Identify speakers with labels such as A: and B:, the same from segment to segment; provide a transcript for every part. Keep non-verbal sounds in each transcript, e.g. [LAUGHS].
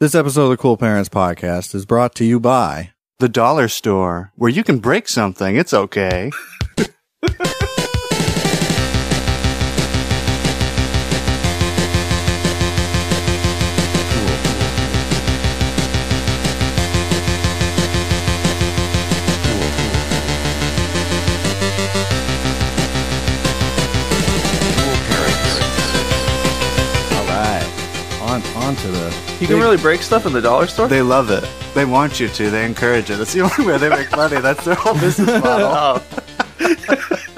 A: This episode of the Cool Parents Podcast is brought to you by
B: the dollar store where you can break something. It's okay.
A: all right on onto the
C: You can really break stuff in the dollar store.
B: They love it. They want you to. They encourage it. That's the only way they make money. That's their whole business model.
C: oh,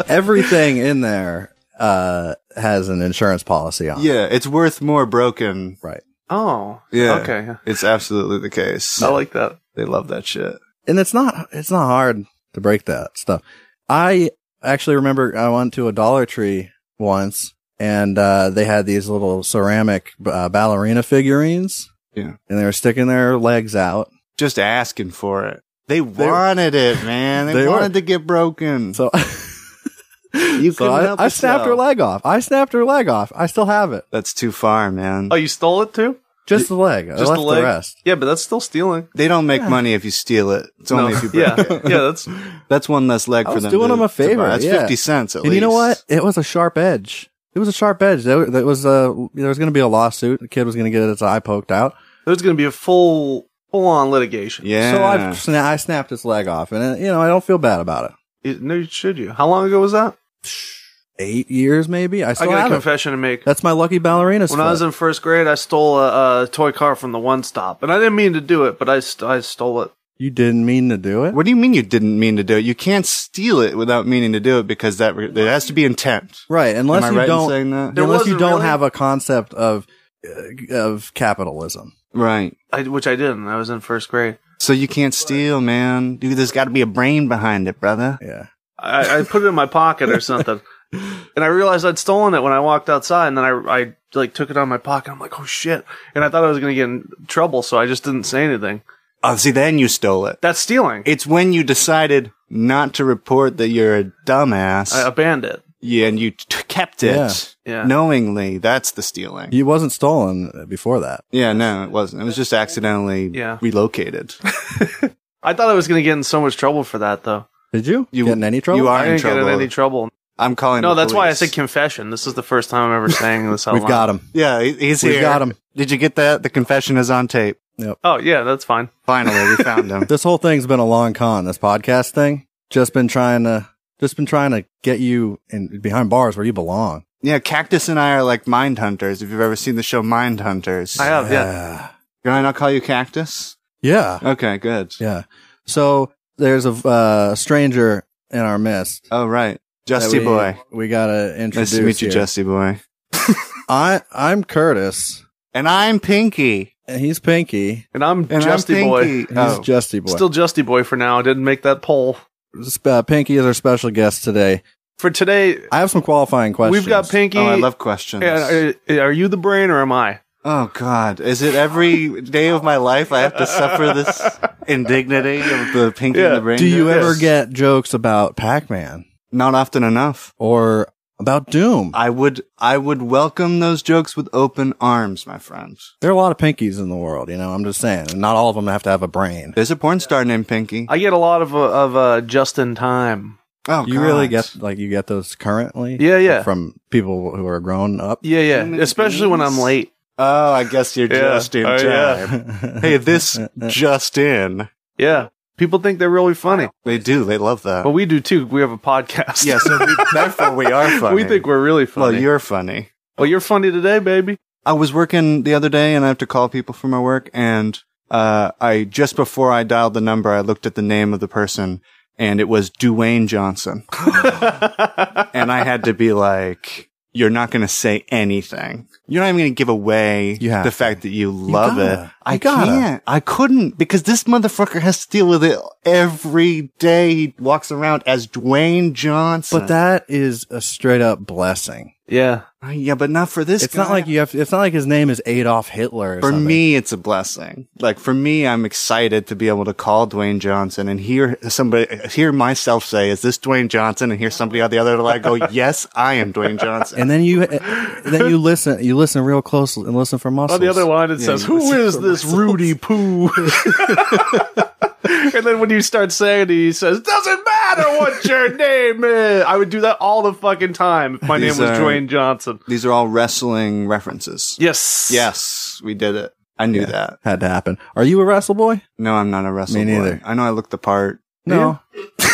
A: everything in there uh has an insurance policy on it.
B: Yeah, it's worth more broken.
A: right
C: oh,
B: Yeah.
C: Okay,
B: It's absolutely the case.
C: I like that.
B: they love that shit.
A: and it's not it's not hard to break that stuff i actually remember i went to a dollar tree once and uh they had these little ceramic uh, ballerina figurines
B: Yeah.
A: and they were sticking their legs out
B: Just asking for it. They wanted it, man. They,
A: They were.
B: wanted to get broken.
A: so [LAUGHS]
B: you
A: So
B: couldn't help
A: I, I snapped her
B: yourself.
A: leg off. I snapped her leg off. I still have it.
B: That's too far, man.
C: Oh, you stole it too?
A: Just the leg. I
C: Just
A: left
C: the leg?
A: rest.
C: Yeah, but that's still stealing.
B: they don't make money if you steal it. It's only
C: No. [LAUGHS]
B: if you break
C: yeah,
B: it.
C: yeah, that's
B: [LAUGHS] That's one less leg
A: I
B: for
A: was
B: them.
A: doing
B: to-
A: them a
B: to
A: favor,
B: buy. That's
A: yeah.
B: fifty cents at
A: and
B: least.
A: you know what? It was a sharp edge. It was a sharp edge. There, there was a there was going to be a lawsuit. The kid was going to get his eye poked out.
C: there's going to be a full full on litigation.
B: Yeah.
A: So I sna- I snapped his leg off, and uh, you know I don't feel bad about it.
C: You- no, should you? How long ago was that?
A: Eight years maybe. I
C: I
A: still
C: got a
A: have it.
C: confession to make.
A: That's my lucky ballerina.
C: When I was in first grade, I stole a, a toy car from the One Stop, and I didn't mean to do it, but I st- I stole it.
A: you didn't mean to do it.
B: What do you mean you didn't mean to do it? You can't steal it without meaning to do it because that re- there has to be intent.
A: Right, unless
B: Am I
A: you
B: right in
A: don't.
B: saying that?
C: There
A: Unless you
C: wasn't
A: don't
C: really-
A: have a concept of uh, of capitalism.
B: Right.
C: I, which I didn't. I was in first grade.
B: So you can't steal, man. Dude, there's got to be a brain behind it, brother.
A: Yeah.
C: I, I put it in my pocket or something. And I realized I'd stolen it when I walked outside, and then I, I like took it out of my pocket. I'm like, oh shit! And I thought I was gonna get in trouble, so I just didn't say anything.
B: Oh, see, then you stole it.
C: That's stealing.
B: It's when you decided not to report that you're a dumbass.
C: I banned it.
B: yeah, and you t- kept it
A: Yeah.
C: Yeah.
B: knowingly. That's the stealing.
A: It wasn't stolen before that.
B: yeah, no, it wasn't. It was just accidentally
C: Yeah.
B: relocated.
C: [LAUGHS] I thought I was gonna get in so much trouble for that, though.
A: Did you?
B: You-
A: get in any trouble?
B: you are-
C: I
B: in
C: didn't get in
B: trouble.
C: any trouble.
B: I'm calling.
C: No,
B: the
C: that's why I
B: police.
C: said confession. This is the first time I'm ever saying this. out
A: We've
C: loud.
A: got him.
B: yeah, he- he's
A: We've
B: here.
A: got him.
B: Did you get that? The confession is on tape.
C: Oh yeah, that's fine.
B: Finally, we
C: [LAUGHS]
B: found him.
A: This whole thing's been a long con. This podcast thing, just been trying to, just been trying to get you in behind bars where you belong.
B: Yeah, Cactus and I are like mind hunters. If you've ever seen the show Mind Hunters,
C: I uh, have. Yeah.
B: can I not call you Cactus?
A: yeah,
B: Okay, good.
A: yeah. So there's a uh, stranger in our midst,
B: Oh, right,
A: that
B: Justy
A: we-
B: Boy.
A: We gotta
B: Nice
A: introduce.
B: to meet you,
A: here.
B: Justy Boy.
A: I I'm Curtis,
B: And I'm Pinky.
A: and he's Pinky.
C: And I'm
B: And
C: Justy
B: I'm
C: boy.
B: Pinky.
A: He's
B: Oh.
A: Justy Boy.
C: Still Justy boy for now. I didn't make that poll
A: uh, Pinky is our special guest today.
C: for today.
A: I have some qualifying questions.
C: We've got Pinky.
B: oh, I love questions.
C: Yeah, are, are you the brain or am I?
B: oh God, is it every day of my life I have to
C: [LAUGHS]
B: suffer this indignity of the Pinky
C: Yeah.
B: and the Brain?
A: Do you
B: joke?
A: ever
B: Yes.
A: get jokes about Pac-Man
B: Not often enough.
A: or about Doom?
B: I would, I would welcome those jokes with open arms, my friend.
A: There are a lot of pinkies in the world, you know. I'm just saying, and not all of them have to have a brain.
B: There's a porn star named Pinky.
C: I get a lot of uh, of uh, just in time.
B: oh,
A: you really
B: God.
A: get like you get those currently,
C: Yeah, yeah.
A: from people who are grown up.
C: Yeah, yeah.
B: Isn't it
C: Especially when I'm
B: beans?
C: late.
B: Oh, I guess you're
C: Yeah.
B: just in
C: Oh,
B: time.
C: yeah. [LAUGHS]
B: Hey, this just in.
C: Yeah. People think they're really funny,
B: They do. They love that.
C: but we do too. We have a podcast.
B: yeah, so [LAUGHS] we, therefore we are
C: [LAUGHS]
B: funny.
C: we think we're really
B: well.
C: funny.
B: You're funny.
C: well, you're funny today, baby.
B: I was working the other day, and I have to call people for my work. And uh, I just before I dialed the number, I looked at the name of the person, [LAUGHS] and it was Dwayne Johnson. and I had to be like, you're not going to say anything. You're not even going to give away
A: You have
B: the
A: to.
B: fact that you love
A: gotta.
B: it. I
A: You gotta.
B: can't. I couldn't because this motherfucker has to deal with it every day. He walks around as Dwayne Johnson.
A: But that is a straight up blessing.
C: Yeah.
B: yeah, but not for this.
A: It's not
B: guy.
A: like you have. It's not like his name is Adolf Hitler. Or
B: For
A: something.
B: me, it's a blessing. Like for me, I'm excited to be able to call Dwayne Johnson and hear somebody, hear myself say, "Is this Dwayne Johnson?" and hear somebody on the other line [LAUGHS] go, "Yes, I am Dwayne Johnson."
A: and then
C: [LAUGHS]
A: you, then you listen. You listen real close and listen for muscles.
C: On the other line, it says, "Who is this Rudy Poo?" [LAUGHS] and then when you start saying it, he says, "Doesn't matter [LAUGHS] what your name is." I would do that all the fucking time if my name
B: These
C: was
B: are-
C: Dwayne Johnson.
B: These are all wrestling references.
C: [LAUGHS] Yes.
B: Yes, we did it. I knew that.
A: had to happen. Are you a wrestle boy?
B: No, I'm not a wrestler.
A: Me neither.
B: boy. I know I looked the part.
A: No.
C: Is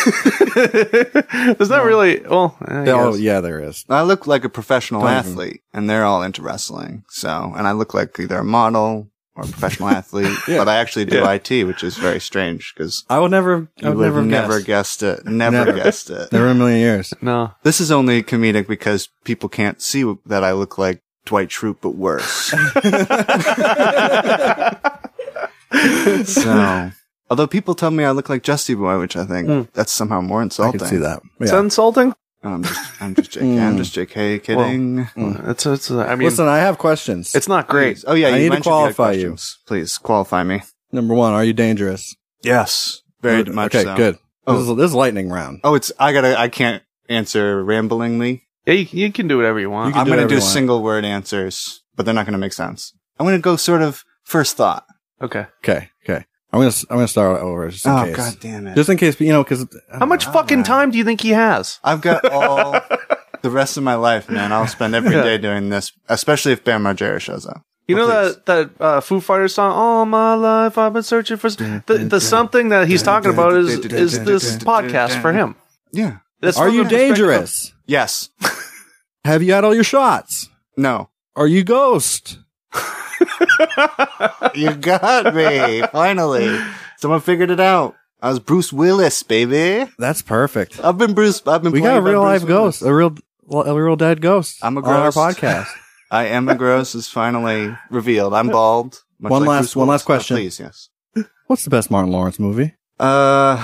C: that really? Well, I
A: Oh
C: guess.
A: yeah, there is.
B: I look like a professional
A: Don't even-
B: athlete, and they're all into wrestling. So, and I look like either a model or a professional [LAUGHS] athlete, but I actually do IT, which is very strange because
A: I would never. I
B: you
A: would
B: would have
A: never.
B: never
A: Never.
B: guessed. it. Never,
A: Never.
B: guessed it.
A: Never in a million years.
C: no.
B: This is only comedic because people can't see that I look like Dwight Schrute,
A: [LAUGHS]
B: but worse. so, although people tell me I look like Justy Boy, which I think that's somehow more
A: Hmm. I
B: insulting.
A: could see that. Hmm. Yeah.
C: It's insulting.
B: I'm just,
A: [LAUGHS]
B: I'm just JK. I'm just JK kidding.
C: It's, it's. I mean,
A: Listen, I have questions.
C: it's not great.
B: Oh yeah,
A: I
B: you
A: need to
B: mentioned had
A: qualify you.
B: questions. Please qualify me.
A: Number one, are you dangerous?
B: Yes, very much.
A: Okay,
B: so.
A: good.
B: Oh.
A: This, is, this is lightning round.
B: Oh, it's I gotta. I can't answer ramblingly.
C: Yeah, you, you can do whatever you want.
A: can
B: I'm
A: do
B: gonna
A: whatever
B: do
A: you want.
B: single word answers, but they're not gonna make sense. I'm gonna go sort of first thought.
C: okay.
A: Okay, okay. I'm gonna s- I'm gonna start over just in
B: oh
A: case.
B: god damn it!
A: Just in case, you know, because
C: How much fucking time do you think he has?
B: I've got
A: [LAUGHS]
B: all the rest of my life, man. I'll spend every day doing this, especially if Bam Margera shows up.
C: You know
B: Please.
C: that that uh, Foo Fighters song? All my life I've been searching for. s-" The, the something that he's talking about is is this podcast for him.
B: Yeah.
C: That's
A: Are
C: from
A: you
C: the perspective
A: dangerous?
B: Yes. [LAUGHS]
A: Have you had all your shots?
B: No.
A: Are you ghost?
B: You got me.
A: [LAUGHS]
B: Finally, someone figured it out. I was Bruce Willis, baby.
A: That's perfect.
B: I've been Bruce. I've been.
A: We
B: played
A: got a
B: by
A: real
B: Bruce
A: life
B: Willis.
A: ghost, a real a real dead ghost.
B: I'm a
A: on our
B: ghost. [LAUGHS]
A: podcast.
B: I am a gross is finally revealed. I'm bald. much
A: One last-
B: Bruce
A: one
B: Willis.
A: last question.
B: Oh, please, yes.
A: What's the best Martin Lawrence movie?
B: Uh,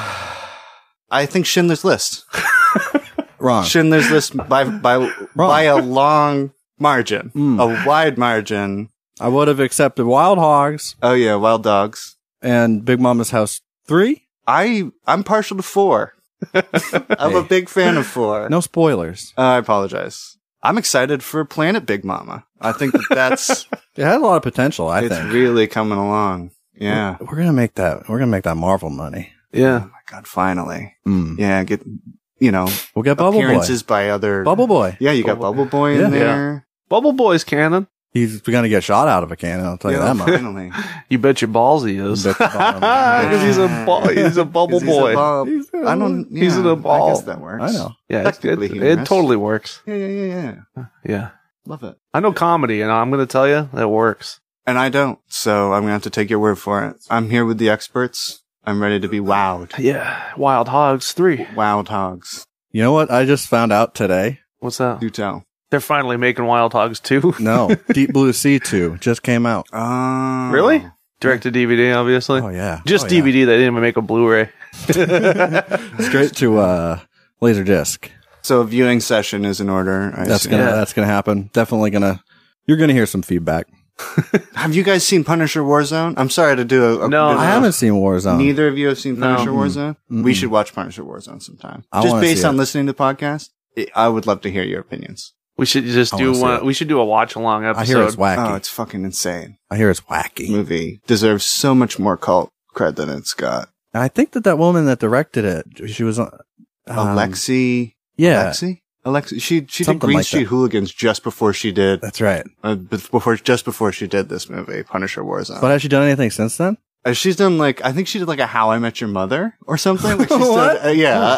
B: I think Schindler's List.
A: Wrong.
B: Schindler's List by by by a long margin,
A: Hmm.
B: a wide margin.
A: I would have accepted Wild Hogs
B: Oh yeah, Wild Dogs.
A: and Big Mama's House Three.
B: I I'm partial to four. [LAUGHS] I'm a
A: Hey.
B: big fan of four.
A: No spoilers.
B: Uh, I apologize. I'm excited for Planet Big Mama. I think that that's
A: It had a lot of potential. [LAUGHS] I
B: it's
A: think Hmm.
B: really coming along. Yeah. Oh
A: we're gonna make that. We're gonna make that Marvel money.
C: Yeah.
B: my God, finally.
A: Mm.
B: Yeah, get you know
A: We'll get Bubble Boy.
B: appearances by other
A: Bubble Boy.
B: Yeah, you got Bubble Boy in
A: Yeah.
B: there.
C: Bubble Boy's canon.
A: He's gonna get shot out of a cannon. I'll tell you that
B: [LAUGHS]
A: much.
B: finally.
C: You bet your balls he is.
A: Bet your
C: [LAUGHS]
A: bottom-
C: Because he's a ball, he's a bubble
B: 'Cause he's a
C: boy.
B: ball-
A: He's a-
B: I don't.
C: he's
B: yeah,
C: in a
B: I
C: ball.
B: guess that works.
A: I know.
C: yeah, it's-
B: Technically
C: it, it
B: humorous.
C: totally works.
B: Yeah, yeah, yeah, yeah.
C: Yeah,
B: Love it.
C: I know comedy, and I'm going to tell you that works.
B: And I don't, so I'm gonna have to take your word for it. I'm here with the experts. I'm ready to be wowed.
C: Yeah, Wild Hogs three.
B: Wowed hogs.
A: You know what? I just found out today.
C: What's that?
B: Do tell.
C: They're finally making Wild Hogs two. [LAUGHS]
A: No, [LAUGHS] Deep Blue Sea Two just came out.
B: Oh.
C: really? Direct to DVD, obviously.
A: Oh
B: [LAUGHS]
A: yeah,
C: Just
A: Oh, yeah.
C: DVD. They didn't even make a Blu-ray.
A: straight to uh, laser disc.
B: So a viewing session is in order. I
A: That's
B: see.
A: gonna
C: Yeah.
A: that's gonna happen. Definitely gonna. You're gonna hear some feedback.
B: Have you guys seen Punisher Warzone? I'm sorry to do a. a
C: No.
A: I haven't seen Warzone.
B: Neither of you have seen
C: No.
B: Punisher Warzone.
A: Mm-mm.
B: We should watch Punisher Warzone sometime.
A: I
B: Just
A: wanna
B: based
A: see
B: on
A: it.
B: listening to the podcast, it, I would love to hear your opinions.
C: We should just
A: Oh, I
C: do
A: wanna see
C: one.
A: it.
C: We should do a watch along episode.
A: I hear it's wacky.
B: Oh, it's fucking insane.
A: I hear it's wacky.
B: Movie deserves so much more cult cred than it's got.
A: I think that that woman that directed it, she was on um,
B: Alexi,
A: Yeah,
B: Alexi, Alexi. She she did
A: Something
B: Green
A: like
B: Street
A: that.
B: Hooligans just before she did
A: that's right.
B: uh, before just before she did this movie Punisher Warzone.
A: But has she done anything since then?
B: Uh, she's done like I think she did like a How I Met Your Mother or
A: [LAUGHS]
B: something. Like she's
A: What? Oh.
B: done- uh, yeah, I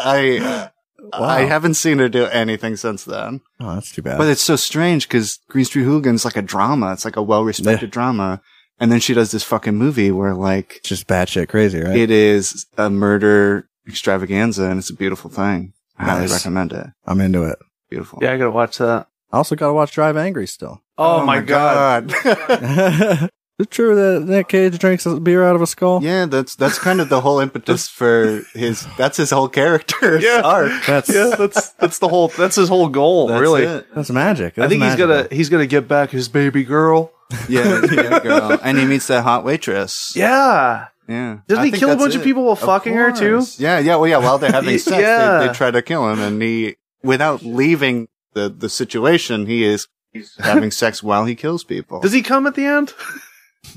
B: I-
A: Wow.
B: I haven't seen her do anything since then.
A: Oh, that's too bad.
B: But it's so strange because Green Street Hooligans is like a drama. It's like a well respected drama, and then she does this fucking movie where like
A: it's just batshit crazy, right?
B: it is a murder extravaganza, and it's a beautiful thing. I highly
A: Nice.
B: recommend it.
A: I'm into it.
B: Beautiful.
C: Yeah, I gotta watch that.
A: I also got to watch Drive Angry still. [LAUGHS]
C: Oh, my god.
B: God. [LAUGHS]
A: Is it true that Nick Cage drinks a beer out of a
C: [LAUGHS]
A: skull?
B: yeah, that's that's kind of the whole impetus for his. That's his whole character
C: Yeah.
B: [LAUGHS] arc.
A: That's
C: [LAUGHS] Yeah, that's that's the whole that's his whole goal,
B: That's
C: really.
B: it.
A: that's magic.
C: I
A: That's
C: think he's gonna
A: magical.
C: he's gonna get back his baby girl.
B: Yeah,
C: [LAUGHS]
B: that's a young girl, and he meets that hot waitress.
C: Yeah.
B: yeah.
C: Doesn't
B: I
C: he
B: think
C: kill a
B: that's
C: bunch of
B: it.
C: people while fucking her, too?
B: course. Yeah, yeah, well, yeah. While
C: [LAUGHS]
B: they're having sex,
C: Yeah.
B: they, they try to kill him, and he, without leaving the the situation, he is
C: [LAUGHS]
B: having sex while he kills people.
C: Does he come at the end? [LAUGHS]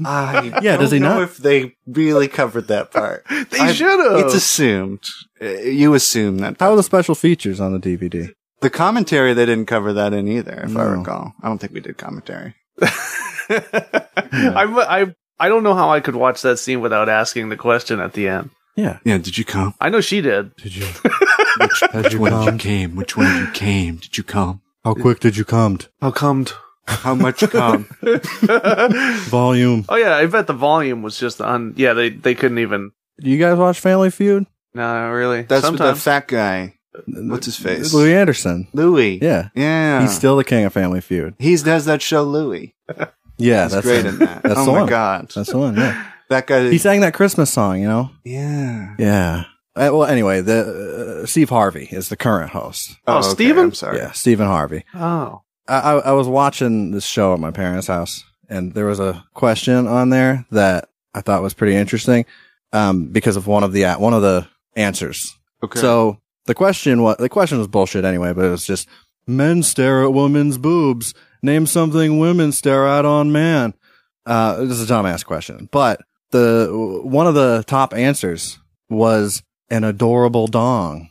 B: I
A: Yeah, does
B: don't
A: he
B: know
A: not?
B: If they really covered
C: [LAUGHS]
B: that part,
C: They
B: I-
C: should have. [LAUGHS]
B: it's assumed. Uh, You assume that.
A: How are the special features on the DVD?
B: The commentary they didn't cover that in either, if I
A: No.
B: recall. I don't think we did commentary.
C: I'm- I, I don't know how I could watch that scene without asking the question at the end.
A: Yeah.
B: Yeah, did you come?
C: I know she did.
A: Did
B: [LAUGHS]
A: you?
B: Which,
A: How'd you come?
B: came? Which one you came? Did you come?
A: How quick did you come?
C: How [LAUGHS] come?
B: How much you [LAUGHS] come?
C: oh
A: Volume.
C: yeah, I bet the volume was just on. Yeah, they they couldn't even.
A: You guys watch Family Feud?
C: No, really.
B: That's with the
C: Sometimes
B: fat guy. What's his face?
A: Louis Anderson.
B: Louis.
A: Yeah.
B: Yeah.
A: He's still the king of Family Feud.
B: He does that show, Louis.
A: Yeah,
B: That's,
A: that's
B: great
A: him.
B: [LAUGHS] in that.
A: That's
B: oh
A: the
B: my
A: one.
B: god,
A: That's the one. Yeah.
B: that guy.
A: He sang that Christmas song, you know.
B: yeah.
A: Yeah. Uh, well, anyway, the uh, Steve Harvey is the current host.
C: Oh,
B: okay,
C: Steven?
B: I'm sorry.
A: Yeah, Stephen Harvey.
C: oh,
A: I, I, I was watching this show at my parents' house, and there was a question on there that I thought was pretty interesting, um, because of one of the one of the answers.
B: Okay.
A: So the question was the question was bullshit anyway, but it was just men stare at women's boobs. Name something women stare at on man. Uh, this is a dumbass question, but the one of the top answers was an adorable
B: [LAUGHS]
A: dong,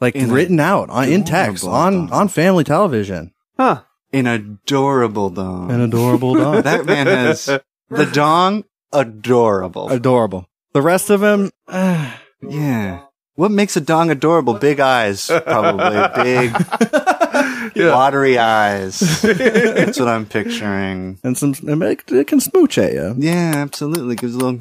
A: like
B: An
A: written out on, in text
B: adorable
A: on
B: dong.
A: on family television.
C: huh?
B: an adorable dong.
A: An adorable dong. [LAUGHS]
B: that man [LAUGHS] has the dong adorable.
A: adorable. The rest of him, uh,
B: yeah. What makes a dong adorable? Big eyes, probably. [LAUGHS] Big
C: [LAUGHS] yeah.
B: watery eyes. That's what I'm picturing.
A: and some and it, it can smooch at you.
B: Yeah, absolutely. Gives a little.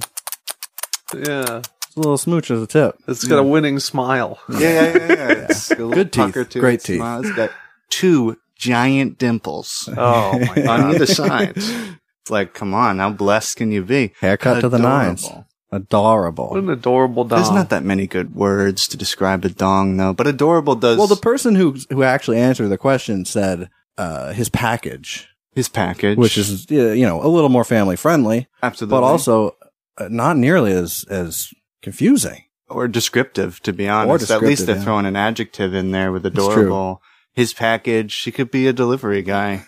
C: yeah,
A: It's a little smooch as a tip.
C: it's got a winning smile.
B: Yeah, yeah, yeah. yeah. [LAUGHS] It's got a little
A: Good teeth.
B: pucker to
A: Great
B: it.
A: teeth.
B: Smile. It's got two giant dimples
C: Oh my
B: on
C: god!
B: [LAUGHS] either side. It's like, come on, how blessed can you be?
A: Haircut to the nines.
B: Adorable.
C: What
A: Adorable.
C: an adorable dog.
B: There's not that many good words to describe a dong, though. But adorable does
A: Well, the person who who actually answered the question said uh, his package,
B: his package,
A: which is uh, you know a little more family friendly,
B: absolutely,
A: but also uh, not nearly as as confusing.
B: or descriptive, to be honest. At least
A: descriptive,
B: they're
A: yeah.
B: throwing an adjective in there with
A: true.
B: adorable. His package. She could be a delivery guy.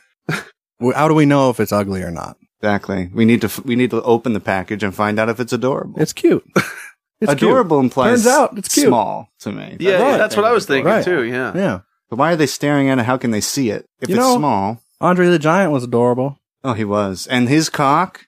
A: W- How do we know if it's ugly or not?
B: Exactly. We need to f- we need to open the package and find out if it's adorable.
A: It's cute. It's cute.
B: adorable implies
A: Turns out it's cute.
B: small to me.
C: yeah,
A: Right.
C: that's what I was thinking
A: Right.
C: too. Yeah.
A: Yeah.
B: But why are they staring at it? How can they see it if
A: You
B: it's
A: know-
B: small?
A: Andre the Giant was adorable.
B: Oh, he was, and
A: [LAUGHS]
B: his cock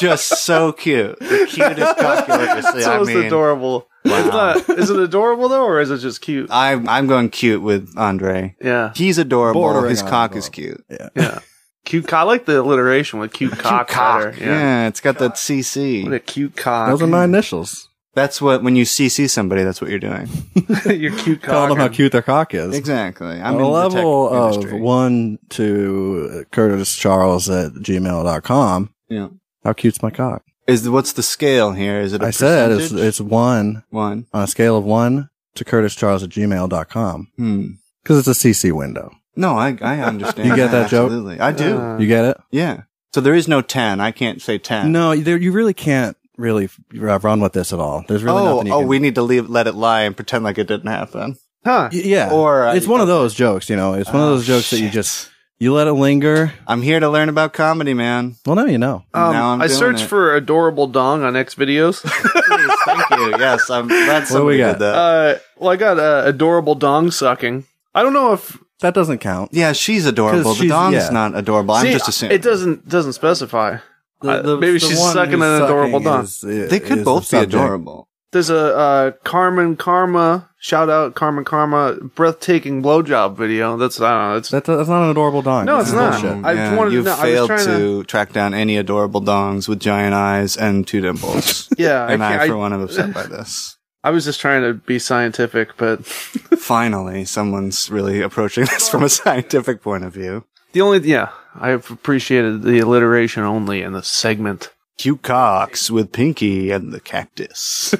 B: just so cute. The cutest cock
A: [LAUGHS]
B: you'll ever see.
C: That's
B: I
C: almost
B: mean,
C: adorable. It's
B: Wow. Uh,
C: not, is it adorable though, or is it just cute?
B: I, I'm going cute with Andre.
C: Yeah,
B: He's adorable.
A: Bordering
B: His
A: on
B: cock
A: adorable.
B: is cute.
C: yeah. Cute cock. I like the alliteration with cute cock. better.
B: Yeah. it's got that CC.
C: What a cute cock.
A: Those are my initials.
B: That's what when you CC somebody, that's what you're doing.
C: [LAUGHS] Your cute cock.
A: Tell them how cute their cock is.
B: Exactly. I'm
A: I'm
B: in
A: a level
B: the tech
A: of
B: industry.
A: one to Curtis Charles at gmail.com.
B: Yeah.
A: How cute's my cock?
B: Is what's the scale here? Is it? a
A: I said it's,
B: percentage?
A: it's one
B: one.
A: on a scale of one to Curtis Charles at gmail.com
B: Hmm.
A: because it's a CC window.
B: No, I
C: [LAUGHS]
B: I understand.
A: You get that joke?
B: Absolutely, I do.
C: Uh,
A: You get it?
B: yeah. So there is no ten. I can't say ten.
A: No, there, you really can't really uh, run with this at all. There's really
B: oh,
A: nothing you
B: oh,
A: can
B: we need to leave, let it lie and pretend like it didn't happen.
C: Huh.
A: Y- yeah.
B: or, uh,
A: it's one of those jokes, you know. It's one of
B: Oh,
A: those jokes that you
B: shit.
A: just you let it linger.
B: I'm here to learn about comedy, man.
A: Well, now you know.
C: Um,
B: Now I'm
C: I
B: doing
C: searched
B: it.
C: for adorable dong on X
B: [LAUGHS]
C: videos.
B: Please, thank you. Yes, [LAUGHS] I'm
A: do
B: glad
A: we
B: somebody
A: got?
B: did that.
C: uh, well, I got uh, adorable dong sucking. I don't know if
A: That doesn't count.
B: yeah, she's adorable.
A: 'Cause
B: the
A: she's-
B: dong's
A: yeah.
B: not adorable.
C: See, uh,
B: I'm just assuming
C: it doesn't doesn't specify. Uh, maybe she's
A: one
C: sucking
A: who's
C: an adorable
A: sucking
C: dong.
A: is- i-
B: They
A: is
B: could
A: the
B: both be
A: subject.
B: adorable.
C: There's a uh, Carmen Karma shout out Carmen Karma breathtaking blowjob video. That's I don't know. It's
A: That, that's not an adorable dong.
C: No, it's not.
A: bullshit.
C: I wanted to
B: you
C: know- I was
B: failed
C: trying
B: to,
C: to-
B: track down any adorable dongs with giant eyes and two dimples.
C: [LAUGHS] yeah. I
B: and I,
C: can't,
B: for
C: I, [LAUGHS]
B: one, am upset by this.
C: I was just trying to be scientific, but [LAUGHS]
B: Finally, someone's really approaching this from a scientific point of view.
C: the only yeah, I appreciated the alliteration only in the segment. [LAUGHS]
B: Hugh Cox with Pinky and
C: [LAUGHS]
B: the Cactus.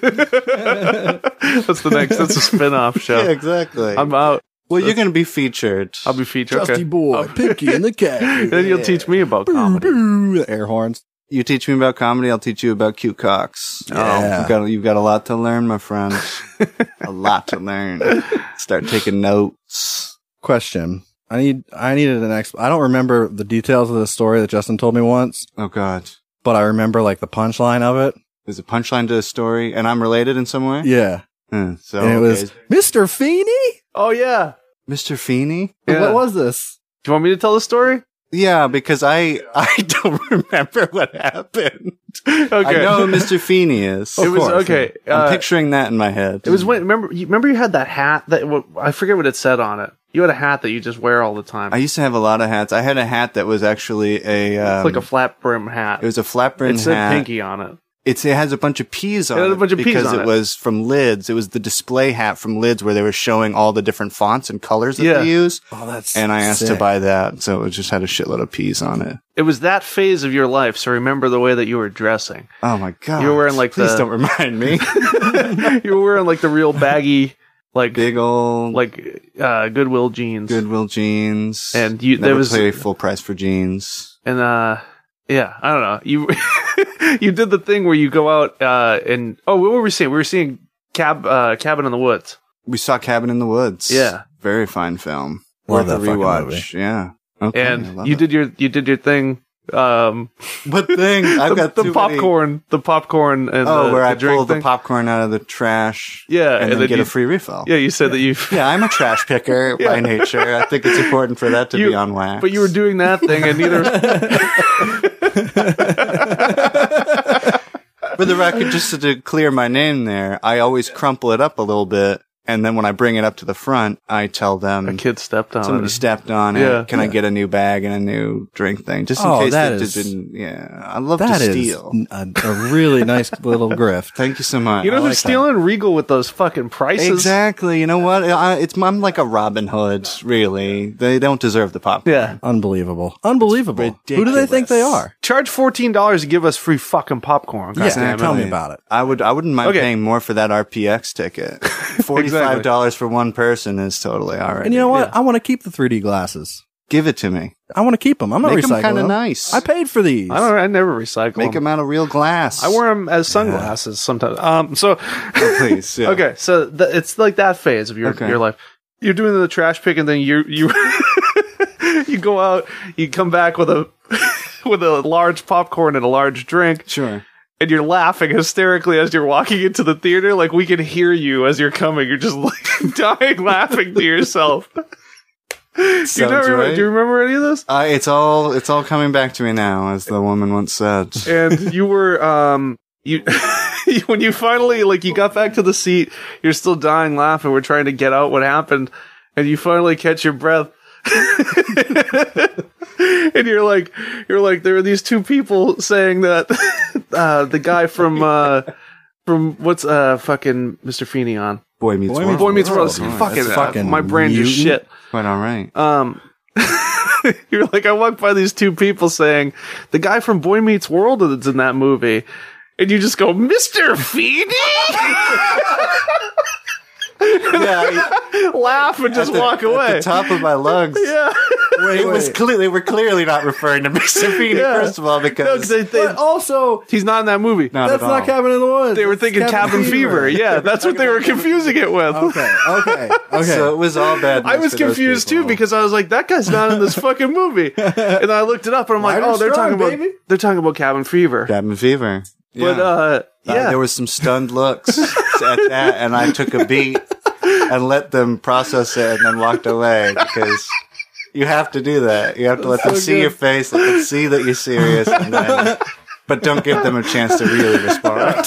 C: That's the next. That's a spin-off
A: [LAUGHS]
C: show.
B: exactly.
C: I'm out.
B: Um, well, you're going to be featured.
C: I'll be featured.
A: Trusty
C: Okay.
A: boy, Pinky and the
B: [LAUGHS]
A: cat.
C: [LAUGHS] Then you'll teach me
A: [LAUGHS]
C: about
A: Boo,
C: comedy.
A: boo, the air horns.
B: you teach me about comedy, I'll teach you about Hugh Cox.
A: Yeah.
B: Oh, you've got, you've got a lot to learn,
C: [LAUGHS]
B: my friend. a lot to learn. Start taking notes.
A: Question. I need I needed an ex. I don't remember the details of the story that Justin told me once,
B: Oh, God.
A: but I remember like the punchline of it.
B: There's a punchline to the story, and I'm related in some way?
A: Yeah,
B: Hmm, so
A: and it was
B: okay.
A: Mr. Feeney.
C: Oh yeah.
B: Mr. Feeney?
C: Yeah.
A: What was this?
C: Do you want me to tell the story?
B: Yeah, because I [LAUGHS] I don't remember what happened. [LAUGHS] I
C: Okay.
B: know who Mr. Feeney is.
C: It was okay.
B: I'm
C: uh,
B: picturing that in my head.
C: [LAUGHS] It was when remember you remember you had that hat that what, I forget what it said on it. You had a hat that you just wear all the time.
B: I used to have a lot of hats. I had a hat that was actually a. Um,
C: it's like a flat brim hat.
B: it was a flat brim
C: it said
B: hat.
C: pinky on it.
B: It's, it has a bunch of peas on it,
C: had a bunch of Ps
B: because
C: on
B: it,
C: it.
B: was from lids. It was the display hat from lids where they were showing all the different fonts and colors that
C: Yeah.
B: they use.
A: Oh, that's
B: And I asked to
A: sick.
B: buy that, so it just had a shitload of peas on it.
C: It was that phase of your life, so remember the way that you were dressing. [LAUGHS]
B: Oh my god!
C: You were wearing, like,
B: please
C: the-
B: don't remind me.
C: you were wearing like the real baggy, like
B: [LAUGHS] [LAUGHS] Big old
C: like uh, Goodwill jeans,
B: Goodwill jeans,
C: and you
B: never
C: there was
B: pay full price for jeans.
C: and uh yeah, I don't know. You [LAUGHS] you did the thing where you go out uh and oh what were we seeing? We were seeing cab uh cabin in the woods.
B: We saw Cabin in the Woods.
C: Yeah.
B: very fine film.
A: Love
B: Worth a
A: that fucking
B: rewatch. Yeah. Okay, Oh, I
C: and
B: love
C: you
B: it.
C: did your you did your thing. Um,
B: What
C: [LAUGHS]
B: thing? I've
C: the,
B: got
C: the
B: too many-
C: popcorn, the popcorn, and
B: Oh,
C: the,
B: where
C: the
B: I
C: drink
B: pulled the
C: thing.
B: popcorn out of the trash.
C: Yeah,
B: and,
C: and
B: then,
C: then
B: get
C: you-
B: a free refill.
C: Yeah, you said that you,
B: [LAUGHS] Yeah, I'm a trash
C: [LAUGHS]
B: picker by nature. I think it's important for that to
C: You-
B: be on wax.
C: but you were doing that thing, and
B: [LAUGHS]
C: neither. [LAUGHS]
B: for the record, just to clear my name there, I always crumple it up a little bit, and then when I bring it up to the front, I tell
C: A
B: them
C: kid stepped on
B: somebody
C: it.
B: stepped on it.
C: Yeah.
B: Can I get a new bag and a new drink thing, just in
A: Oh,
B: case
A: that
B: it
A: is-
B: didn't? Yeah, I love
A: That
B: to
A: is
B: steal.
A: a, a really
B: [LAUGHS]
A: nice little grift.
B: Thank you so much.
C: you know
B: I
C: who's
B: like that.
C: stealing Regal with those fucking prices?
B: Exactly. You know what? I, it's I'm like a Robin Hood. Really, they don't deserve the popcorn.
C: Yeah.
A: Unbelievable. Unbelievable. Who do they
B: ridiculous.
A: think they are?
C: Charge fourteen dollars to give us free fucking popcorn.
A: Yeah,
C: goddamn it.
A: tell me about it.
B: I would I wouldn't mind
C: Okay.
B: paying more for that RPX ticket. Forty five dollars for one person is totally all right.
A: And you know what? I want to keep the 3D glasses.
B: Give it to me.
A: I want to keep them. I'm not
B: Make 'em
A: recycling
B: kinda
A: them.
B: nice.
A: I paid for these.
C: I don't. I never recycle.
B: Make them out of real glass.
C: I wear them as sunglasses sometimes. Um. So.
B: Oh, [LAUGHS] please. yeah.
C: [LAUGHS] Okay, so th- it's like that phase of your
B: Okay.
C: your life. You're doing the trash pick, and then you you [LAUGHS] you go out, you come back with a [LAUGHS] with a large popcorn and a large drink,
B: Sure.
C: and you're laughing hysterically as you're walking into the theater. Like we can hear you as you're coming. You're just like [LAUGHS] dying laughing to yourself. [LAUGHS] do, you not
B: Sounds
C: remember,
B: right.
C: do you remember any of this?
B: Uh, it's all it's all coming back to me now, as the woman once
C: [LAUGHS]
B: said.
C: and you were um you [LAUGHS] when you finally like you got back to the seat you're still dying laughing we're trying to get out what happened and you finally catch your breath [LAUGHS] and you're like you're like there are these two people saying that [LAUGHS] uh the guy from uh from what's uh fucking mr feeney on
B: Boy meets
A: Boy
B: world.
C: boy meets world
A: World.
C: fucking,
A: That's
C: fucking
A: fucking
C: my brain just
A: mutant.
C: shit
B: Quite all right.
C: um, you're like, I walked by these two people saying, the guy from Boy Meets World that's in that movie. And you just go, Mr. Feeny?
B: [LAUGHS] yeah,
C: [LAUGHS] Laugh and just walk
B: at
C: away.
B: the top of my lungs.
C: [LAUGHS] yeah.
B: it was clear they were clearly not referring to [LAUGHS] Mr. Feeney,
C: Yeah.
B: first of all,
C: No,
B: because
C: 'cause they- they-
A: But also,
C: he's not in that movie.
B: oh. Not
A: that's
B: at
A: not
B: all.
A: Cabin in the Woods.
C: They were
A: That's
C: thinking Cabin Fever.
B: [LAUGHS]
C: Yeah, that's what they were confusing it with.
A: okay, okay, okay.
B: So it was all
C: [LAUGHS]
B: bad.
C: I
B: news
C: was
B: for those
C: confused too
B: people.
C: because I was like, "That guy's not in
B: [LAUGHS]
C: this fucking movie," and I looked it up and I'm like,
A: Ryder
C: "Oh, they're
A: Strong,
C: talking about
A: baby.
C: they're talking about Cabin Fever."
B: Cabin Fever.
C: But uh,
B: Uh,
C: yeah,
B: there was some stunned looks [LAUGHS] at that, and I took a beat and let them process it, and then walked away because you have to do that. You have to let them see your face, let them see that you're serious, and then, but don't give them a chance to really
A: [LAUGHS]
B: respond.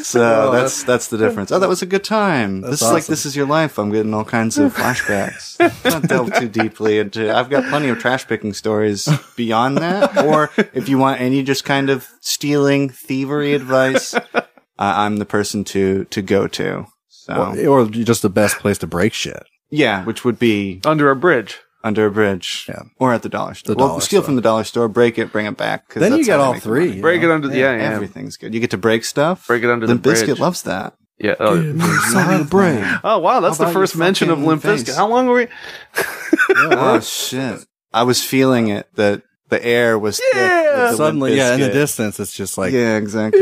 B: so that's that's the difference. Oh, that was a good time. This is like
A: awesome.
B: this is your life. I'm getting all kinds of
A: [LAUGHS]
B: flashbacks. Not delve too deeply into. I've got plenty of trash picking stories beyond that, or if you want any just kind of stealing thievery advice. I I'm the person to to go to. So
A: Or, or just the best place to break shit.
B: yeah, which would be
C: under a bridge.
B: under a bridge,
A: Yeah.
B: or at the dollar store.
A: The
B: well,
A: dollar
B: steal
A: store.
B: from the dollar store, break it, bring it back. 'cause
A: Then you
B: that's
A: get
B: how they
A: all
B: make
A: three,
B: money.
A: you
C: Break it under the yeah, yeah.
B: Everything's good. You get to break stuff.
C: Break it under
B: Limp
C: the bridge.
B: Biscuit loves that.
C: Yeah. Oh,
B: Son of a brain.
C: oh wow, that's
B: How
C: the
B: about
C: first
B: your
C: mention of
B: fucking
C: Limp
B: face?
C: Bizkit. How long were we? [LAUGHS]
B: oh shit! I was feeling it. That the air was thick
C: Yeah.
B: with the
A: Suddenly,
B: Limp
A: yeah, in the
B: Bizkit.
A: distance, it's just like
B: yeah, exactly.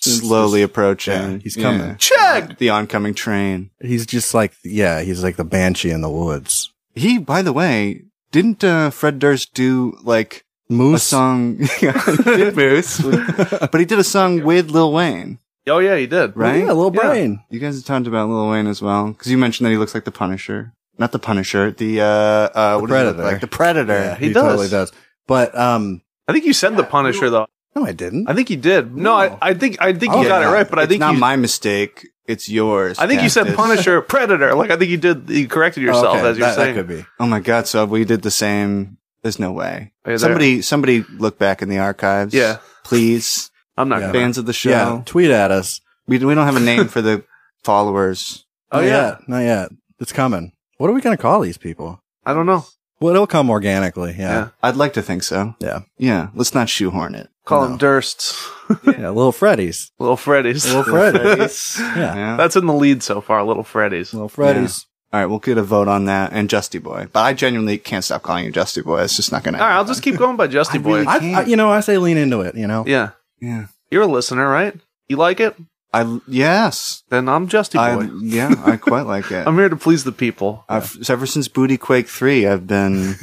B: Slowly approaching.
A: Yeah, he's coming.
C: Check.
B: The oncoming train.
A: he's just like yeah, he's like the banshee in the woods.
B: He, by the way, didn't uh, Fred Durst do like a
A: Moose
B: song? [LAUGHS]
C: [LAUGHS]
B: did Moose, but he did a song with Lil Wayne,
C: Oh yeah, he did.
A: Well,
B: right?
A: Yeah, little
C: Yeah.
A: brain.
B: You guys have talked about Lil Wayne as well, because you mentioned that he looks like the Punisher. Not the Punisher, the uh, uh, what does he look
A: Predator.
B: like the Predator.
C: he
A: he
C: does.
A: totally does. But um,
C: I think you said the Punisher though.
A: no, I didn't.
C: I think you did. No, I, I think I think
A: Oh,
C: you got it
A: yeah.
C: right, but I
B: It's
C: think
B: not
C: you,
B: my mistake. It's yours.
C: I think you said
B: Cactus.
C: Punisher, Predator. Like I think you did. You corrected yourself
A: Okay,
C: as you're
A: that,
C: saying.
A: that could be.
B: Oh my god! So we did the same. There's no way.
C: Are you there?
B: somebody, somebody, look back in the archives.
C: Yeah.
B: please,
C: I'm not.
A: Yeah.
C: gonna-
B: fans of the show.
A: Yeah, tweet at us.
B: We we don't have a name for the followers.
C: Oh
A: not
C: yeah.
A: yet. not yet. It's coming. What are we gonna call these people?
C: I don't know.
A: Well, it'll come organically. Yeah,
B: I'd like to think so.
A: yeah,
B: Yeah, let's not shoehorn it.
C: Call
A: No.
C: him Durst's,
A: [LAUGHS] yeah. little Freddy's.
C: Little Freddy's.
A: Little Freddy's. yeah.
C: [LAUGHS]
B: Yeah.
C: That's in the lead so far. Little Freddy's.
A: little Freddy's.
B: All right, we'll get a vote on that and Justy Boy. But I genuinely can't stop calling you Justy Boy. It's just not going to.
C: All right, I'll just keep going by Justy
B: I
C: Boy.
B: really-
A: I, I,
B: can't.
A: you know, I say lean into it. You know,
C: yeah,
B: Yeah.
C: you're a listener, right? You like it?
B: I yes.
C: Then I'm Justy
A: [LAUGHS]
B: I
C: Boy.
B: yeah. I quite like it.
C: [LAUGHS] I'm here to please the people.
B: I've, so ever since Booty Quake Three, I've been,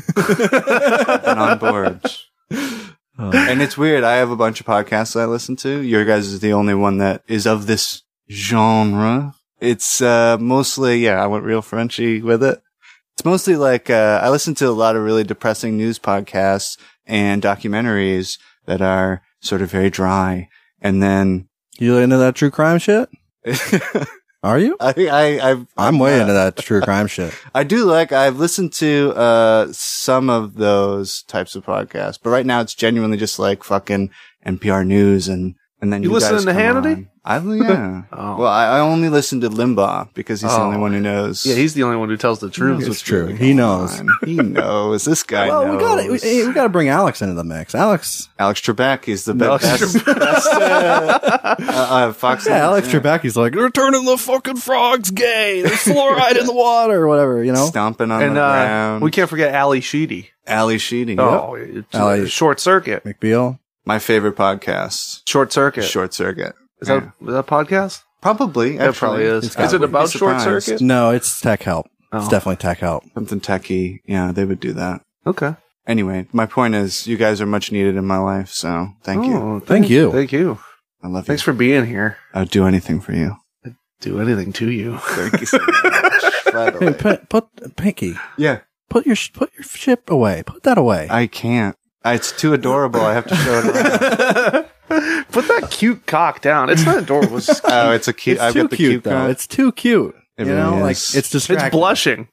B: been on
C: [LAUGHS]
B: board.
C: Oh.
B: And it's weird. I have a bunch of podcasts that I listen to. Your guys is the only one that is of this genre. It's uh, mostly yeah. I went real Frenchy with it. It's mostly like uh, I listen to a lot of really depressing news podcasts and documentaries that are sort of very dry. And then [LAUGHS]
A: you into that true crime shit?
B: I,
A: Are you?
B: I I've,
A: I'm way
B: not-
A: into that true [LAUGHS] crime shit.
B: I do like. I've listened to uh some of those types of podcasts, but right now it's genuinely just like fucking NPR news and and then
C: You
B: you,
C: listening
B: guys
C: to
B: come
C: Hannity?
B: on. I
C: [LAUGHS]
B: yeah.
C: Oh.
B: Well, I, I only listen to Limbaugh because he's the
C: Oh.
B: only one who knows.
C: yeah, he's the only one who tells the
B: knows
C: truth.
A: It's
B: what's
A: true.
B: really
A: He
B: going
A: knows.
B: on. He knows. This guy.
A: well, we got
B: knows.
A: to we got to bring Alex into the mix. Alex,
B: Alex Trebek is the
C: No,
B: best. best, best, uh, uh, uh, Fox.
A: yeah,
B: News,
A: Alex Trebek's like they're turning the fucking frogs gay. There's fluoride in the water, or whatever. You know,
B: Stomping on
C: and
B: the
C: uh,
B: ground.
C: we can't forget Ali Sheedy.
B: Ali Sheedy.
C: Oh, it's, uh,
A: Ali-
C: short circuit.
A: McBeal.
B: My favorite podcast.
C: Short circuit.
B: Short Circuit.
C: Is that is that a podcast?
B: Probably. Actually.
C: That probably is.
A: It's
C: is
A: gotta
C: it
A: be.
C: about
B: Be
C: short
B: surprised.
C: circuit?
A: No, it's tech help. It's
C: Oh.
A: definitely tech help.
B: Something techie. Yeah, they would do that.
C: Okay.
B: Anyway, my point is, you guys are much needed in my life, so thank you.
C: Oh,
A: Thank you.
C: Thank you.
B: I love
C: Thanks
B: you.
C: for being here.
B: I'll do anything for you.
C: Do anything to you.
B: Thank you so [LAUGHS]
A: Hey,
B: much.
A: put, put Pinky,
B: yeah,
A: put your sh- put your ship away. Put that away.
B: I can't. I- It's too adorable. I have to show it.
A: [LAUGHS]
B: Around.
C: [LAUGHS] Put that cute cock down. It's not adorable. [LAUGHS] It's,
B: Oh, it's a cute.
A: it's
B: I've
A: too
B: got the
A: cute
B: cute
A: though.
B: cock.
A: It's too cute.
B: It
A: you
B: really
A: know, like
B: is.
A: it's distracting.
C: it's blushing.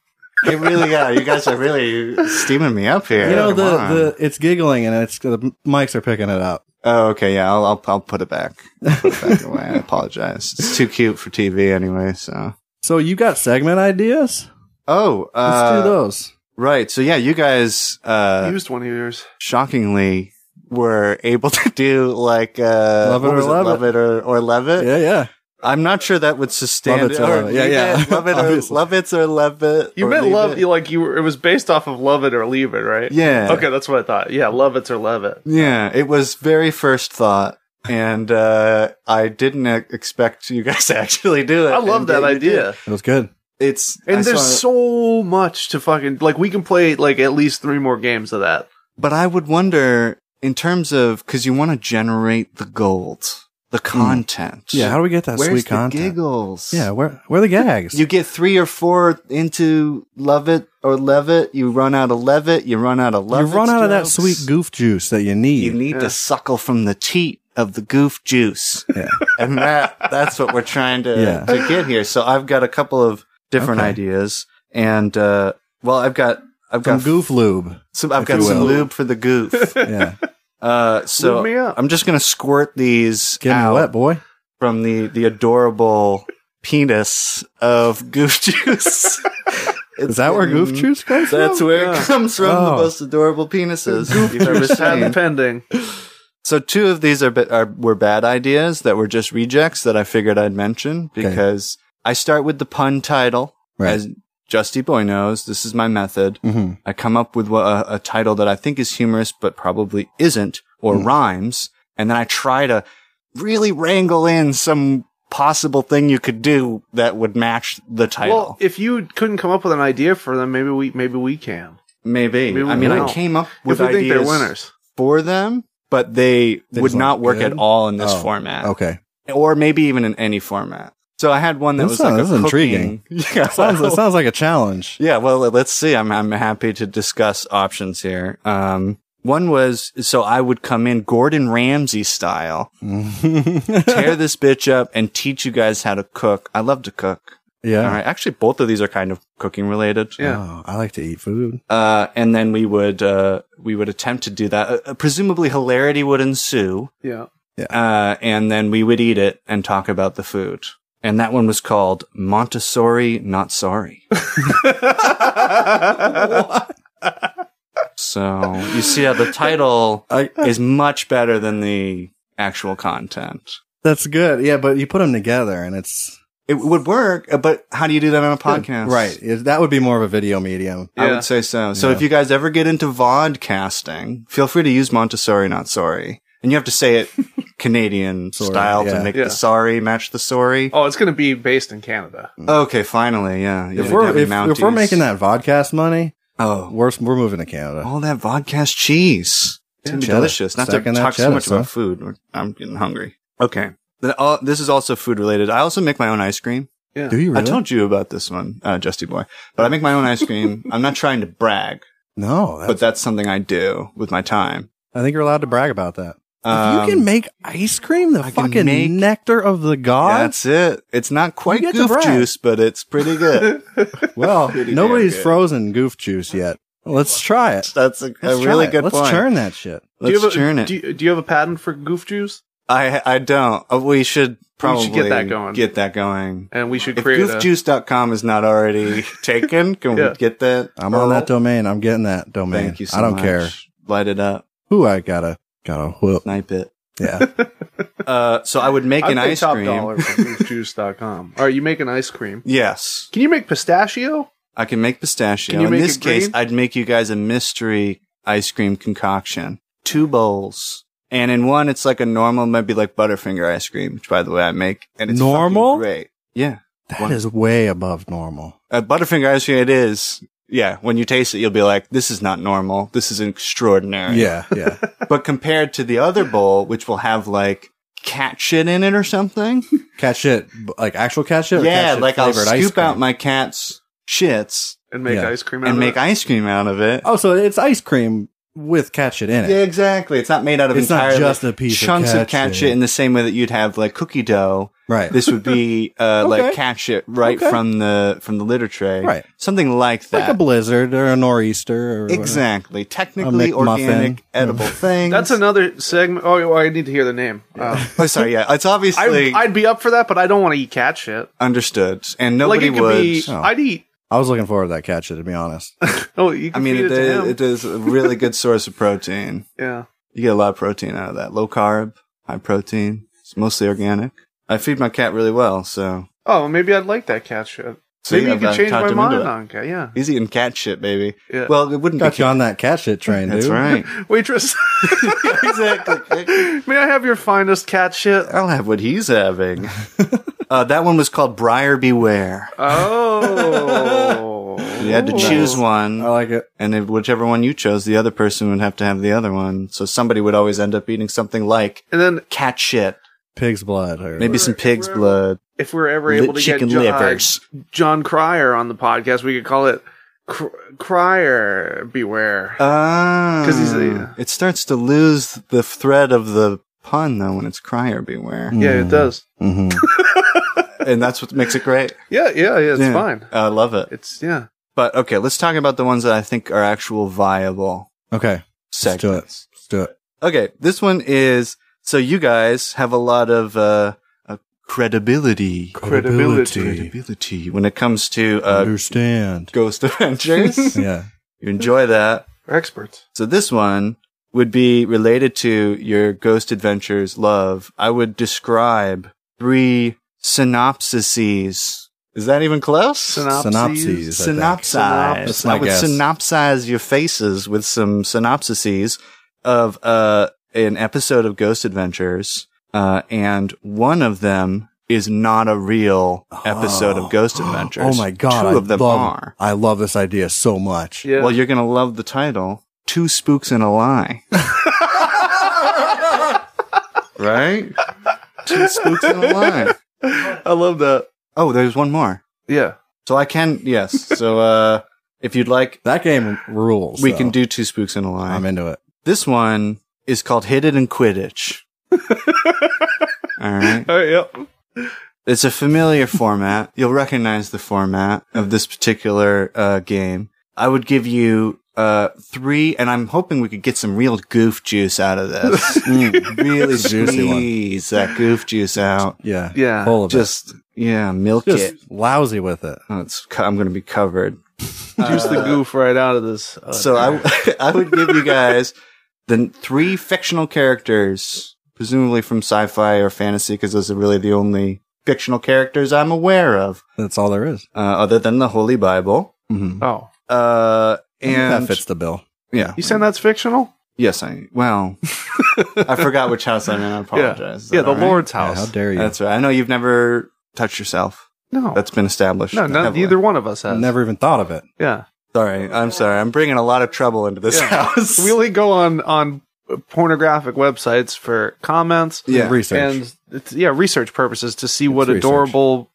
B: It really are. You guys are really steaming me up here.
A: You know
B: Come
A: the,
B: on.
A: the it's giggling and it's the mics are picking it up.
B: Oh, okay. Yeah, I'll I'll, I'll put it back. Put it back away. I apologize. It's too cute for TV anyway. So.
A: So you got segment ideas?
B: Oh,
A: Let's
B: uh,
A: do those.
B: right. So yeah, you guys. Uh,
C: Used one of yours.
B: shockingly were able [LAUGHS] to do like uh
A: Love it
B: what
A: or
B: was
A: love
B: love it or, or love it
A: Yeah, yeah.
B: i'm not sure that would sustain
A: Love it or love it. Yeah,
B: leave
A: yeah. [LAUGHS]
B: it, love it or
A: Obviously.
B: love it or love it
C: You
B: or
C: meant
B: leave
C: love.
B: it.
C: You like you were. It was based off of love it or leave it, right?
B: yeah
C: Okay, that's what I thought. Yeah, love it or love it.
B: yeah it was very first thought and uh i didn't e- expect you guys [LAUGHS] to actually do it
C: I love
B: And
C: that
B: yet you
C: idea.
B: did.
A: It was good.
B: it's
C: And
B: I
C: there's
B: saw it.
C: so much to fucking like. We can play like at least three more games of that.
B: But I would wonder in terms of because you want to generate the gold, the content.
A: Hmm. Yeah, how do we get that
B: Where's
A: sweet
B: the
A: content?
B: giggles?
A: Yeah, where where are the gags?
B: You get three or four into love it or levitt. You run out of levitt. You run out of
A: You
B: levitt.
A: run out of that sweet
B: jokes.
A: goof juice that you need.
B: You need
C: Yeah.
B: to suckle from the teat of the goof juice, [LAUGHS]
A: yeah.
B: and
C: [LAUGHS]
B: that—that's what we're trying to
A: Yeah.
B: to get here. So I've got a couple of different
A: Okay.
B: ideas, and uh, well, I've got I've
A: Some
B: got
A: goof lube.
B: some I've
A: if
B: got
A: you
B: some
A: will.
C: [LAUGHS]
B: [LAUGHS] lube for the goof.
A: Yeah.
B: Uh, so
C: Move me up.
B: I'm just gonna squirt these
A: Get me
B: out
A: wet, boy.
B: from the the adorable penis of goof juice. Mm,
A: Is that where goof juice comes from?
B: Mm-hmm. That's where
C: Yeah.
B: it comes from. The
A: Oh.
B: most adorable penises you've ever
C: Patent
B: seen.
C: pending.
B: So two of these are, ba- are were bad ideas that were just rejects that I figured I'd mention
A: Okay.
B: because I start with the pun title
A: Right.
B: as Justy Boy knows. This is my method.
A: hmm
B: I come up with a, a title that I think is humorous, but probably isn't or
A: Mm.
B: rhymes. And then I try to really wrangle in some possible thing you could do that would match the title.
C: Well, if you couldn't come up with an idea for them, maybe we maybe we can.
B: maybe.
C: maybe
B: I mean,
C: we'll.
B: I came up
C: If
B: with
C: we
B: ideas
C: think they're winners.
B: for them, but they,
A: They
B: would
A: just
B: not
A: aren't
B: work at
A: good?
B: all in this
A: Oh,
B: format.
A: Okay.
B: Or maybe even in any format. So I had one that
A: That
B: was
A: sounds-
B: like a
A: that's
B: cooking- [LAUGHS] Yeah,
A: Sounds,
B: well-
A: it sounds like a
B: [LAUGHS]
A: challenge. [LAUGHS]
B: Yeah, well, let's see. I'm I'm happy to discuss options here. Um, one was so I would come in Gordon Ramsay style,
A: [LAUGHS]
B: tear this bitch up, and teach you guys how to cook. I love to cook.
A: yeah.
B: All right, actually, both of these are kind of cooking related.
C: Yeah.
A: Oh, I like to eat food.
B: Uh, and then we would uh, we would attempt to do that. Uh, Uh, presumably, hilarity would ensue,
C: Yeah.
B: uh, and then we would eat it and talk about the food. And that one was called Montessori Not [LAUGHS] Sorry. So you see how the title
A: I,
B: is much better than the actual content.
A: that's good. Yeah, but you put them together and it's
B: It would work, uh, but how do you do that on a podcast?
A: right. It- That would be more of a video medium.
B: I
C: Yeah.
B: would say so. So if you guys ever get into vodcasting, feel free to use Montessori, not sorry. And you have to say [LAUGHS] it Canadian
A: Sorry,
B: style
A: yeah.
B: to make
C: Yeah.
B: the sorry match the sorry.
C: Oh, it's going to be based in Canada.
B: Okay, finally, yeah. You
A: If
B: would
A: we're
B: have
A: if, if we're
B: Mounties.
A: making that vodcast money,
B: oh,
A: we're we're moving to Canada.
B: all that vodcast cheese. It's gonna be
A: Cheddar.
B: delicious. Not
A: Stacking
B: to
A: that
B: talk so
A: cheddar,
B: much
A: son.
B: about food. We're- I'm getting hungry. Okay. Then, uh, this is also food related. I also make my own ice cream.
C: Yeah.
A: Do you really?
B: I told you about this one, uh, Justy Boy. But I make my own ice cream.
A: [LAUGHS]
B: I'm not trying to brag,
A: no,
B: but
A: that's,
B: that's something I do with my time.
A: I think you're allowed to brag about that. if
B: Um,
A: you can make ice cream, the
B: I can
A: fucking
B: make-
A: nectar of the gods.
B: that's it. It's not quite
A: get to
B: goof
A: brag.
B: juice, but it's
A: [LAUGHS]
B: pretty good.
A: Well,
B: [LAUGHS] Pretty
A: nobody's
B: damn good.
A: frozen goof juice yet. Let's try it.
B: that's a, a
A: Let's try
B: really
A: it.
B: good
A: Let's
B: point.
A: churn that shit.
C: do you
B: Let's
C: have a,
B: churn it.
C: Do you, do you have a patent for goof juice?
B: I I don't. Uh, We should
C: We
B: probably
C: should get that going.
B: Get that going.
C: And we should
B: If
C: create a,
B: goofjuice.com is not already
C: [LAUGHS]
B: taken, can
C: Yeah.
B: we get that?
A: I'm on that
B: Earl?
A: domain. I'm getting that domain.
B: Thank you so
A: I don't
B: much.
A: care
B: Light it up.
A: who I gotta gotta whoop.
C: [LAUGHS]
B: Snipe it. [LAUGHS]
A: Yeah.
B: Uh, so I would make
C: I'd
B: an
C: pay
B: ice
C: top
B: cream.
C: dollar for goofjuice.com. All right, you make an ice cream.
B: Yes.
C: Can you make pistachio?
B: I can make pistachio.
C: Can you
B: In
C: make
B: this
C: it
B: case,
C: green?
B: I'd make you guys a mystery ice cream concoction. Two bowls. And in one, it's like a normal, maybe like Butterfinger ice cream, which by the way I make. And it's
A: Normal?
B: fucking Great. Yeah.
A: that is way above normal.
B: A Butterfinger ice cream, it is. Yeah. When you taste it, you'll be like, this is not normal. This is extraordinary.
A: Yeah,
B: [LAUGHS]
A: yeah.
B: But compared to the other bowl, which will have like cat shit in it or something.
A: cat shit, b- like actual [LAUGHS] cat shit. or cat
B: yeah.
A: shit
B: Like I'll
A: flavored ice
B: scoop out
A: cream?
B: my cat's shits
C: And make
A: Yeah.
C: ice cream out
B: and
C: of
B: make
C: it?
B: ice cream out of it.
A: Oh, so it's ice cream with cat shit in it.
B: Yeah, exactly. It's not made out of
A: It's not
B: entirely
A: just a piece of
B: chunks
A: cat
B: cat
A: shit.
B: shit in the same way that you'd have like cookie dough.
A: Right.
B: This would be
A: [LAUGHS]
B: uh, like
A: Okay.
B: cat shit right
A: Okay.
B: from the from the litter tray.
A: Right.
B: Something like
A: like
B: that.
A: a blizzard or a nor'easter. Or whatever.
B: exactly. Technically
A: McMuffin.
B: organic
A: [LAUGHS]
B: edible thing.
C: That's another segment. Oh, well, I need to hear the name.
B: [LAUGHS]
C: Uh,
B: Oh, sorry. Yeah, it's
C: I,
B: obviously
C: I'd be up for that, but I don't want to eat cat shit.
B: understood, and
C: Like
B: nobody
C: it could
B: would.
C: be.
A: Oh.
C: I'd eat.
A: I was looking forward to that cat shit, to be
B: [LAUGHS]
A: honest.
C: Oh, you
B: I
C: can
B: mean,
C: feed
B: it,
C: it, to him.
B: is, it is a really good source of protein.
C: yeah.
B: You get a lot of protein out of that. Low carb, high protein. It's mostly organic. I feed my cat really well, so
C: Oh, well, maybe I'd like that cat shit.
B: See,
C: Maybe you
B: I've,
C: can
B: I've
C: change
B: talked
C: my
B: him into
C: mind
B: it.
C: on cat. Yeah.
B: He's eating cat shit, baby.
C: Yeah.
B: Well, it wouldn't
A: Got
B: be
A: you on that cat shit train, dude.
C: [LAUGHS]
B: That's right.
C: Waitress,
B: exactly.
C: may I have your finest cat shit?
B: I'll have what
A: [LAUGHS]
B: he's having. uh, that one was called Briar Beware.
C: Oh.
B: You had to choose one,
A: [LAUGHS] I like it.
B: and if whichever one you chose, the other person would have to have the other one. So somebody would always end up eating something like
C: And then
B: cat shit,
A: Pig's blood. Or
B: maybe some pig's blood,
C: if we we're ever
B: lit
C: able to get
B: chicken
C: John,
B: livers.
C: John Cryer on the podcast, we could call it Cr- Cryer Beware.
B: Ah,
C: [LAUGHS] 'Cause he's a-
B: it starts to lose the thread of the pun though when it's Crier Beware,
C: [LAUGHS] yeah, it does.
A: hmm
B: [LAUGHS] and that's what makes it great.
C: Yeah, yeah, yeah. It's
B: Yeah.
C: fine.
B: I love it.
C: It's yeah.
B: But okay, let's talk about the ones that I think are actual viable
A: Okay, let's do
B: segments.
A: it. Let's do it.
B: Okay, this one is so you guys have a lot of uh, uh, credibility,
C: Credibility.
B: credibility when it comes to uh, [LAUGHS]
A: Understand. [LAUGHS]
B: Ghost Adventures.
A: Yeah.
B: you enjoy that.
C: We're experts.
B: So this one would be related to your Ghost Adventures love. I would describe three synopsises. Is that even close?
A: Synopses. I think.
B: synopsize.
A: That's my
B: I would
A: guess.
B: synopsize your faces with some synopsises of uh, an episode of Ghost Adventures, uh, and one of them is not a real episode of Ghost Adventures.
A: [GASPS] Oh my god!
B: two
A: I
B: of them
A: love,
B: are.
A: I love this idea so much.
C: Yeah.
B: Well, you're gonna love the title: Two Spooks and a Lie.
A: [LAUGHS]
B: right? Two Spooks and a Lie.
C: I love that.
B: Oh, there's one more.
C: Yeah.
B: So I can yes. So uh, if you'd like,
A: That game rules.
B: we
A: though.
B: can do Two Spooks and a Lie.
A: I'm into it.
B: This one is called Hit It and
A: [LAUGHS]
B: Quidditch. All right.
C: All right. Yep.
B: It's a familiar format. You'll recognize the format of this particular uh, game. I would give you uh, three, and I'm hoping we could get some real goof juice out
A: [LAUGHS]
B: of this.
A: Mm, really juicy one.
B: Squeeze that goof juice out.
A: Yeah.
C: Yeah.
A: Full of it.
B: Just, yeah, milk
A: Just
B: it.
A: lousy with it.
B: Oh, it's, co- I'm going to be covered.
C: [LAUGHS] Juice the goof right out of this. Uh,
B: So I, w- [LAUGHS] I would give you guys the three fictional characters, presumably from sci-fi or fantasy, because those are really the only fictional characters I'm aware of,
A: That's all there is.
B: uh, other than the Holy Bible.
A: Mm-hmm.
C: oh,
B: Uh, and
A: that fits the bill.
B: yeah,
C: you saying that's fictional?
B: yes, I
C: [LAUGHS]
B: well, I forgot which house I'm in. I apologize. Is
C: yeah,
B: that
C: the
B: all right?
C: Lord's
A: Yeah,
C: house.
A: how dare you?
B: That's right. I know you've never touched yourself.
C: no,
B: That's been established.
C: no, none,
B: heavily.
C: neither one of us has.
A: Never even thought of it.
C: Yeah,
B: Sorry, I'm sorry. I'm bringing a lot of trouble into this
C: Yeah.
B: [LAUGHS] house.
C: we only go on on pornographic websites for comments
B: yeah.
A: Research.
C: and it's, yeah, research purposes to see what
A: research.
C: adorable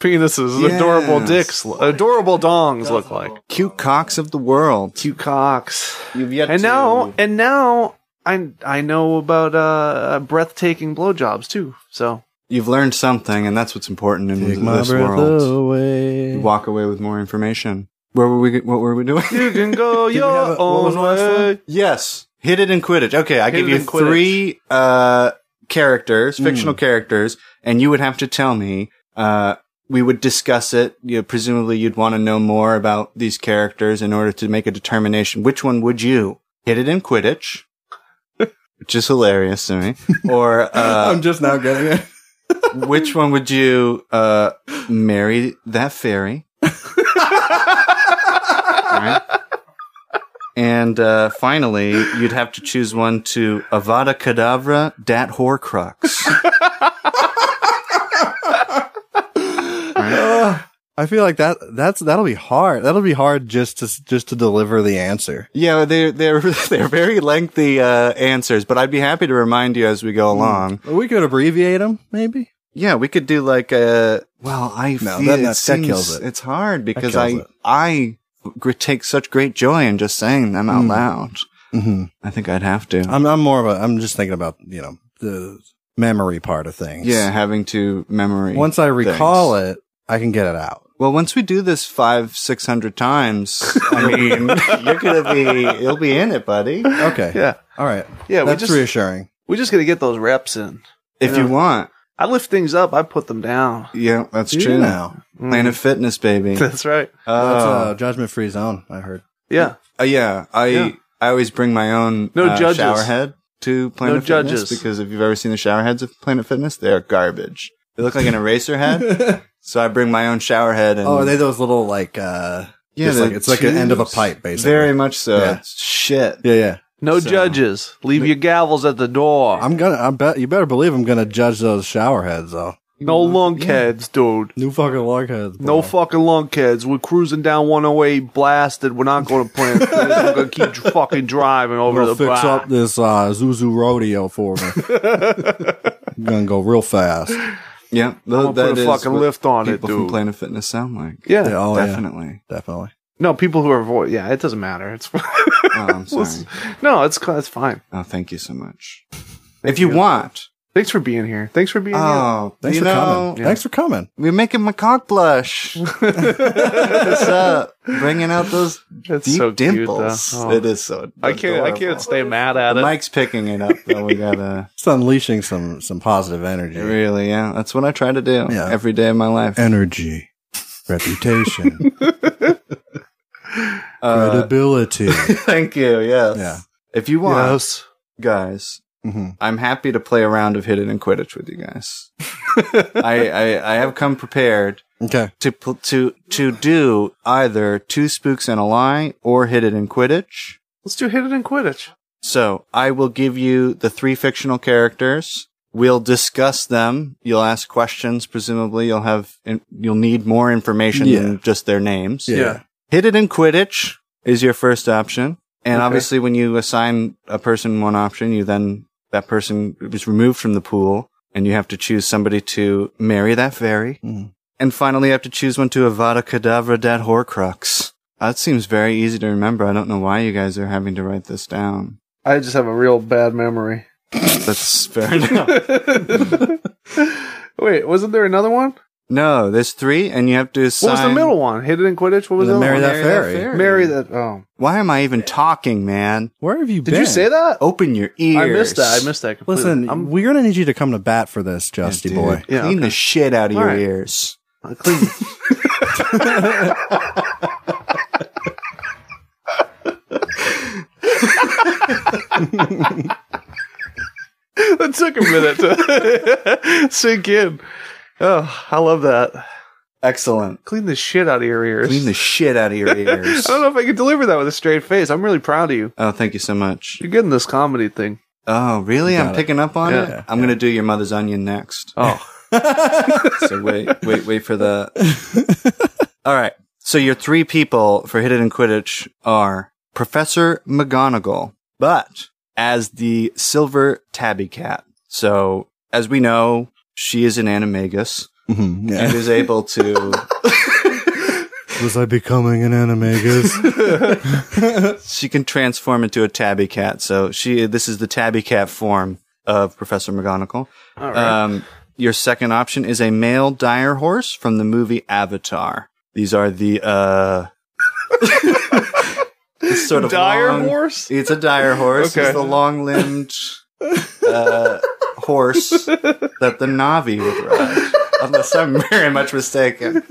C: penises, and adorable
B: Yes.
C: dicks, adorable dongs look like.
B: Cute cocks of the world.
C: Cute cocks.
B: You've yet
C: and
B: to-
C: now and now I I know about uh breathtaking blowjobs too. So
B: You've learned something, and that's what's important in
A: Take my
B: this
A: breath
B: world.
A: away.
B: You walk away with more information. Where were we? What were we doing? [LAUGHS]
C: you
A: [LAUGHS]
C: can go
A: Did we have
C: your
A: a- what was
C: own
A: the last
C: way.
B: yes, hit it and quit it. Okay, I
C: Hit
B: give
C: it
B: you
C: and quit it.
B: three uh, characters,
A: Hmm.
B: fictional characters, and you would have to tell me. Uh, we would discuss it. You know, presumably, you'd want to know more about these characters in order to make a determination. Which one would you hit it and quit it? [LAUGHS] Which is hilarious to me. Or uh,
A: [LAUGHS] I'm just now getting it.
B: Which one would you uh, marry that fairy? Right? And uh, finally, you'd have to choose one to Avada Kedavra Dat Horcrux.
A: Ugh. [LAUGHS] I feel like that. That's that'll be hard. That'll be hard just to just to deliver the answer.
B: Yeah, they're they're [LAUGHS] they're very lengthy uh, answers, but I'd be happy to remind you as we go along.
A: We could abbreviate them, maybe.
B: Yeah, we could do like a well. I
A: No,
B: feel
A: that-
B: it
A: that- that kills
B: seems-
A: it.
B: It's hard because I
A: kills it.
B: I gr- take such great joy in just saying them out
A: Mm.
B: loud.
A: hmm
B: I think I'd have to.
A: I'm I'm more of a. I'm just thinking about you know the memory part of things.
B: Yeah, having to memory.
A: Once I recall it, I can get it out.
B: well, once we do this five, six hundred times,
A: [LAUGHS]
B: I mean, you're gonna be, you'll be in it, buddy,
A: Okay.
C: Yeah.
A: All right.
C: Yeah, we
A: That's
C: just
A: reassuring.
C: we just gonna get those reps in.
B: if
C: Yeah.
B: you want.
C: I lift things up, I put them down.
B: Yeah, that's
A: You
B: true.
A: now.
C: Mm.
B: Planet Fitness,
C: [LAUGHS]
B: baby.
C: That's right.
A: [LAUGHS] That's
B: Oh,
A: a judgment free zone. I heard.
C: Yeah.
B: Uh, yeah. I
C: Yeah.
B: I always bring my own
C: No
B: uh,
C: judges.
B: showerhead to Planet
C: No
B: Fitness
C: judges.
B: because if you've ever seen the showerheads of Planet Fitness, they are garbage. They look like an eraser head.
A: [LAUGHS]
B: so I bring my own showerhead and
A: Oh, are they those little like uh
B: yeah,
A: it's
B: they're
A: like it's like an end of a
B: tubes.
A: pipe basically.
B: Very much so.
A: Yeah.
B: It's shit.
A: yeah, yeah.
C: No
B: So-
C: judges. Leave your gavels at the door.
A: I'm gonna I bet you better believe I'm gonna judge those shower heads though.
C: no lunkheads, dude.
A: New fucking log heads.
C: No fucking lunkheads. We're cruising down 108 blasted. We're not going to
B: [LAUGHS]
C: plan. things. We're going to keep driving driving over
A: We'll
C: the
A: fix
C: block.
A: up this uh Zuzu rodeo for
C: [LAUGHS]
A: me. I'm gonna go real fast.
B: Yeah,
C: I'm
B: tho-
C: gonna put a fucking
B: what
C: lift on it,
B: people from
C: dude.
B: Planet Fitness sound like.
C: yeah.
A: Yeah, oh yeah.
B: Definitely.
A: Definitely.
C: No, people who are vo Yeah, it doesn't matter. It's
B: Oh, I'm sorry.
C: [LAUGHS] no, it's it's fine.
B: Oh, thank you so much. if you want,
C: Thanks for being here. Thanks for being here.
B: Oh,
A: Thanks
B: you
A: for
B: know,
A: coming.
C: Yeah.
A: Thanks for coming.
B: We're making my cock
C: [LAUGHS]
B: blush. What's up? Bringing out those
C: That's
B: deep
C: so cute,
B: dimples.
C: though. Oh.
B: It is so.
C: I can't. I can't
B: adorable.
C: stay mad at it.
B: Mike's picking it up. Though
C: [LAUGHS]
B: we gotta
A: It's unleashing some some positive energy.
B: really, yeah. That's what I try to do
A: Yeah.
B: every day of my life.
A: Energy, [LAUGHS] reputation,
B: Uh,
A: [LAUGHS] credibility.
B: [LAUGHS] thank you. Yes.
A: Yeah.
B: If you want,
C: Yes.
B: guys,
A: hmm
B: I'm happy to play a round of hidden and Quidditch with you guys. [LAUGHS] I, I I have come prepared.
A: Okay.
B: to pl- to to do either two spooks and a lie or hit it in Quidditch.
C: Let's do hit it in Quidditch.
B: So I will give you the three fictional characters. We'll discuss them. You'll ask questions. Presumably, you'll have in- you'll need more information
A: Yeah.
B: than just their names.
A: Yeah.
C: Yeah.
B: Hit it in Quidditch is your first option, and
C: Okay.
B: obviously, when you assign a person one option, you then that person is removed from the pool, and you have to choose somebody to marry that fairy.
C: Mm-hmm.
A: Mhm.
B: And finally, you have to choose one to Avada Kedavra Dat Horcrux. That seems very easy to remember. I don't know why you guys are having to write this down.
C: I just have a real bad
B: [LAUGHS]
C: memory. [LAUGHS]
B: That's fair enough.
C: Wait, wasn't there another one?
B: No, there's three, and you have to assign.
C: What was the middle one? Hit it in Quidditch. What was
A: The
C: the
A: Marry
C: other one?
A: That Fairy.
C: Marry that. Oh,
B: Why am I even talking, man?
A: Where have you
C: did
A: been?
C: you say that? Oh,
B: Open your ears.
C: I missed that. I missed that. Completely.
A: Listen,
C: I'm
A: we're gonna need you to come to bat for this,
B: Yeah,
A: Justy [LAUGHS]
B: dude,
A: boy.
C: Yeah,
B: clean the shit out of
C: All
B: your
C: right.
B: ears.
C: I clean- that took a minute to [LAUGHS] sink in. Oh, I love that.
B: Excellent.
C: Clean the shit out of your ears.
B: Clean the shit out of your ears.
C: [LAUGHS] I don't know if I could deliver that with a straight face. I'm really proud of you.
B: oh, thank you so much.
C: You're getting this comedy thing.
B: Oh, really? I'm
A: Got it.
B: picking up on
C: Yeah.
B: it. I'm gonna do your mother's onion next.
C: Oh,
B: [LAUGHS] so wait, wait, wait for the. [LAUGHS] All right. So your three people for Hidden in Quidditch are Professor McGonagall, but as the Silver Tabby Cat. So as we know, she is an animagus
A: Mhm,
B: and
A: yeah.
B: is able to.
A: Was I becoming an [LAUGHS] animagus?
B: she can transform into a tabby cat. So she. This is the tabby cat form of Professor McGonagall.
C: all right.
B: Um, your second option is a male dire horse from the movie Avatar. These are the uh, [LAUGHS] it's sort of
C: Dire
B: long-
C: horse?
B: It's a dire horse.
C: Okay.
B: It's the long-limbed uh, horse that the Navi would ride, unless I'm very
C: [LAUGHS]
B: much mistaken.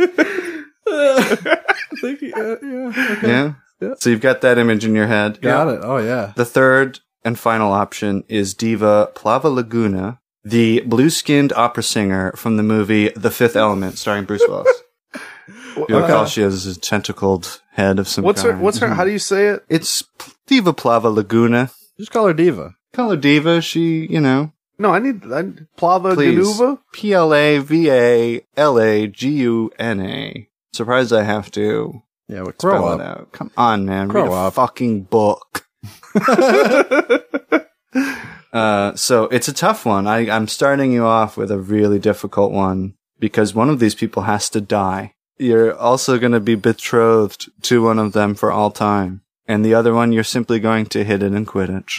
B: Yeah. So you've got that image in your head.
A: Got it. Oh yeah.
B: The third and final option is diva Plava Laguna, the blue-skinned opera singer from the movie The Fifth Element, starring Bruce
C: [LAUGHS]
B: Willis. You recall she has a tentacled head of some
C: uh, what's her?
B: kind.
C: What's her? How do you say it?
B: It's P- Diva Plava Laguna.
A: Just call her diva.
B: Call her Diva. She, you know,
C: No, I need I, Plava
B: please.
C: Ganuva.
B: P L A V A L A G U N A. Surprised I have to
A: Yeah, but
B: spell
A: grow up.
B: it out. Come on, man.
A: Grow
B: Read a
A: up.
C: [LAUGHS]
B: fucking book. Uh, so it's a tough one. I, I'm starting you off with a really difficult one because one of these people has to die. You're also going to be betrothed to one of them for all time. And the other one, you're simply going to hit it in Quidditch.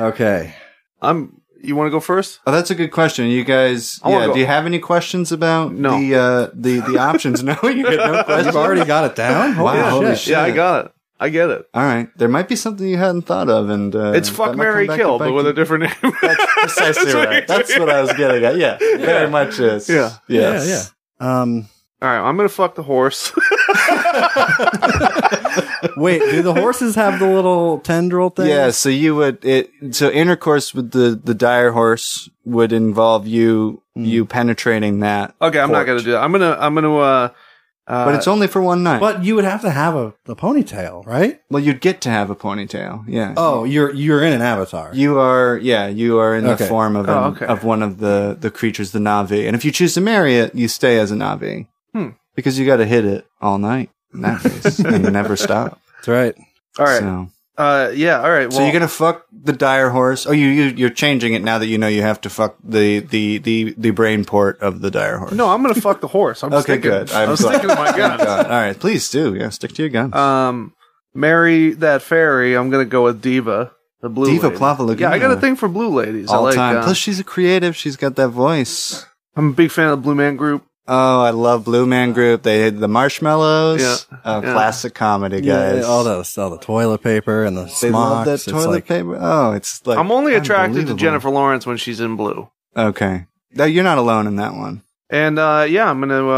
A: Okay.
C: I'm. You want to go first?
B: Oh, that's a good question. You guys,
C: I wanna
B: yeah,
C: go-
B: do you have any questions about
C: No.
B: the, uh, the,
C: [LAUGHS]
B: the options? No, you get no
A: [LAUGHS]
B: questions.
A: You've already got it down. Holy
B: Wow, holy
A: shit.
B: shit.
C: Yeah, I got it. I get it.
B: All right. There might be something you hadn't thought of. And, uh,
C: It's
B: that
C: fuck,
B: might come
C: Mary,
B: back to
C: kill,
B: bite
C: but with
B: you.
C: a different
B: [LAUGHS]
C: name.
B: Precisely
C: [LAUGHS] That's what
B: right.
C: you're
B: That's
C: doing.
B: what I was getting at. Yeah, very much is.
C: Yeah.
B: Yes.
A: Yeah, yeah. Um,
C: All right, I'm gonna fuck the horse. [LAUGHS]
A: wait, do the horses have the little tendril thing?
B: Yeah, so you would it so intercourse with the the dire horse would involve you you penetrating that.
C: Hmm. okay, I'm not
B: port.
C: gonna do that. I'm gonna I'm gonna uh. uh
B: But it's only for one night.
A: But you would have to have a the ponytail, right?
B: Well, you'd get to have a ponytail. Yeah.
A: Oh, you're you're in an avatar.
B: You are yeah, you are in
A: Okay.
B: the form of
C: Oh,
B: an-
C: okay.
B: of one of the the creatures the Navi. And if you choose to marry it, you stay as a Navi.
C: Hmm.
B: Because you got to hit it all night. In
C: [LAUGHS]
B: that case, and never stop.
A: That's right.
C: all right.
B: So,
C: Uh, yeah. All right. Well,
B: so you're gonna fuck the dire horse. Oh, you, you you're changing it now that you know you have to fuck the the the the brain port of the dire horse.
C: no, I'm gonna fuck the horse. I'm
B: [LAUGHS] Okay,
C: sticking,
B: good.
C: I'm,
B: I'm glad.
C: sticking to
B: [LAUGHS]
C: my guns. Uh,
B: God. All right, please do. Yeah, stick to your guns.
C: Um, marry that fairy. I'm gonna go with diva. The blue
B: Diva
C: lady.
B: Plavalagoon.
C: Yeah, I got a thing for blue ladies. I
B: all
C: like,
B: time.
C: uh,
B: Plus, she's a creative. She's got that voice.
C: I'm a big fan of the Blue Man Group.
B: Oh, I love Blue Man Group. They did the Marshmallows.
C: Yeah.
B: Uh,
C: Yeah.
B: Classic comedy,
A: Yeah,
B: guys.
A: all the all the toilet paper and the
B: They love
A: smocks.
B: that
A: It's
B: toilet
A: like-
B: paper. Oh, it's like
C: I'm only attracted to
B: unbelievable.
C: Jennifer Lawrence when she's in blue.
B: Okay, no, you're not alone in that one.
C: And uh, yeah, I'm gonna uh,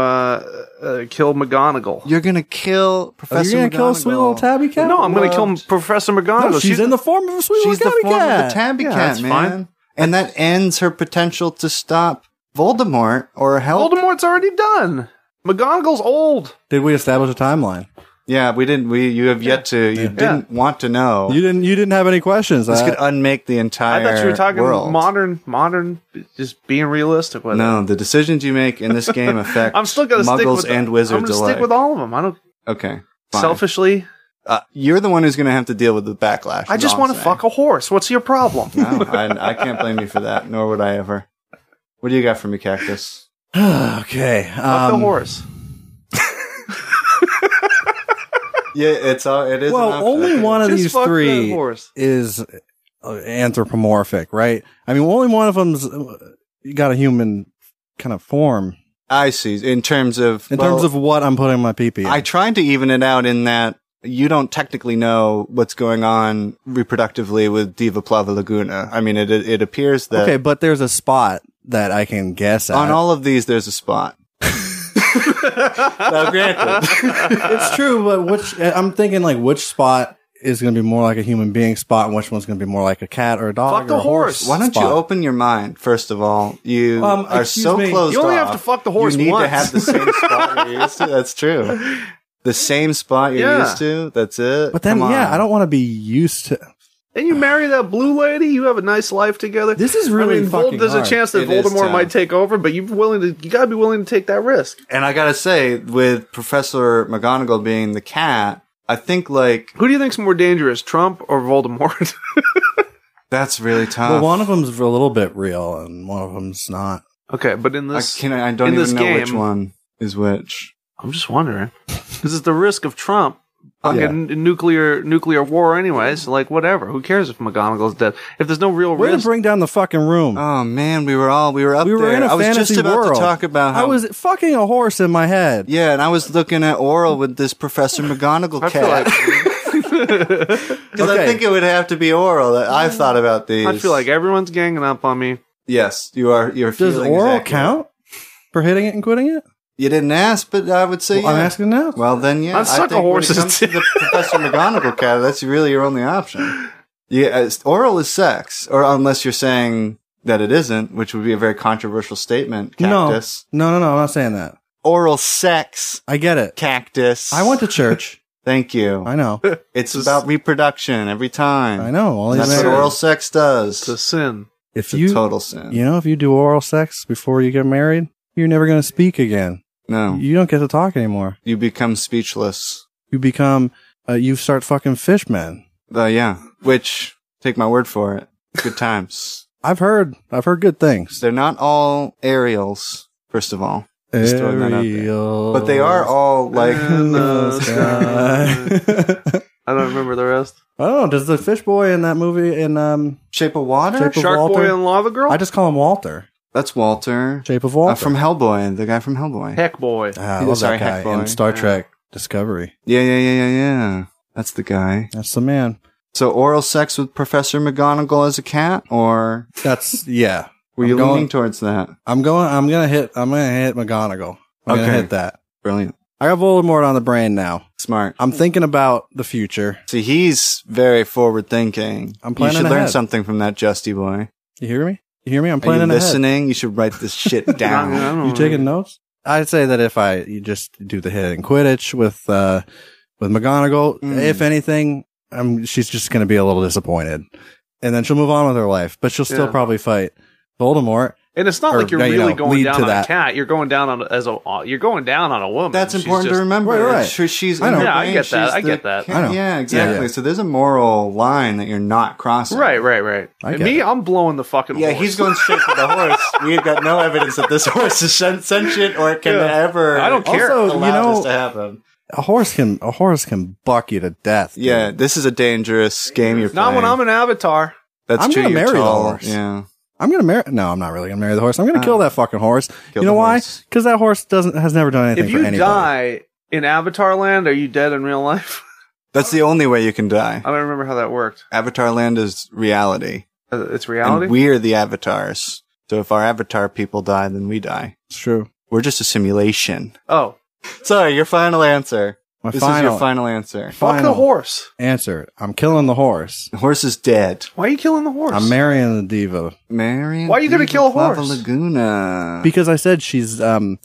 C: uh, kill McGonagall.
B: You're gonna kill
A: Oh,
B: Professor.
A: you're gonna kill
B: McGonagall.
A: sweet little tabby cat?
C: no, I'm gonna kill
B: loved-
C: Professor McGonagall.
A: No, she's, in the form of a sweet
B: She's
A: little tabby
B: the form
A: cat.
B: of the tabby
C: Yeah,
B: cat,
C: that's
B: man.
C: fine.
B: And that ends her potential to stop Voldemort or help.
C: Voldemort's already done. McGonagall's old.
A: Did we establish a timeline?
B: Yeah, we didn't. We you have yet to. You didn't want to know.
A: You didn't. You didn't have any questions. Uh,
B: this
A: I-
B: could unmake the entire.
C: I thought you were talking
B: world.
C: modern, modern, just being realistic with it.
B: No, the decisions you make in this
C: [LAUGHS]
B: game affect.
C: I'm still gonna
B: muggles
C: stick with
B: and
C: the-
B: wizards
C: I'm gonna
B: alike.
C: stick with all of them. I don't
B: Okay, fine.
C: selfishly.
B: Uh, you're the one who's gonna have to deal with the backlash.
C: I just want to fuck a horse. What's your problem?
B: no, I, I can't blame you for that. Nor would I ever. What do you got for me, Cactus?
A: [SIGHS] okay.
C: fuck the
A: um,
C: horse.
B: Yeah, it's all. It is.
A: well, only one of
C: Just
A: these
C: fuck the
A: three
C: horse.
A: is uh, anthropomorphic, right? I mean, only one of them's uh, got a human kind of form
B: I see. In terms of
A: in
B: well,
A: terms of what I'm putting my pee pee.
B: I tried to even it out in that you don't technically know what's going on reproductively with Diva Plava Laguna. I mean, it it, it appears that
A: Okay, but there's a spot that I can guess at.
B: on all of these there's a spot. now, granted,
A: [LAUGHS] it's true, but which uh, I'm thinking like which spot is going to be more like a human being spot, and which one's going to be more like a cat or a dog
C: Fuck
A: or
C: the
A: a horse.
C: horse.
B: why don't you
A: spot.
B: open your mind first of all? You
A: Um,
B: are
A: excuse
B: so
A: me.
B: closed.
C: You only
B: off.
C: have to fuck the horse
B: You need to
C: once.
B: have
C: [LAUGHS]
B: the same spot you're used to. That's true. The same spot you're
C: Yeah.
B: used to. That's it.
A: But then,
B: Come
A: yeah,
B: on.
A: I don't want to be used to.
C: And you marry that blue lady. You have a nice life together.
A: This is
C: I
A: really
C: mean,
A: fucking
C: there's
A: hard.
C: a chance that
B: It is
C: Voldemort
B: tough.
C: might take over, but you're willing to. You gotta be willing to take that risk.
B: And I gotta say, with Professor McGonagall being the cat, I think like
C: Who do you think's more dangerous, Trump or Voldemort? [LAUGHS]
B: that's really tough.
A: Well, one of them's a little bit real, and one of them's not.
C: okay, but in
B: I
C: this,
B: can I don't
C: in
B: even
C: this
B: know which
C: game-
B: one is which.
C: I'm just wondering because it's the risk of Trump.
A: Oh,
C: Like
B: Yeah.
C: a n- nuclear nuclear war, anyways. Like whatever. Who cares if McGonagall's dead? If there's no real
A: Way to
C: risk,
A: bring down the fucking room.
B: Oh man, we were all we were up
A: we were
B: there.
A: in a
B: I was
A: fantasy
B: just about
A: world.
B: to talk about how
A: I was fucking a horse in my head.
B: yeah, and I was looking at Oral with this Professor McGonagall
C: I
B: cat.
C: feel like
B: [LAUGHS] Because I
A: Okay.
B: think it would have to be Oral. that I've thought about these.
C: I feel like everyone's ganging up on me.
B: yes, you are. You're
A: Does
B: feeling
A: oral
B: exactly-
A: count for hitting it and quitting it?
B: You didn't ask, but I would say
A: Well, I'm
B: yeah.
A: asking now.
B: Well, then, yeah.
C: I suck at
B: think when it
C: horses,
B: comes to
C: too.
B: the Professor McGonagall cat, that's really your only option. Yeah, as- oral is sex, or unless you're saying that it isn't, which would be a very controversial statement. Cactus.
A: No, no, no, no. I'm not saying that.
B: Oral sex,
A: I get it.
B: cactus.
A: I went to
B: [LAUGHS]
A: church.
B: Thank you.
A: I know.
B: It's about reproduction every time.
A: I know. All these
B: That's what
C: Sin.
A: men-
B: oral sex
C: It's a
B: does.
C: sin.
A: if
B: It's a
A: you,
B: total sin.
A: you know, if you do oral sex before you get married, you're never going to speak again.
B: No,
A: You don't get to talk anymore.
B: you become speechless.
A: You become, uh, you start fucking fishmen.
B: Uh, yeah. Which, take my word for it, good times.
A: I've heard, I've heard good things.
B: They're not all aerials, first of all. Just throwing that out there. But they are all like
C: And the sky.
A: [LAUGHS] I
C: I don't remember
A: [LAUGHS]
C: the rest.
A: don't know. Does the fish boy in that movie in um?
B: Shape of Water.
A: Shape of-
C: Shark
A: Walter?
C: Boy and Lava Girl.
A: I just call him Walter.
B: That's Walter.
A: Shape of
B: Uh,
A: Walter.
B: from Hellboy, the guy from Hellboy.
C: Heck Boy.
A: Ah, I
B: Yeah,
A: love
B: sorry,
A: that guy
B: Heckboy.
A: in Star
C: Yeah.
A: Trek Discovery.
B: Yeah, yeah, yeah, yeah, yeah. That's the guy.
A: That's the man.
B: So oral sex with Professor McGonagall as a cat, or
A: That's yeah.
B: were
A: I'm
B: you
A: going-
B: leaning towards that?
A: I'm going. I'm gonna hit. I'm gonna hit McGonagall. I'm
B: Okay.
A: gonna hit that.
B: Brilliant,
A: I got Voldemort on the brain now.
B: smart.
A: I'm thinking about the future.
B: See, he's very forward thinking.
A: I'm
B: You
A: planning
B: should learn
A: ahead.
B: something from that Justy boy.
A: You hear me? You hear me? I'm
B: Are you
A: planning ahead.
B: listening? You should write
A: [LAUGHS]
B: this shit
C: I don't- I
B: down.
C: don't
A: You
C: know.
A: taking notes? I'd say that if I you just do the hit in Quidditch with uh with McGonagall,
B: Mm.
A: if anything, i she's just going to be a little disappointed, and then she'll move on with her life. But she'll still
C: Yeah.
A: probably fight Voldemort.
C: And it's not
A: Or,
C: like you're
A: yeah, you
C: really
A: know,
C: going
A: lead
C: down
A: to
C: on
A: that.
C: a cat. You're going down on a- as a uh, you're going down on a woman.
B: That's
C: She's
B: important
C: just-
B: to remember.
A: Right, right.
B: It's- she- she's
A: I
B: in
A: know.
B: her
C: Yeah, I
B: brain,
C: get that.
B: she's
C: I get
B: the
C: that.
B: cat.
A: I know.
B: Yeah, exactly.
A: yeah.
B: So there's a moral line that you're not crossing.
C: Right, right, right.
A: I
C: And
A: get
C: me,
A: it.
C: I'm blowing the fucking.
B: Yeah,
C: horse.
B: he's going straight for the horse. [LAUGHS] We've got [LAUGHS] no evidence that this horse is sen- sentient or can
C: Yeah.
B: ever.
C: I don't care.
B: Also,
A: Also,
B: allow
A: you know-
B: this to happen.
A: a horse can a horse can buck you to death. dude.
B: Yeah, this is a dangerous game you're
C: Not
B: playing.
C: when I'm an avatar.
B: That's
A: I'm
B: true.
A: gonna
B: you're
A: marry the
B: tall.
A: horse.
B: Yeah.
A: I'm gonna marry. No, I'm not really gonna marry the horse. I'm gonna
C: Uh,
A: kill that fucking horse.
B: Kill
A: you
B: the
A: know why?
B: horse.
A: Because that horse doesn't has never done anything
C: If
A: for
C: you
A: anybody.
C: die in Avatar Land, are you dead in real life? [LAUGHS]
B: That's the only way you can die.
C: I don't remember how that worked.
B: Avatar land is reality.
C: Uh, It's reality.
B: And we're the avatars. So if our avatar people die, then we die.
A: it's true.
B: We're just a simulation.
C: oh,
B: Sorry, your final answer.
A: My
B: this
A: final,
B: is your final answer.
C: fuck the
A: Final.
C: horse.
A: answer. I'm killing the horse.
B: The horse is dead.
C: Why are you killing the horse?
A: I'm marrying the diva
B: Marion.
C: Why you gonna
B: Diva
C: kill a
B: Flava
C: horse?
B: Laguna.
A: because I said she's um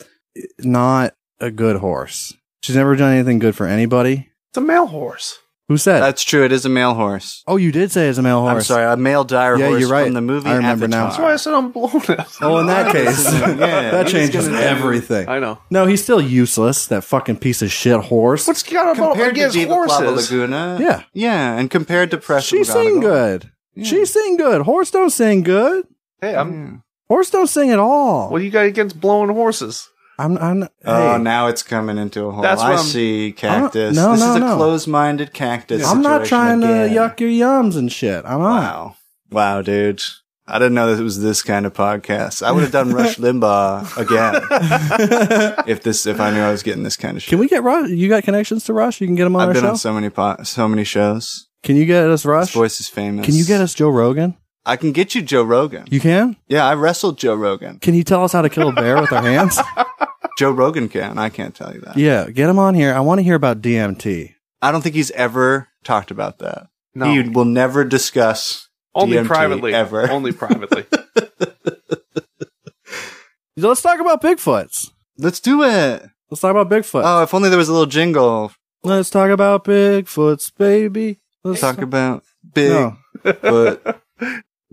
A: not a good horse. She's never done anything good for anybody.
C: it's a male horse.
A: Who said?
B: That's true. It is a male horse.
A: oh, you did say it's a male horse.
B: I'm sorry, a male dire
A: Yeah,
B: horse
A: you're right.
B: from the movie
A: I remember now.
C: That's why I said I'm blown
A: [LAUGHS]
C: out.
A: Oh, in that case,
C: [LAUGHS]
B: [LAUGHS]
A: [LAUGHS]
B: Yeah,
A: that
B: he's
A: changes
B: gonna-
A: everything.
C: I know.
A: no, he's still useless. That fucking piece of shit horse.
C: What's got about
B: Compared to
C: against
B: Diva Flava
C: horses?
B: Laguna.
A: Yeah.
B: Yeah, and compared to Press
A: she sing good. She sing good. Horse don't sing good.
C: Hey, I'm.
A: Horse don't sing at all.
C: What do you got against blowing horses?
A: I'm. I'm hey,
B: Oh, now it's coming into a hole.
C: That's what
B: I
C: I'm-
B: see cactus.
A: no,
B: this
A: no,
B: is a
A: no.
B: closed-minded cactus.
A: I'm not trying
B: situation
A: to
B: again.
A: yuck your yums and shit. I'm not.
B: Wow. Wow, dude. I didn't know that it was this kind of podcast. I would have done
A: [LAUGHS]
B: Rush Limbaugh again if this if I knew I was getting this kind of shit.
A: Can we get Rush? You got connections to Rush? You can get him on
B: I've
A: our
B: been
A: show.
B: on so many po- so many shows.
A: can you get us
B: This
A: Rush?
B: voice is famous.
A: Can you get us Joe Rogan?
B: I can get you Joe Rogan.
A: You can.
B: yeah, I wrestled Joe Rogan.
A: Can you tell us how to kill a bear with our hands? [LAUGHS]
B: Joe Rogan can. I can't tell you that.
A: Yeah, get him on here. I want to hear about DMT.
B: I don't think he's ever talked about that.
C: No,
B: He will never discuss
C: only
B: DMT
C: privately. [LAUGHS]
B: ever.
A: [LAUGHS]
C: Only privately.
A: Let's talk about Bigfoots.
B: Let's do it.
A: Let's talk about Bigfoot.
B: Oh, if only there was a little jingle.
A: Let's talk about Bigfoots, baby. Let's
B: Talk about big,
A: No.
B: but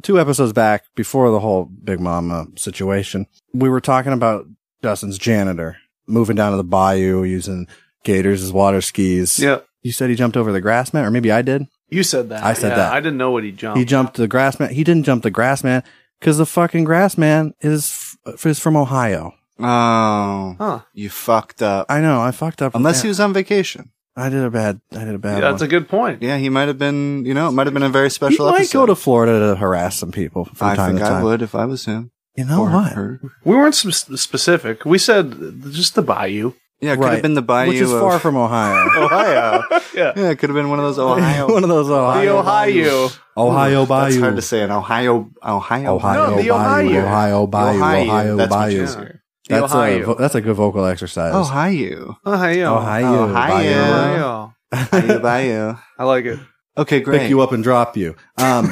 A: two episodes back before the whole Big Mama situation, we were talking about Dustin's janitor moving down to the bayou using gators as water skis.
C: yeah,
A: You said he jumped over the grass mat, or maybe I did.
C: you said that.
A: I said
C: Yeah,
A: that.
C: I didn't know what he jumped.
A: He jumped the grass mat. He didn't jump the grass mat because the fucking grass man is f- is from Ohio.
B: Oh,
C: Huh.
B: you fucked up.
A: I know. I fucked up.
B: Unless he was on vacation.
A: I did a bad. I did a bad.
C: Yeah, that's a
A: one.
C: good point.
B: Yeah, he might have been. You know, it might have been a very
A: He
B: special.
A: might
B: episode.
A: go to Florida to harass some people from
B: I
A: time
B: think
A: to time.
B: I would if I was him.
A: You know
B: Or
A: what?
B: her.
C: We weren't sp- specific. We said uh, just the bayou. [LAUGHS]
B: Yeah, it could
A: Right.
B: have been the bayou,
A: which is
B: of
A: far from Ohio.
B: [LAUGHS] Ohio.
C: Yeah.
B: yeah, it could have been one
A: [LAUGHS]
B: of those Ohio.
A: One of those Ohio.
C: the Ohio.
A: Ohio Bayou.
B: That's hard to say. An Ohio, Ohio,
A: Ohio,
C: No, the
A: Bayou,
C: Ohio.
A: Ohio, Bayou,
B: Ohio,
A: Ohio,
B: that's what
A: Bayou.
B: you
A: That's,
B: said.
C: The
A: A,
C: Ohio.
A: vo- that's a good vocal exercise. [LAUGHS]
B: Ohio,
C: Ohio.
A: Ohio,
B: Ohio.
A: Bayou.
C: Ohio.
B: Ohio, bayou.
C: I like it.
B: Okay, great.
A: Pick you up and drop you.
B: [LAUGHS]
A: Um,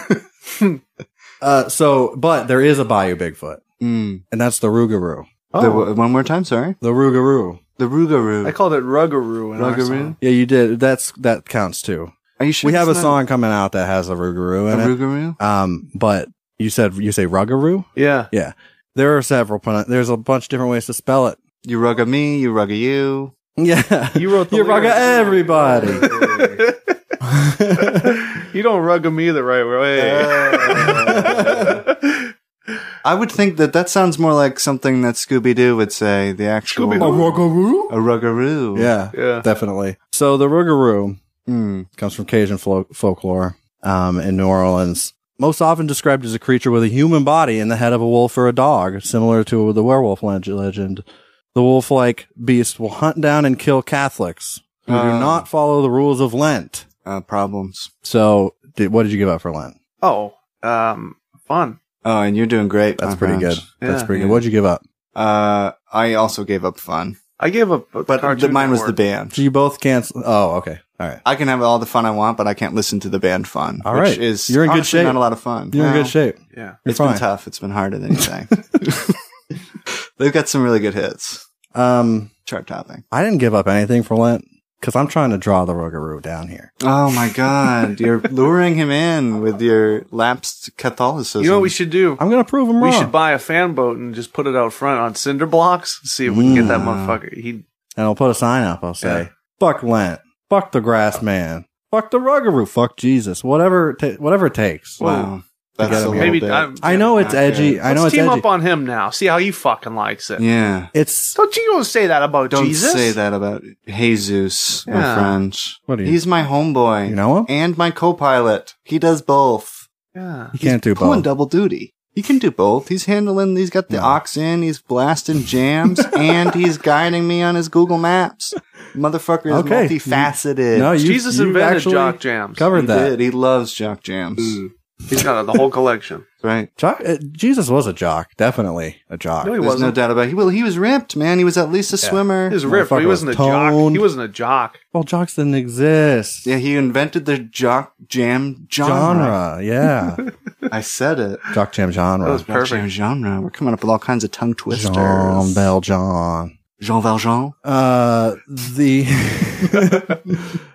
A: uh, so, but there is a Bayou Bigfoot,
B: Mm.
A: and that's the Rougarou.
B: The-
C: Oh,
B: one more time, sorry.
A: The Rougarou.
B: The
C: I
B: Rougarou.
C: called it Rugaroo. In our
B: Rougarou.
C: song.
A: Yeah, you did. That's that counts too.
B: Are you sure?
A: we have a
B: it's not
A: song coming out that has a Rougarou
B: A
A: in it.
B: Rougarou.
A: Um, but you said you say Rougarou.
C: Yeah.
A: There are several. pron- There's a bunch of different ways to spell it. [LAUGHS]
B: You rugga me. You rugga you.
A: Yeah,
C: You wrote the
A: [LAUGHS] you rugga
C: lyrics.
A: everybody.
C: [LAUGHS] you don't rug me the right way.
B: I would think that that sounds more like something that Scooby Doo would say. The actual
A: A
C: Scooby-Doo.
A: Rougarou.
B: a ruggaroo.
A: Yeah,
C: [LAUGHS] yeah.
A: definitely. So the Rougarou
B: Mm.
A: comes from Cajun fol- folklore um, in New Orleans. Most often described as a creature with a human body and the head of a wolf or a dog, similar to the werewolf leg- legend. The wolf like beast will hunt down and kill Catholics who do
B: Ah.
A: not follow the rules of Lent.
B: Uh, problems.
A: So, did, what did you give up for Lent?
C: oh, um, fun.
B: Oh, and you're doing great.
A: That's
B: my
A: pretty
B: friend.
A: good. That's
C: Uh-huh. Yeah.
A: pretty good. What'd you give up?
B: Uh, I also gave up fun,
C: I gave up,
B: but the, mine was the band.
A: So you both cancel. Oh, okay. All right.
B: I can have all the fun I want, but I can't listen to the band fun.
A: All
B: which
A: right.
B: is
A: You're in good
B: honestly
A: shape.
B: Not a lot of fun.
A: You're in
B: No,
A: good shape.
C: Yeah.
A: You're
B: It's
A: fine.
B: been tough. It's been harder than you think.
A: [LAUGHS]
B: They've got some really good hits.
A: Um,
B: Chart topping.
A: I didn't give up anything for Lent because I'm trying to draw the Rougarou down here.
B: Oh my
A: [LAUGHS]
B: God! You're luring him in with your lapsed Catholicism.
C: You know what we should do?
A: I'm going to prove him
C: We
A: wrong.
C: should buy a fan boat and just put it out front on cinder blocks. See if we can get that motherfucker. He
A: and I'll put a sign up. I'll say,
C: Yeah.
A: "Fuck Lent, fuck the grass man, fuck the Rougarou, fuck Jesus, whatever, it ta- whatever it takes."
B: Wow. That's
A: gotta be
B: a little
C: Maybe
B: bit
C: I'm-
A: I know it's
B: not
A: edgy.
B: good.
A: I know
C: Let's
A: it's
C: team
A: edgy.
C: up on him now. See how he fucking likes it.
B: Yeah.
A: it's
C: Don't you go say that about
B: Don't
C: Jesus?
B: say that about Jesus, my
C: Yeah.
B: friend.
A: What are you-
B: He's my homeboy.
A: you know him.
B: And my co pilot. He does both.
C: Yeah.
A: You can't do
B: He's pulling
A: both.
B: double duty. He can do both. He's handling, he's got the
A: No.
B: ox in, he's
A: [LAUGHS]
B: blasting jams, and he's guiding me on his Google Maps. Motherfucker is
A: Okay.
B: multifaceted.
A: No, you,
C: Jesus
A: you've
C: invented
A: actually
C: jock jams.
A: Covered
B: he
A: that. Mm.
B: did. He loves jock jams.
C: He's got the whole [LAUGHS] collection.
B: Right.
A: Jock, uh, Jesus was a jock, definitely a jock.
C: No, he
B: There's no
C: wasn't.
B: doubt about it. He, well, he was ripped, man. He was at least a swimmer.
C: He was ripped, but he
A: Motherfucker
C: wasn't a
A: was
C: jock.
A: toned.
C: He wasn't a jock.
A: well, jocks didn't exist.
B: Yeah, he invented the jock jam genre.
A: genre, yeah,
B: [LAUGHS] I said it.
A: jock jam genre.
C: That was
B: Jock jam
C: perfect.
B: genre. We're coming up with all kinds of tongue twisters.
A: Jean Valjean.
B: Jean Valjean.
A: Uh, the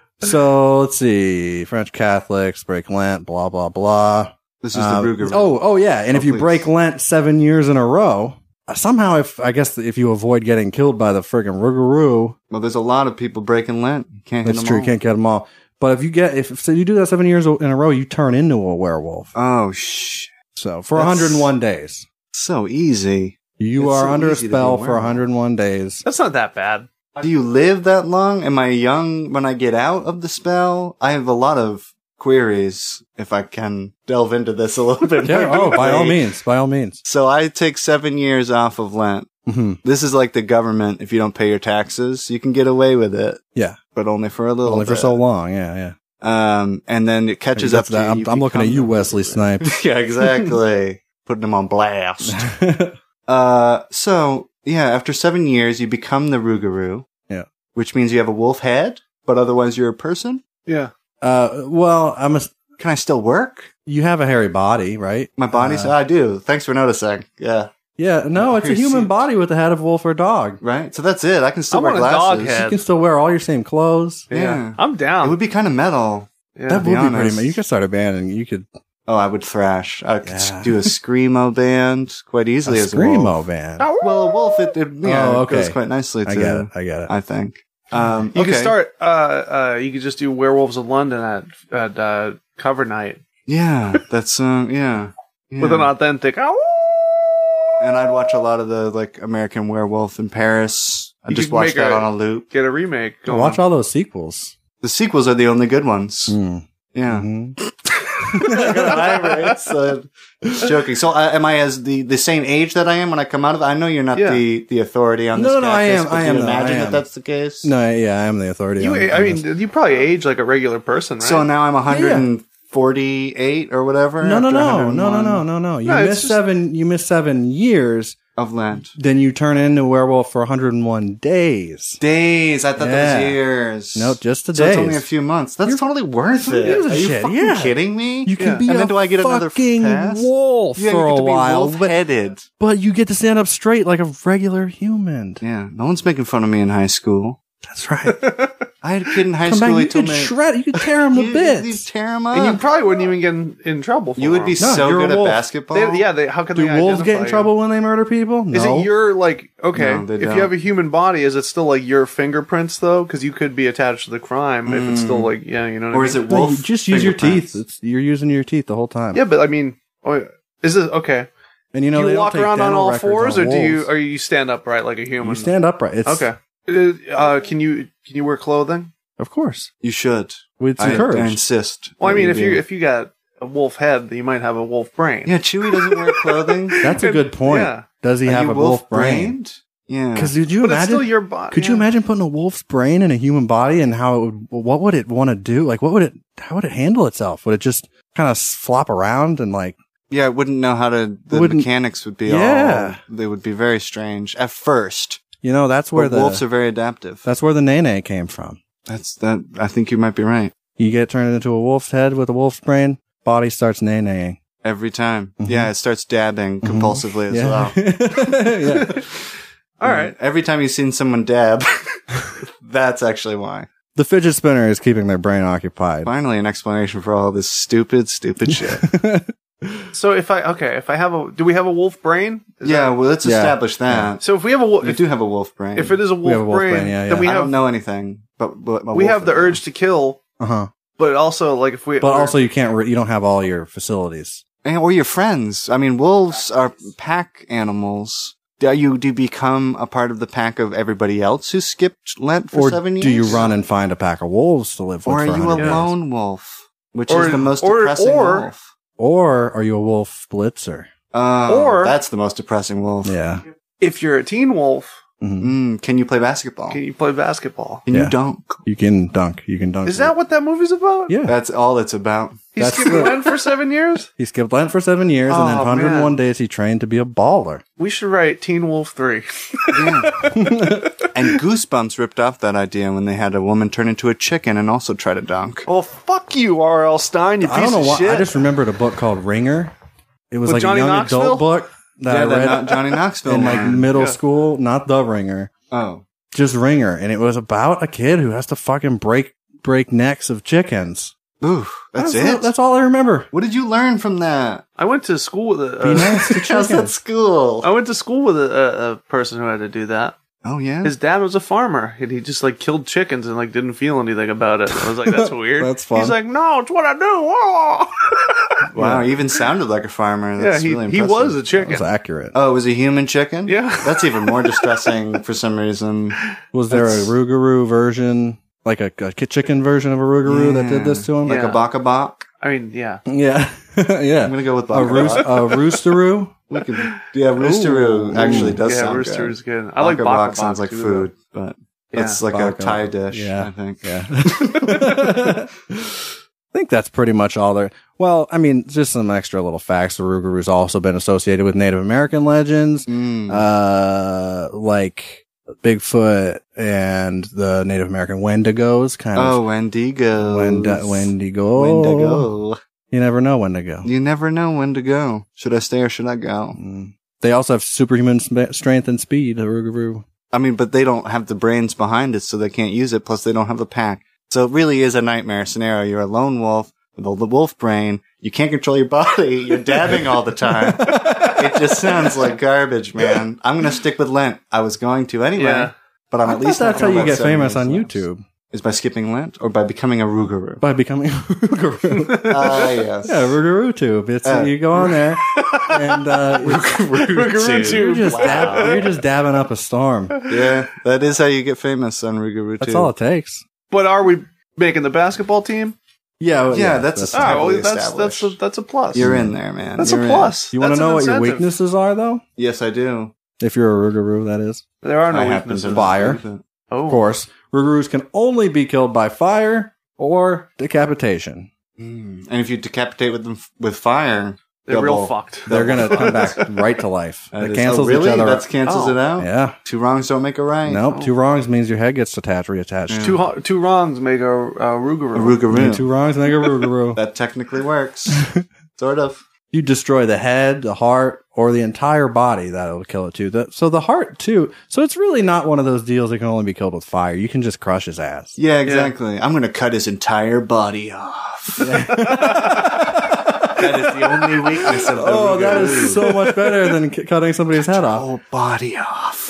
A: [LAUGHS] so let's see. French Catholics break Lent, blah blah blah.
B: This is
A: Uh,
B: the Ruger.
A: Oh, oh yeah. And
B: Oh,
A: if you
B: please.
A: break Lent seven years in a row, uh, somehow if I guess if you avoid getting killed by the friggin' Rougarou,
B: well, there's a lot of people breaking Lent. You can't hit
A: that's
B: them
A: true. You
B: all.
A: can't get them all. But if you get if so you do that seven years in a row, you turn into a werewolf.
B: Oh, shh.
A: So for
B: That's-
A: 101 days,
B: So easy.
A: you
B: It's
A: are
B: so
A: under a
B: easy to be a
A: spell for
B: werewolf.
A: 101
B: [LAUGHS]
A: days.
C: That's not that bad.
B: Do you live that long? Am I young when I get out of the spell? I have a lot of queries if I can delve into this a little bit
A: [LAUGHS] Yeah.
B: more.
A: Oh, by all
B: deeply.
A: means, by all means.
B: So I take seven years off of Lent.
A: hmm
B: This is like the government. If you don't pay your taxes, you can get away with it,
A: Yeah.
B: but only for a little.
A: Only for
B: bit.
A: so long. Yeah. Yeah.
B: Um, and then it catches up.
A: That's
B: To
A: that.
B: you,
A: I'm,
B: you
A: I'm looking at
B: become
A: you,
B: them.
A: Wesley Snipes.
B: [LAUGHS]
A: [LAUGHS]
B: yeah, exactly. Putting him on blast. [LAUGHS] Uh, so yeah, after seven years, you become the Rougarou.
A: Yeah.
B: Which means you have a wolf head, but otherwise you're a person.
C: Yeah.
A: [LAUGHS] uh, well, I'm a,
B: Can I still work?
A: you have a hairy body, right?
B: My body's.
A: Uh,
B: I do. Thanks for noticing. Yeah.
A: Yeah, no, it's a human body with the head of a wolf or dog.
B: Right. So that's it. I can still
C: I
B: wear
C: want a
B: glasses.
C: dog
A: You
C: head.
A: can still wear all your same clothes.
C: Yeah.
B: Yeah.
C: I'm
B: It
C: down.
B: would be kind of metal.
C: yeah.
A: that would
B: be
A: be pretty.
B: honest.
A: ma- You could start a band, and you could a
B: Oh, I would thrash. I could
A: Yeah.
B: do
A: [LAUGHS]
B: a screamo band quite easily as a wolf. Oh,
A: screamo band.
B: Well, a wolf, it, it, yeah,
A: Oh,
B: it
A: okay.
B: goes quite nicely too.
A: I get it. I get it.
B: I think. Um,
C: You
B: okay.
C: could start. Uh, uh, you could just do Werewolves of London at at uh, cover night
B: Yeah, that's um, yeah. yeah.
C: with an authentic. "Ow!"
B: and I'd watch a lot of the like American Werewolf in Paris. I
C: You
B: just
C: could
B: watched
C: make
B: that
C: a-
B: on a loop.
C: Get a remake. Going.
A: Watch all those sequels.
B: The sequels are the only good ones.
A: Mm.
B: Yeah.
A: [LAUGHS] Mhm. [LAUGHS]
B: I got vibrates, so- just joking. So, uh, am I as the the same age that I am when I come out of? it? I know you're not
C: Yeah.
B: the the authority on
A: No,
B: this.
A: no, no, I
B: cactus,
A: am-
B: but
A: I
B: do
A: am,
B: You
A: though,
B: imagine
A: I
B: that
A: am.
B: that's the case.
A: No, yeah, I am the authority.
C: You,
A: on-
C: I
A: on
C: mean,
A: this.
C: you probably age like a regular person, right?
B: So now I'm
A: Yeah, yeah.
B: 148 or whatever.
A: no, no, no, no,
B: after
A: no,
B: 101
A: no, no, no. You
C: No, it's
A: miss
C: just-
A: seven. You miss seven years.
B: of Lent.
A: Then you turn into a werewolf for 101 days.
B: Days. I thought that
A: Yeah.
B: was years.
A: No, just the
B: so
A: days.
B: It's only a few months. That's
A: You're-
B: totally worth
A: Who
B: it.
A: gives a
B: Are you
A: shit?
B: fucking
A: Yeah.
B: kidding me?
A: You can
C: Yeah.
A: be
B: And
A: a
B: then do I get another
A: fucking
B: pass?
A: wolf
B: yeah,
A: for
B: you get
A: a
B: to be
A: while, but,
B: wolf-headed.
A: but you get to stand up straight like a regular human.
B: Yeah, no one's making fun of me in high school.
A: That's
B: [LAUGHS]
A: right.
B: I had a kid in high
A: Come
B: school.
A: back,
B: he
A: you
B: told
A: could
B: me
A: shred. You could
B: [LAUGHS]
A: tear him
B: you,
A: to bits.
B: You tear him up.
C: and you probably wouldn't even get in, in trouble. For
B: You would be
C: them.
A: No,
B: so
A: you're a
B: good at
A: wolf.
B: basketball.
C: They- yeah, they, how can
A: Do
C: they
A: wolves get in
C: identify you?
A: trouble when they murder people? No.
C: Is it your like okay?
B: No, they
C: if
B: don't.
C: you have a human body, is it still like your fingerprints though? Because you could be attached to the crime if it's still like yeah, you know. What
B: Mm. or
C: I
B: is
C: mean?
B: it
A: no,
B: wolf?
A: you just use your
B: fingerprints?
A: teeth. It's, you're using your teeth the whole time.
C: Yeah, but I mean, oh, is it okay?
A: And you know
C: do
A: they
C: you
A: don't
C: walk
A: take
C: around on
A: dental
C: all
A: records
C: fours,
A: on
C: or do you
A: wolves.
C: or you stand upright like a
A: You
C: human?
A: stand upright. It's,
C: okay. Uh, uh, can you can you wear clothing?
A: Of course.
B: You should.
A: It's
B: I, I
A: encouraged.
B: insist.
C: Well, I
B: that
C: mean, if
B: do.
C: you if you got a wolf head, then you might have a wolf brain.
B: yeah, Chewie doesn't wear
A: [LAUGHS]
B: clothing.
A: That's a good point.
C: Yeah.
A: Does he
B: Are
A: have
B: you
A: a wolf brain?
B: wolf-brained? Yeah.
A: Because did you
C: but it's
A: imagine?
C: still your body.
A: Could you imagine putting a wolf's brain in a human body and how it would, what would it want to do? Like, what would it, how would it handle itself? Would it just kind of flop around and like,
B: Yeah, I wouldn't know how to. The
A: Wouldn't-
B: mechanics would be
A: Yeah.
B: all. They would be very strange at first.
A: you know, that's where
B: but
A: the,
B: wolves are very adaptive.
A: that's where the nene came from.
B: That's that. I think you might be right
A: You get turned into a wolf's head with a wolf's brain, body starts neneing.
B: every time.
A: Mhm.
B: Yeah, it starts dabbing
A: Mm-hmm.
B: compulsively as well.
A: [LAUGHS] yeah. yeah.
C: All right.
B: Every time you've seen someone dab, [LAUGHS] that's actually why.
A: The fidget spinner is keeping their brain occupied. [LAUGHS]
B: Finally, an explanation for all this stupid, stupid shit.
C: So if I okay, if I have a, do we have a wolf brain? Is
B: yeah,
C: that-
B: well, let's
A: Yeah.
B: establish that.
C: so if we have a wolf,
B: You
C: if,
B: do have a wolf brain.
C: if it is a wolf,
A: have a wolf
C: brain,
A: brain, yeah,
C: then we
B: I don't
C: have
B: know anything, but, but a
C: we
B: wolf
C: have the
B: is-
C: urge to kill,
A: Uh huh.
C: but also like if we
A: But also, you can't, re- you don't have all your facilities.
B: and- or your friends. I mean, wolves are pack animals. Do you do you become a part of the pack of everybody else who skipped Lent for
A: or
B: seven years?
A: do you run and find a pack of wolves to live with?
B: Or are
A: for
B: you a
A: 100 years?
B: lone wolf, which
C: Or-
B: is the most
C: or-
B: depressing
C: or-
B: wolf?
A: Or are you a wolf blitzer?
B: Oh,
C: or-
B: that's the most depressing wolf.
A: Yeah.
C: If you're a teen wolf,
A: Mhm.
B: Mm, can you play basketball?
C: can you play basketball?
B: Can
A: Yeah.
B: you dunk?
A: You can dunk. You can dunk.
C: Is that what that movie's about?
A: Yeah.
B: That's all it's about.
C: He
A: That's
C: skipped
A: the-
C: Lent for seven years?
A: He skipped Lent for seven years and then
C: Oh,
A: 101
C: man.
A: days he trained to be a baller.
C: We should write Teen Wolf 3.
A: [LAUGHS]
B: Yeah. and Goosebumps ripped off that idea when they had a woman turn into a chicken and also try to dunk.
C: well, Oh, fuck you, R.L. Stein, you piece
A: I don't know
C: of
A: why.
C: shit.
A: I just remembered a book called Ringer. It was
C: With
A: like
C: Johnny
A: a young
C: Knoxville?
A: adult book that
B: yeah,
A: I
B: that
A: read
B: not Johnny Knoxville
A: in like
B: one.
A: middle
C: Yeah.
A: school, not The Ringer,
B: oh.
A: just Ringer. And it was about a kid who has to fucking break break necks of chickens.
B: Ooh, that's, it?
A: That's all I remember.
B: what did you learn from that?
C: I went to school with a.
A: Be
B: [LAUGHS]
C: uh,
A: nice to
B: How's at
A: chickens.
B: school?
C: I went to school with a, a, a person who had to do that.
B: Oh, yeah?
C: His dad was a farmer, and he just like killed chickens and like didn't feel anything about it. I was like,
A: [LAUGHS]
C: "That's weird."
A: That's fun.
C: He's like, "No, it's what I do." [LAUGHS] Whoa.
B: wow, he even sounded like a farmer.
C: yeah,
B: That's
C: he
B: really
C: he
B: impressive.
C: was a
A: That
B: [LAUGHS]
A: was
C: chicken.
A: accurate.
B: Oh, it was a human chicken?
C: Yeah.
B: That's even more distressing for some reason.
A: was there a
B: that's-
A: Rougarou version, like a, a chicken version of a Rougarou that did this to him?
B: Like
C: Yeah.
B: a baka bak.
C: I mean, yeah,
A: Yeah. yeah. [LAUGHS]
B: I'm going to go with
A: a, uh,
B: baka
A: roos-
B: bak.
A: a roosteroo.
B: We could, yeah, Roosteroo
A: Ooh.
B: actually does
C: yeah.
B: sound
C: Rooster
B: good.
C: is good. I like baka
B: Baka bak
C: bak
B: sounds like
C: too,
B: food, but
C: Yeah.
B: it's like
A: Baka.
B: a Thai dish,
A: Yeah.
B: I
C: [LAUGHS]
B: think.
A: Yeah. [LAUGHS] I think that's pretty much all there. Well, I mean, just some extra little facts. The Rougarou's also been associated with Native American legends,
B: Mm.
A: uh, like Bigfoot and the Native American Wendigos, kind
B: oh,
A: of.
B: Wendigo.
A: Wend- Wendigo.
B: Wendigo.
A: You never know when to go.
B: You never know when to go. Should I stay or should I go?
A: Mm. They also have superhuman sp- strength and speed, the [LAUGHS] Rougarou.
B: I mean, but they don't have the brains behind it, so they can't use it. Plus, they don't have a pack. So it really is a nightmare scenario. You're a lone wolf with a l- wolf brain. You can't control your body. You're dabbing all the time. it just sounds like garbage, man. I'm gonna stick with Lent. I was going to anyway,
C: Yeah.
B: but I'm
A: I
B: at
A: thought
B: least not
A: that's how
B: gonna
A: you
B: let
A: get
B: seven
A: famous
B: years
A: on
B: lapse.
A: YouTube
B: Is by skipping Lent or by becoming a
A: [LAUGHS]
B: Rougarou?
A: by becoming a [LAUGHS] Rougarou.
B: Ah, yes.
A: Yeah, Rougarou tube. It's
B: Uh,
A: you go on there and [LAUGHS] uh, it's-
C: Rougarou
A: you're
C: tube.
A: just dab-
C: Wow.
A: you're just dabbing up a storm. That's
B: Yeah, that is how you get famous on Rougarou. too.
A: all it takes.
C: But are we making the basketball team?
A: Yeah, well,
B: Yeah, that's a
C: All right, well,
B: Heavily
C: that's that's a,
B: established.
C: that's a plus.
B: You're in there, man.
C: That's
B: You're
C: a
B: in.
C: plus.
A: You want to
C: That's an
A: know what your
C: incentive.
A: weaknesses are, though?
B: Yes, I do.
A: If you're a Rougarou, that is.
C: There are
B: I
C: no
B: happen to
C: weaknesses.
A: Fire.
B: believe it.
C: Oh,
A: Of course, Rougarous can only be killed by fire or decapitation.
B: Mm. And if you decapitate with them f- with fire,
C: they're real
B: double-
C: fucked.
A: They're gonna
B: Double
A: come back
B: fucked.
A: right to life.
B: That
A: It
B: is-
A: cancels
B: oh, really?
A: each other.
B: That cancels
C: Oh.
B: it out.
A: yeah.
B: Two wrongs don't make a right.
A: Nope.
C: Oh.
A: Two wrongs means your head gets detached, reattached.
C: Two ho- two wrongs make a, a
B: A
C: Rougarou.
B: Rougarou.
A: Two wrongs make a [LAUGHS] Rougarou.
B: That technically
A: [LAUGHS]
B: works, sort of.
A: you destroy the head, the heart, or the entire body, that'll kill it too. The, so the heart too. So it's really not one of those deals that can only be killed with fire. You can just crush his ass.
B: Yeah, exactly. I'm gonna cut his entire
A: [LAUGHS]
B: body off. that is the only weakness of the
A: Oh, that
B: Rougarou.
A: is so much better [LAUGHS] than c- cutting somebody's head off.
B: whole body off.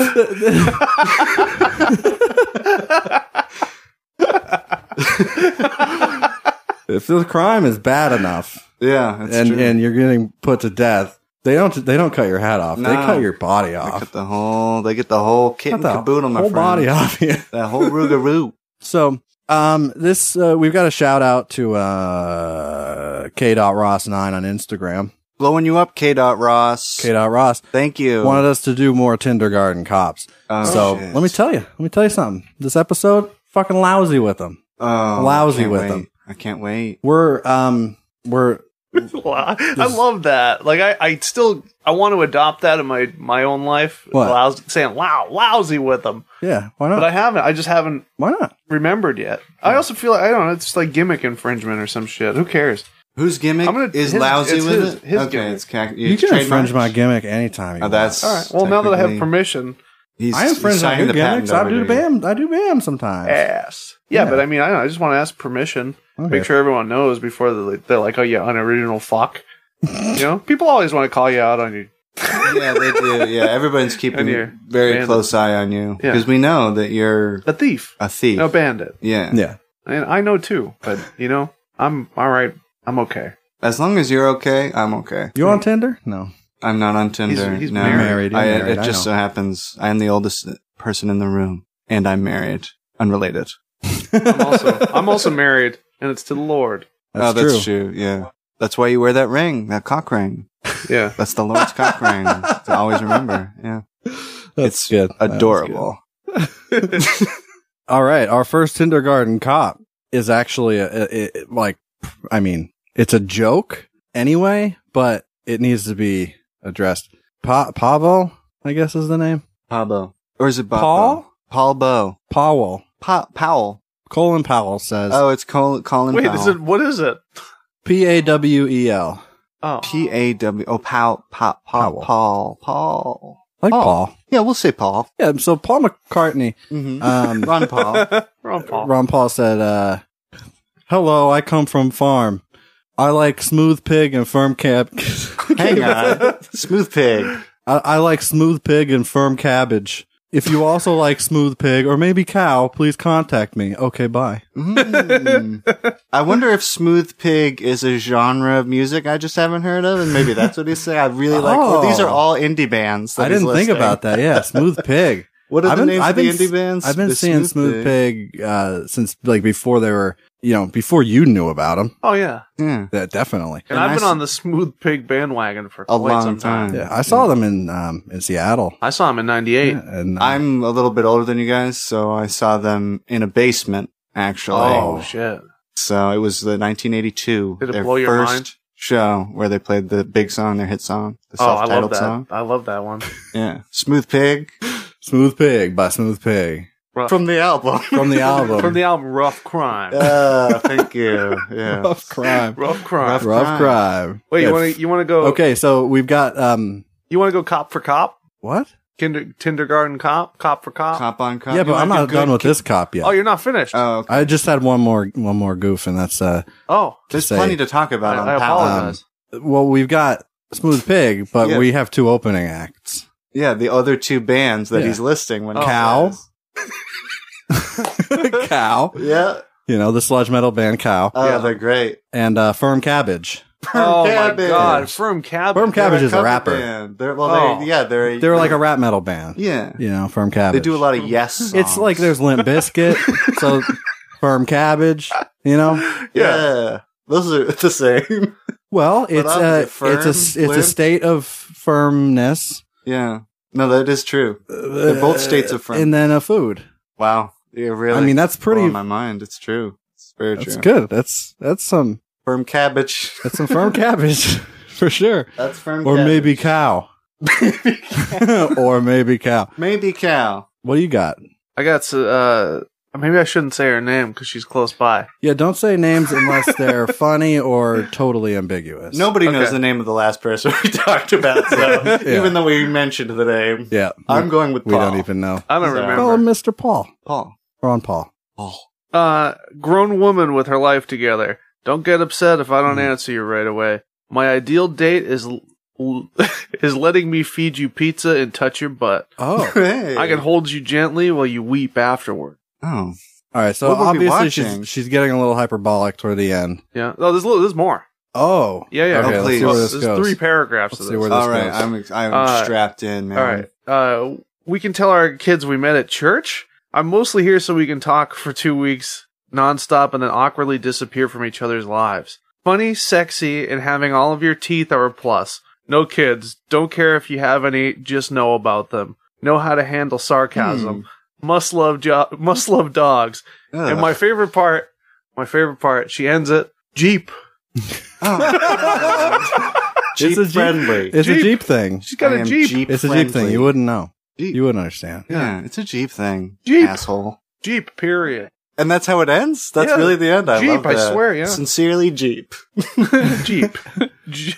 A: If the crime is bad enough,
B: Yeah, [LAUGHS] that's
A: and
B: true.
A: and you're getting put to death, they don't they don't cut your head off. They
B: No.
A: cut your body
B: they cut
A: off.
B: the whole. They get the whole kit and
A: Cut the
B: caboodle, my
A: whole
B: friend.
A: body off. [LAUGHS] Yeah.
B: That whole Rougarou.
A: So, um, this uh, we've got a shout out to uh, K. Ross nine on Instagram.
B: Blowing you up, K. Dot Ross.
A: K. Ross
B: Thank you.
A: wanted us to do more Tindergarten cops.
B: Oh,
A: so
B: shit.
A: let me tell you, let me tell you something. This episode fucking lousy with them.
B: Oh,
A: Lousy
B: I can't
A: with
B: wait.
A: them.
B: I can't wait.
A: We're um we're
C: [LAUGHS] I love that. Like I, I still I want to adopt that in my my own life.
A: What?
C: Lousy, saying wow, lousy with them,
A: yeah. Why
C: but
A: not?
C: I haven't. I just haven't
A: why not?
C: remembered yet. I also feel like I don't know. It's like gimmick infringement or some shit. Who cares?
B: Whose gimmick
C: I'm gonna-
B: is
C: his-
B: lousy
C: it's
B: with
C: his-
B: it?
C: his
B: okay,
C: gimmick.
B: it's cac-
A: You
B: it's
A: can infringe
B: trademarked.
A: my gimmick anytime. You
B: Oh,
A: want.
B: that's
C: All right. Well, now that I have permission,
B: he's,
A: I infringe
B: he's
A: on
B: signing
A: your
B: the patent
A: gimmicks. I
B: over Eh.
A: do
B: you.
A: bam. I do bam sometimes.
C: ass. Yeah,
A: Yeah.
C: but I mean, I don't know. I just want to ask permission. Make
A: Okay.
C: sure everyone knows before they're like, they're like oh yeah, unoriginal
B: [LAUGHS]
C: fuck. you know, people always want to call you out on your
B: [LAUGHS] yeah, they do. Yeah,
C: [LAUGHS]
B: everybody's keeping
C: And
B: a
C: you're
B: very
C: bandit.
B: close eye on you
C: Yeah.
B: because we know that you're
C: a thief,
B: a thief.
C: no bandit.
B: yeah.
A: Yeah.
C: And I know too, but you know, I'm all right. I'm okay.
B: As long as you're okay, I'm okay.
A: You on Tinder? No.
B: I'm not on Tinder.
C: he's
B: no.
A: married. Married, you're
B: I,
A: married,
B: it
A: I
B: just
A: know.
B: so happens I'm the oldest person in the room, and I'm married. Unrelated.
C: I'm also I'm
B: [LAUGHS]
C: also married, and it's to the Lord.
A: That's,
B: oh, that's
A: true.
B: true. Yeah. That's why you wear that ring, that cock ring.
C: [LAUGHS] Yeah,
B: That's the Lord's cock ring to always remember. Yeah.
A: That's
B: it's
A: good. [LAUGHS] That was
B: Adorable.
A: good. All right. Our first kindergarten cop is actually a, a, a- like, I mean, it's a joke anyway, but it needs to be addressed. Pa- Pavo, I guess is the name.
B: Pablo. Or is it Bob?
A: Paul?
B: Paul Bo.
A: Powell.
B: Pa- Powell.
A: Colin Powell says
B: Oh, it's Col- Colin
C: wait,
B: Powell.
C: is it what is it?
A: P A W E L.
C: Oh,
B: P A W. Oh, Powell. Pa- pa-
A: Powell.
B: Paul. Paul.
A: Like
B: Paul.
A: Paul.
B: Yeah, we'll say Paul.
A: Yeah. So Paul McCartney,
B: Mm-hmm. [LAUGHS]
A: um, [LAUGHS]
B: Ron Paul.
C: Ron Paul.
A: Ron Paul said, uh, "Hello, I come from farm. I like smooth pig and firm cab. [LAUGHS]
C: [LAUGHS]
B: Hang on. Smooth Pig.
A: I, I like smooth pig and firm cabbage. If you [LAUGHS] also like smooth pig or maybe cow, please contact me. Okay, bye.
B: Mm. I wonder if Smooth Pig is a genre of music I just haven't heard of, and maybe that's what he's saying. I really like. Well, these are
A: Oh.
B: all indie bands. that
A: I
B: he's
A: didn't
B: listing.
A: think about that. Yeah,
B: [LAUGHS]
A: smooth pig.
B: What are
A: I've
B: the
A: been-
B: names
A: I've
B: of the
A: been
B: indie
A: s-
B: bands?
A: I've been
B: The
A: seeing smooth pig, uh, since like before they were, you know, before you knew about them.
C: Oh yeah,
B: Yeah,
A: That definitely.
C: and,
B: And
C: I've
B: I
C: been
B: s-
C: on the smooth pig bandwagon for
B: a
C: quite some
B: long
C: time.
B: time.
A: Yeah, I saw them in um in Seattle.
C: I saw him in '98.
A: And uh,
B: I'm a little bit older than you guys, so I saw them in a basement actually.
C: Oh shit!
B: So it was the 1982.
C: Did it
B: their
C: blow your
B: first
C: mind?
B: Show where they played the big song, their hit song, the
C: Oh, I love
B: self-titled
C: that.
B: song.
C: I love that one.
B: Yeah, Smooth Pig
A: smooth pig by smooth pig
C: Rough-
B: from the album. [LAUGHS]
A: from the album.
C: from the album Rough Crime.
B: Uh, thank you. Yeah.
A: [LAUGHS] rough crime.
C: Rough Crime.
B: Rough-
A: Rough
B: crime.
A: crime.
C: Wait,
A: Yeah,
C: you want to you want to go?
A: Okay, so we've got um
C: You want to go cop for cop?
A: what?
C: Kinder, kindergarten cop, cop for cop.
B: Cop on cop.
A: yeah,
B: You
A: but
B: wanna
A: I'm
B: do
A: not
B: good
A: done with
B: ki-
A: this cop yet.
C: Oh, you're not finished.
B: Oh, okay.
A: I just had one more one more goof, and that's uh
C: oh,
B: there's
A: say-
B: plenty to talk about.
C: I-
B: on
C: I
B: Pal-
C: apologize.
B: um,
A: well we've got smooth pig, but
B: Yeah.
A: we have two opening
B: [LAUGHS]
A: acts.
B: yeah, the other two bands that
A: Yeah.
B: he's listing
C: Oh,
B: when he
A: Cow.
B: says-
A: Cow,
B: Yeah.
A: you know the sludge metal band Cow,
B: Oh,
C: Yeah.
B: they're great.
A: and uh, Firm Cabbage.
C: oh my
B: Cabbage.
C: god, firm cabbage.
A: Firm Cabbage
B: They're
A: is a
B: cover
A: rapper.
B: Band. They're well,
C: Oh.
B: they, yeah, they're
A: They were like a rap metal band.
B: [LAUGHS] yeah.
A: You know, Firm Cabbage.
B: They do a lot of yes. Songs.
A: It's like there's Limp Biscuit,
B: [LAUGHS]
A: so Firm Cabbage. You know,
B: yeah. Those are [LAUGHS] the same.
A: well it's
B: I
A: a
B: was a
A: it's a
B: firm
A: s- it's a
B: limp.
A: state of firmness.
B: yeah. No, that is true.
A: They're
B: both states of firm.
A: and then a food.
B: Wow. You're really
A: I
B: Oh,
A: mean, that's pretty.
B: blowing my mind. It's true. It's very
A: That's
B: true.
A: good. That's that's some
B: Firm cabbage. [LAUGHS]
A: that's some firm cabbage [LAUGHS] for sure.
B: That's firm
A: Or
B: cabbage. [LAUGHS]
A: maybe cow. or maybe cow.
B: Maybe cow.
A: What do you got?
C: I got. s- Uh, maybe I shouldn't say her name because she's close by.
A: Yeah, don't say names unless
B: [LAUGHS]
A: they're funny or totally ambiguous.
B: Nobody knows
C: Okay.
B: the name of the last person [LAUGHS] we talked about, so
A: [LAUGHS] Yeah.
B: even though we mentioned the name,
A: Yeah,
B: I'm going with
A: we
B: Paul.
A: don't even know.
C: I don't
B: Sorry.
A: Call him
C: remember.
A: Mr. Paul.
B: Paul.
A: Ron Paul.
B: Paul.
C: Uh, grown woman with her life together. Don't get upset if I don't answer you right away. My ideal date is l- [LAUGHS] is letting me feed you pizza and touch your butt.
A: Oh,
B: [LAUGHS] Hey.
C: I can hold you gently while you weep afterward.
B: Oh.
A: [LAUGHS] all right. So
B: What would we be
A: obviously she's
B: watching?
A: she's getting a little hyperbolic toward the end.
C: Yeah. No, there's a little, there's more.
A: Oh,
C: Yeah, yeah.
A: Okay,
B: Oh,
A: let's see
B: please.
A: where this
C: there's
A: goes.
C: three paragraphs
A: Let's
C: of
A: see
C: this.
A: where
B: All
A: this
B: right,
A: goes.
B: I'm I'm
C: Uh,
B: strapped in, man.
C: All right. Uh, we can tell our kids we met at church. I'm mostly here so we can talk for two weeks nonstop and then awkwardly disappear from each other's lives. Funny, sexy, and having all of your teeth are a plus. No kids. Don't care if you have any. Just know about them. Know how to handle sarcasm.
A: Hmm.
C: Must love jo- [LAUGHS] must love dogs.
B: Ugh.
C: And my favorite part, my favorite part. She ends it. Jeep.
B: Oh. Jeep
A: It's a Jeep-
B: friendly.
A: It's a
C: Jeep.
A: Jeep thing.
C: She's got
B: I
C: a
B: am
C: jeep.
A: It's a Jeep thing.
B: friendly.
A: You wouldn't know.
B: Jeep.
A: You wouldn't understand.
B: yeah, it's a Jeep thing.
C: Jeep.
B: Asshole.
C: Jeep. Period.
B: [LAUGHS] And that's how it ends? That's
C: Yeah.
B: really the end. I
C: Jeep,
B: love
C: I
B: that.
C: swear, yeah.
B: Sincerely Jeep. [LAUGHS]
C: Jeep. Je-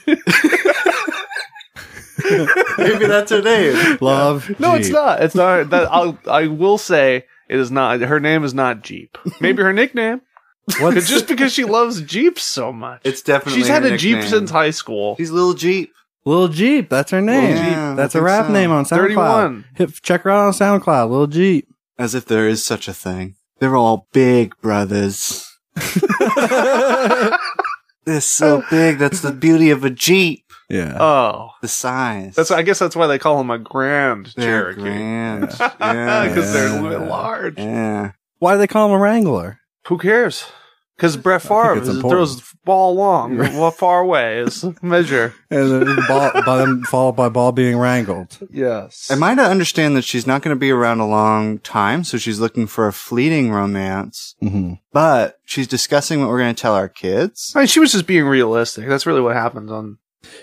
B: Maybe that's her name.
A: [LAUGHS] Love.
C: no,
A: Jeep.
C: it's not. It's not. That I'll, I will say it is not. Her name is not Jeep. Maybe her nickname.
B: [LAUGHS]
A: What's-
C: It's just because she loves Jeeps so much.
B: It's definitely
C: She's had
B: her
C: a Jeep
B: nickname.
C: since high school.
B: She's little Jeep.
A: Little Jeep, that's her name.
B: Lil Jeep,
A: that's
B: I
A: a
B: think
A: rap
B: so.
A: name on SoundCloud.
C: 31.
A: Hit, check her out on SoundCloud. Little Jeep.
B: As if there
C: [LAUGHS]
B: is such a thing. They're all big brothers. It's so big. That's the beauty of a Jeep.
A: Yeah.
C: Oh,
B: The size.
C: that's I guess that's why they call him a Grand
B: They're
C: [LAUGHS] Cherokee
B: grand.
C: because
B: Yeah.
C: they're
A: Yeah.
C: li- large.
B: Yeah.
A: Why do they call him a Wrangler?
C: Who cares? Because Brett
A: think
C: Favre
A: it's
C: is-
A: important.
C: throws the ball
B: [LAUGHS]
C: long, well, far away is measure.
A: And then [LAUGHS] the ball, by them, followed by ball being wrangled.
C: Yes.
B: Am I to understand that she's not going to be around a long time, so she's looking for a fleeting romance,
A: Mm-hmm.
B: but she's discussing what we're going to tell our kids?
C: I mean, she was just being realistic. That's really what happens on.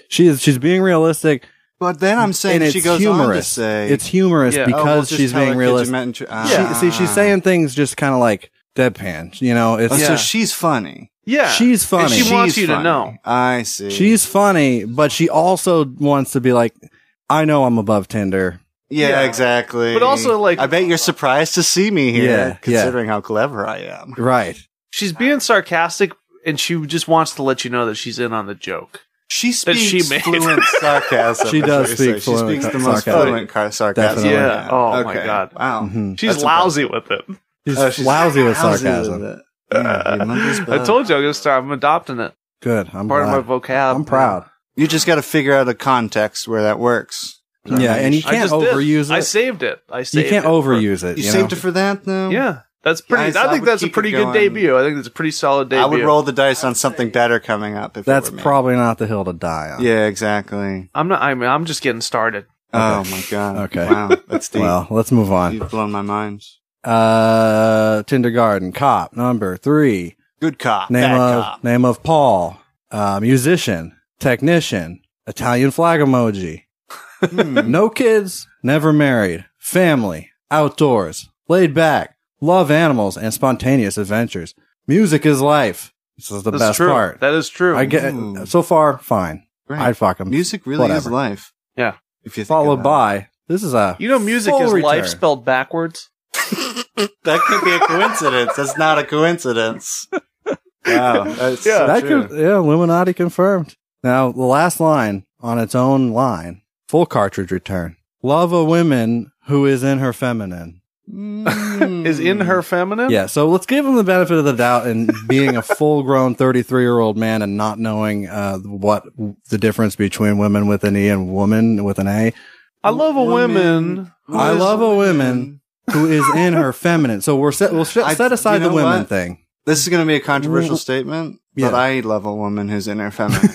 A: She is. She's being realistic.
B: But then I'm saying
A: and it's
B: she goes
A: humorous.
B: on to say,
A: it's humorous
C: Yeah. Oh,
A: because
B: "Oh, we'll just
A: she's
B: tell our
A: being
B: kids you
A: realistic.
B: met in tr-
A: She, see, she's
B: Ah.
A: saying things just kind of like deadpan. You know,
B: Oh,
A: it's
C: Yeah.
B: So she's funny.
C: Yeah.
A: she's funny.
C: she
B: She's
C: wants you to know.
B: I see.
A: she's funny, but she also wants to be like, I know I'm above Tinder.
B: yeah,
C: Yeah.
B: exactly.
C: But also, like-
B: I bet you're surprised to see me here,
A: Yeah, yeah.
B: considering how clever I am.
A: Right.
C: she's being sarcastic, and she just wants to let you know that she's in on the joke.
B: She
C: That
B: speaks
C: she made. [LAUGHS]
B: fluent sarcasm.
A: She
B: is
A: does
B: what you're
A: speak
B: saying.
A: fluent
B: She speaks
A: ca-
B: the most
A: sarcasm.
B: fluent car- sarcasm.
A: Definitely.
C: Yeah. Oh, my God.
B: Wow.
A: Mhm.
C: She's
B: That's
C: lousy with it.
A: She's,
B: Oh, she's
A: lousy with
B: lousy
A: sarcasm.
B: with it. Yeah, you mumbles
C: [LAUGHS] I
B: bug.
C: told you I'm gonna start. I'm adopting it.
A: Good. I'm
C: Part
A: glad.
C: of my vocab.
A: I'm proud.
B: You just got to figure out a context where that works.
A: Yeah, and you
C: I
A: can't
C: just did.
A: overuse it.
C: I saved it. I
A: you
C: saved.
A: can't
C: it for-
A: overuse it.
B: You,
A: You,
B: saved
A: know?
B: it for that, though.
C: Yeah, that's
B: Yeah, I
C: pretty.
B: saw-
C: I
B: I
C: think
B: would
C: that's a
B: keep it
C: pretty good
B: going.
C: debut. I think it's a pretty solid debut.
B: I would roll the dice on something better coming up. If it
A: That's
B: were me.
A: probably not the hill to die on.
B: Yeah, exactly.
C: I'm not. I mean, I'm just getting started.
B: Oh my god.
A: Okay.
B: Wow,
A: [LAUGHS]
B: that's deep.
A: Well, let's move on.
B: You've blown my mind.
A: Uh, Kindergarten cop number three.
B: Good cop.
A: Name
B: bad
A: of
B: cop.
A: name of Paul. Uh, musician, technician, Italian flag emoji.
B: Hmm.
A: No kids, never married, family, outdoors, laid back, love animals and spontaneous adventures. Music is life. This is the
C: That's
A: best
C: true.
A: part.
C: That is true. Hmm.
A: I get
B: Ooh.
A: so far fine.
B: Great.
A: I'd fuck him.
B: Music really is
A: Whatever.
B: life.
C: Yeah.
B: If you think
A: Followed
B: about
A: by this is a
C: You know, music
A: full
C: is life
A: return.
C: spelled backwards.
B: it. that could be a coincidence. That's not a coincidence. Wow. That's
C: Yeah.
B: so
A: that
B: true.
A: could, yeah, Illuminati confirmed. Now, the last line on its own line, full cartridge return. Love a woman who is in her feminine.
C: [LAUGHS]
B: Mm.
C: Is in
A: Hmm.
C: her feminine.
A: Yeah, so let's give him the benefit of the doubt [LAUGHS] and being a full grown 33 year old man and not knowing uh, what the difference between women with an E and woman with an A,
C: I love a woman.
A: I love a woman. who is in her feminine. So we're set, we'll set,
B: I-
A: set aside
B: you know
A: the women
B: what?
A: thing.
B: This is going to be a controversial
A: Well,
B: statement,
A: yeah.
B: but I love a woman who's in her feminine.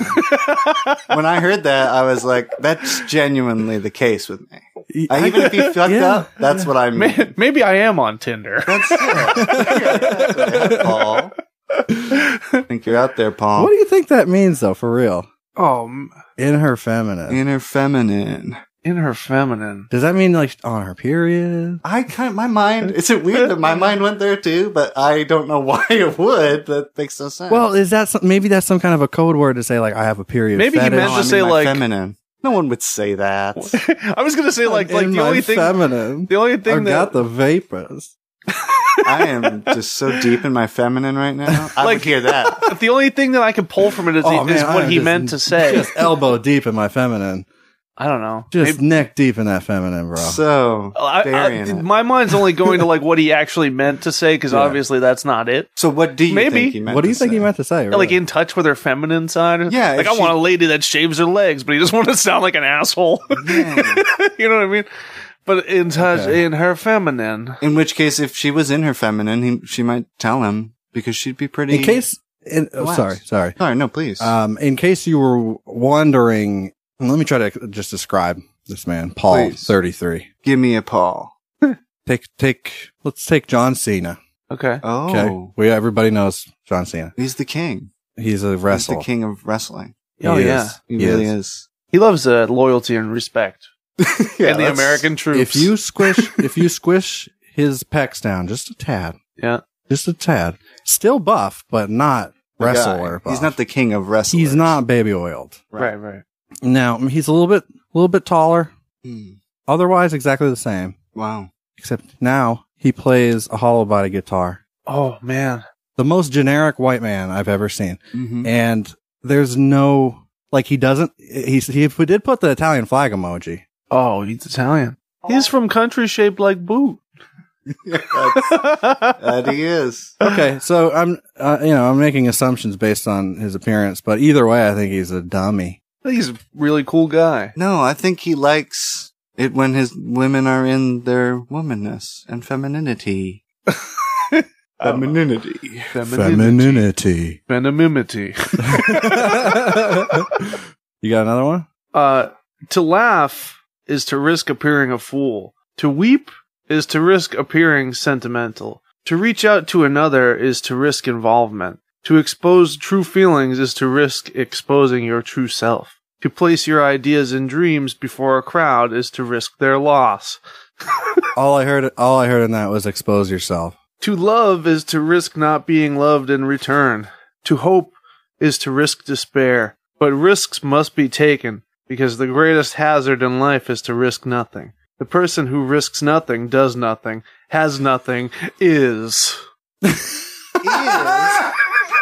B: when I heard that, I was like, that's genuinely the case with me. I, even if you fucked
A: Yeah.
B: up, that's what I mean.
C: May- [LAUGHS] Maybe I am on Tinder.
B: That's it. Paul. I think you're out there, Paul.
A: What do you think that means, though, for real?
C: Oh, m-
A: In her feminine.
B: Inner feminine.
C: in her feminine.
A: Does that mean like on her period?
B: I kind of, my mind, is it weird that my mind went there too? But I don't know why it would. That makes no sense.
A: Well, is that some, maybe that's some kind of a code word to say like I have a period?
C: Maybe he
A: fetish.
C: meant
B: No,
C: to
B: I
C: say,
B: my
C: like-
B: feminine. No one would say that.
C: [LAUGHS] I was gonna say like like
A: In
C: the
A: my
C: only thing
A: feminine.
C: the only
A: I
C: thing that
A: got the vapors.
B: [LAUGHS] I am just so deep in my feminine right now. I
C: Like-
B: would
C: [LAUGHS]
B: hear that.
C: the only thing that I can pull from it is,
A: Oh,
C: is
A: man, I
C: what
A: am
C: he
A: just-
C: meant to say.
A: Just elbow deep in my feminine.
C: I don't know.
A: Just
C: Maybe-
A: neck deep in that feminine, bro.
B: So
C: Oh, I- I-
B: burying it.
C: my mind's only going to like what he actually meant to say because
A: Yeah.
C: obviously that's not it.
B: So what do you
C: Maybe.
B: think he meant?
A: what do
B: to
A: you think
B: say?
A: he
B: [LAUGHS]
A: meant to say?
C: Like
A: really?
C: in touch with her feminine side.
B: Yeah,
C: Like
B: if
C: I
B: she-
C: want a lady that shaves her legs, but he doesn't [LAUGHS] want to sound like an asshole. [LAUGHS]
B: Yeah.
C: you know what I mean? But in touch in her feminine.
B: In which case, if she was in her feminine, he, she might tell him because she'd be pretty.
A: in case. In, oh,
B: Relax.
A: sorry, sorry.
B: sorry, no, please.
A: Um, in case you were wondering, let me try to just describe this man, Paul,
B: Please.
A: thirty-three.
B: Give me a Paul.
A: Take, take. Let's take John Cena.
C: Okay.
B: Oh,
A: Okay, we everybody knows John Cena.
B: he's the king.
A: He's a wrestler.
B: He's the king of wrestling.
A: He
C: oh
A: is.
C: yeah.
B: He,
A: He
B: really
A: is.
C: [LAUGHS]
B: is.
C: He loves uh, loyalty and respect.
B: Yeah,
C: and the
B: that's-
C: American troops.
A: If you [LAUGHS] squish, if you squish his pecs down just a tad,
C: Yeah.
A: just a tad, still buff, but not
B: the
A: wrestler.
B: guy. He's not the king of
A: buff.
B: wrestling.
A: He's not baby oiled.
C: Right, right.
A: Now he's a little bit, a little bit taller. Otherwise, exactly the same.
B: Hmm. Wow.
A: Except now he plays a hollow body guitar.
C: Oh man.
A: The most generic white man I've ever seen.
B: Mhm.
A: And there's no like he doesn't. He he did put the Italian flag emoji.
C: Oh, he's Italian. He's from country shaped like boot. [LAUGHS]
B: [LAUGHS] That's- that he is.
A: Okay, so I'm, uh, you know, I'm making assumptions based on his appearance, but either way, I think he's a dummy.
C: I think he's a really cool guy.
B: No, I think he likes it when his women are in their womanness and [LAUGHS] femininity.
A: [LAUGHS]
B: femininity.
A: Femininity.
C: Femininity.
A: you got another one?
C: Uh, to laugh is to risk appearing a fool. To weep is to risk appearing sentimental. To reach out to another is to risk involvement. To expose true feelings is to risk exposing your true self. To place your ideas and dreams before a crowd is to risk their loss.
A: All I heard, all I heard in that was expose yourself.
C: To love is to risk not being loved in return. To hope is to risk despair. But risks must be taken because the greatest hazard in life is to risk nothing. The person who risks nothing, does nothing, has nothing, is.
B: Yes.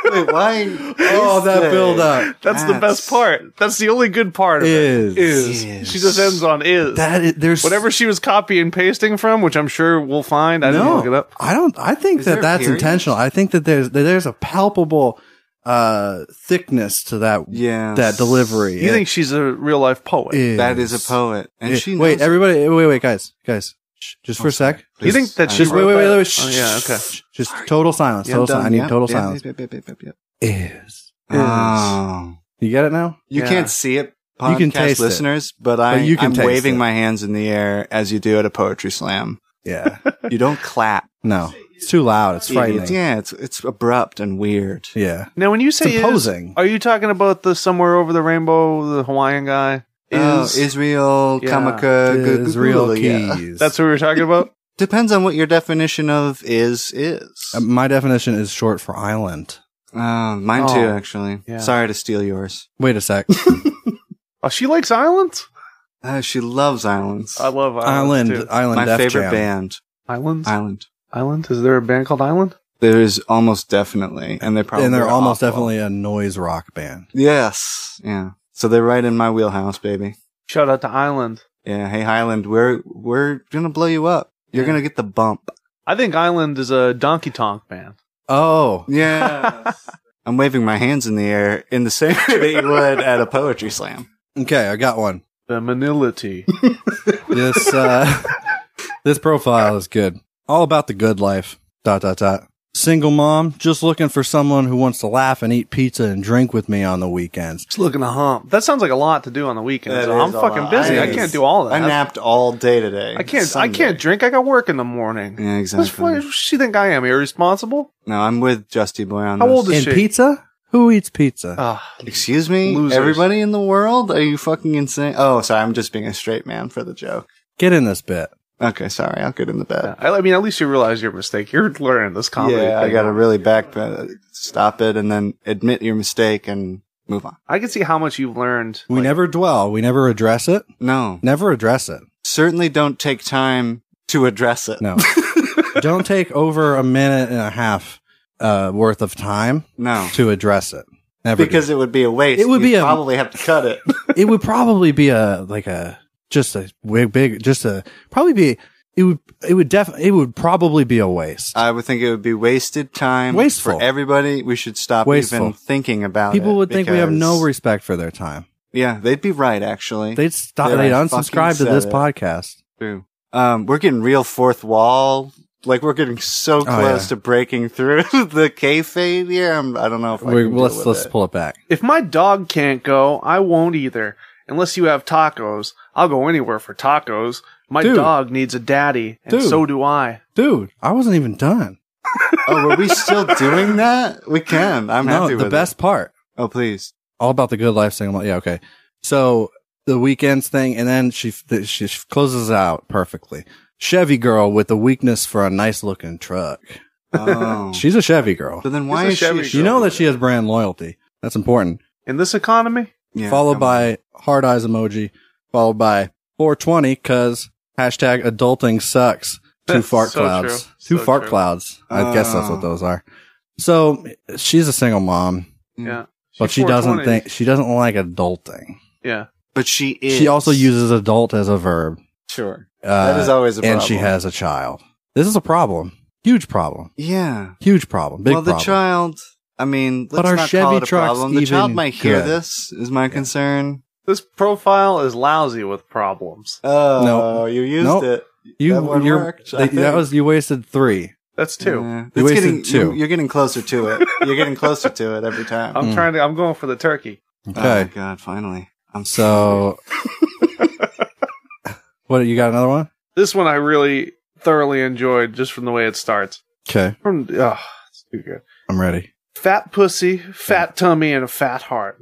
B: Wait, why?
A: Oh,
B: is
A: that
B: there?
A: build up.
C: That's, the best
B: That's-
C: part. That's the only good part of
A: Is.
C: it. Is.
B: Is.
C: She just ends on is.
A: That is, there's
C: Whatever she was copy and pasting from, which I'm sure we'll find. I didn't
A: no,
C: look it up.
A: I don't. I think
B: Is
A: that
B: there
A: that's
B: periods?
A: intentional. I think that there's that there's a palpable uh thickness to that
B: Yes.
A: that delivery.
C: You think she's a real life poet?
B: That is a poet, and
A: It-
B: she knows
A: wait, everybody, wait, wait, guys, guys, shh, just for a sec.
C: You think that
B: I
C: she's
A: Just
B: know.
A: wait, wait, wait, wait.
C: Oh,
A: shh,
C: yeah,
A: shh,
C: okay.
A: shh, Just total silence.
B: Yeah,
A: Total
B: I'm done.
A: silence. I need
B: Yep,
A: total
B: yep,
A: silence.
B: yep, yep, yep, yep, yep.
A: Is
B: Oh.
A: you get it now?
B: You
C: Yeah.
B: can't see it, podcast
A: You can taste it.
B: listeners, but I,
A: But you can
B: I'm
A: taste
B: waving
A: it.
B: my hands in the air as you do at a poetry slam.
A: Yeah.
B: You don't [LAUGHS] clap.
A: no, it's too loud. It's
B: It's,
A: frightening.
B: yeah, it's it's abrupt and weird.
A: Yeah.
C: Now, when you say
A: It's
C: is,
A: imposing.
C: are you talking about the somewhere over the rainbow, the Hawaiian guy?
B: Oh,
C: Is,
B: Israel
C: Yeah.
B: Kamaka Gu-
A: Is real
B: Gugula, yeah. [LAUGHS]
A: keys.
C: that's what we were talking about?
B: Depends on what your definition of is is.
A: Uh, my definition is short for island.
B: Oh, mine
C: Oh.
B: too, actually.
C: Yeah.
B: Sorry to
A: [LAUGHS]
B: steal yours.
A: Wait a
B: [LAUGHS]
A: sec.
C: [LAUGHS] oh, she likes islands.
B: Uh, she loves islands.
C: I love islands.
A: island.
C: too.
A: Island.
B: my
A: Def
B: favorite
A: Jam.
B: band,
C: Islands.
B: Island.
C: Island. Is there a band called Island?
B: There is almost definitely, and they're probably
A: and they're almost
B: awful.
A: definitely a noise rock band.
B: Yes. Yeah. So they're right in my wheelhouse, baby.
C: Shout out to Island.
B: Yeah. Hey, Highland, we're we're gonna blow you up. You're
C: Yeah.
B: gonna get the bump.
C: I think Island is a Donkey Tonk band.
A: Oh,
B: Yeah. [LAUGHS] I'm waving my hands in the air in the same way that you would at a poetry slam.
A: okay. I got one.
B: [LAUGHS]
C: Femininity.
A: This uh, [LAUGHS] this profile is good. All about the good life. Dot dot dot. Single mom, just looking for someone who wants to laugh and eat pizza and drink with me on the weekends.
C: Just looking to hump. That sounds like a lot to do on the weekends.
B: That
C: I'm
B: is a
C: fucking
B: lot.
C: busy. I
B: That
C: can't
B: is-
C: do all that.
B: I napped all day today.
C: I can't. I
B: Sunday.
C: can't drink. I got work in the morning.
B: Yeah,
C: That's
B: exactly.
C: why she think I am irresponsible.
B: No, I'm with Justy Boy on
C: How
B: this. Uh,
C: old is
A: and
C: she?
A: pizza? Who eats pizza?
C: Ah,
B: Excuse me?
C: Losers.
B: Everybody in the world? Are you fucking insane? Oh, sorry. I'm just being a straight man for the joke.
A: Get in this bit.
B: Okay, sorry. I'll get in the bed.
C: I, I mean, at least you realize your mistake. You're learning this comedy.
B: yeah, I
C: thing.
B: got to really back uh, stop it and then admit your mistake and move on.
C: I can see how much you've learned.
A: We never dwell. We never address it.
B: No,
A: Never address it.
B: certainly don't take time to address it. [LAUGHS]
A: No. Don't take over a minute and a half uh, worth of time
B: No.
A: to address it. Never. do
B: because [LAUGHS] it would be a waste.
A: It would
B: You'd
A: be a-
B: probably have to cut it.
A: it would probably be a like a just a big, big just a probably be it would it would definitely it would probably be a waste.
B: I would think it would be wasted time.
A: Wasteful.
B: for everybody. We should stop
A: Wasteful.
B: even thinking about it.
A: People would think we have no
B: because-
A: respect for their time.
B: Yeah, they'd be right. Actually,
A: They'd stop.
B: Yeah,
A: They'd
B: I
A: unsubscribe to
B: fucking
A: this
B: said it.
A: podcast.
B: True. Um, we're getting real fourth wall. Like we're getting so
A: Oh, yeah.
B: close to breaking through [LAUGHS] the kayfabe. Yeah, I'm, I don't know if I
A: We're,
B: can deal
A: let's
B: with
A: let's
B: it.
A: pull it back.
C: If my dog can't go, I won't either. Unless you have tacos, I'll go anywhere for tacos. My
A: Dude.
C: dog needs a daddy, and
A: Dude.
C: so do I.
A: Dude, I wasn't even done.
B: Oh, were
A: [LAUGHS]
B: we still doing that? We can. I'm
A: no,
B: happy
A: the
B: with
A: best part.
B: It.
A: [LAUGHS]
B: Oh, please.
A: all about the good life single. Yeah, okay. So the weekends thing, and then she th- she closes out perfectly. Chevy girl with a weakness for a nice looking truck.
B: Oh.
A: She's a Chevy girl.
B: so then
C: It's
B: why
C: a
B: is she? a
C: Chevy
A: You know that she has brand loyalty. That's important.
C: In this economy,
B: Yeah,
A: followed
B: come on.
A: by hard eyes emoji, followed by 420 because hashtag adulting
C: [LAUGHS]
A: sucks. Two
C: That's
A: fart
C: so
A: clouds.
C: true.
A: Two
C: So
A: fart
C: true.
A: clouds. I guess that's
B: Oh.
A: what those are. So she's a single mom,
C: yeah.
A: but
C: She's
A: she doesn't
C: 420.
A: think she doesn't like adulting.
C: Yeah.
B: But she is.
A: She also uses adult as a verb.
B: Sure.
A: Uh,
B: that is always a
A: and
B: problem.
A: she has a child. This is a problem. Huge problem.
B: Yeah.
A: Huge problem. Big
B: well, the
A: problem.
B: child. I mean, let's
A: But our
B: not
A: Chevy
B: call it a
A: trucks
B: problem. The child
A: even
B: might hear
A: could.
B: this. Is my concern.
C: This profile is lousy with problems.
B: Oh,
A: Nope.
B: you used
A: Nope.
B: it.
A: you,
B: that one
A: you're-
B: worked, I
A: that- that
B: think.
A: was you wasted three.
C: That's two.
B: Yeah.
A: You
B: It's
A: wasted
B: getting
A: two.
B: you- You're getting closer to it. You're getting closer to it every time.
C: I'm
A: Mm.
C: trying to. I'm going for the turkey.
B: Oh my
A: Okay,
B: god! Finally, I'm [LAUGHS]
A: so what? You got another one?
C: This one I really thoroughly enjoyed just from the way it starts.
A: Okay,
C: From oh, it's too good.
A: I'm ready.
C: Fat pussy, fat tummy, and a
A: [LAUGHS]
C: fat heart.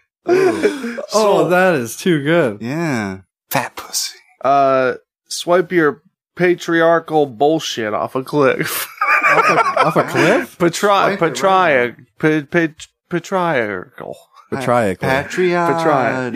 C: [LAUGHS]
A: oh, that is too good.
B: yeah, fat pussy.
A: Oh.
C: Uh, swipe your patriarchal bullshit off a cliff.
A: Off a cliff?
C: [LAUGHS] Patri-
B: Swipe it
C: patria, pa- pa- patriarchal.
A: Patriotic.
B: Patriotic.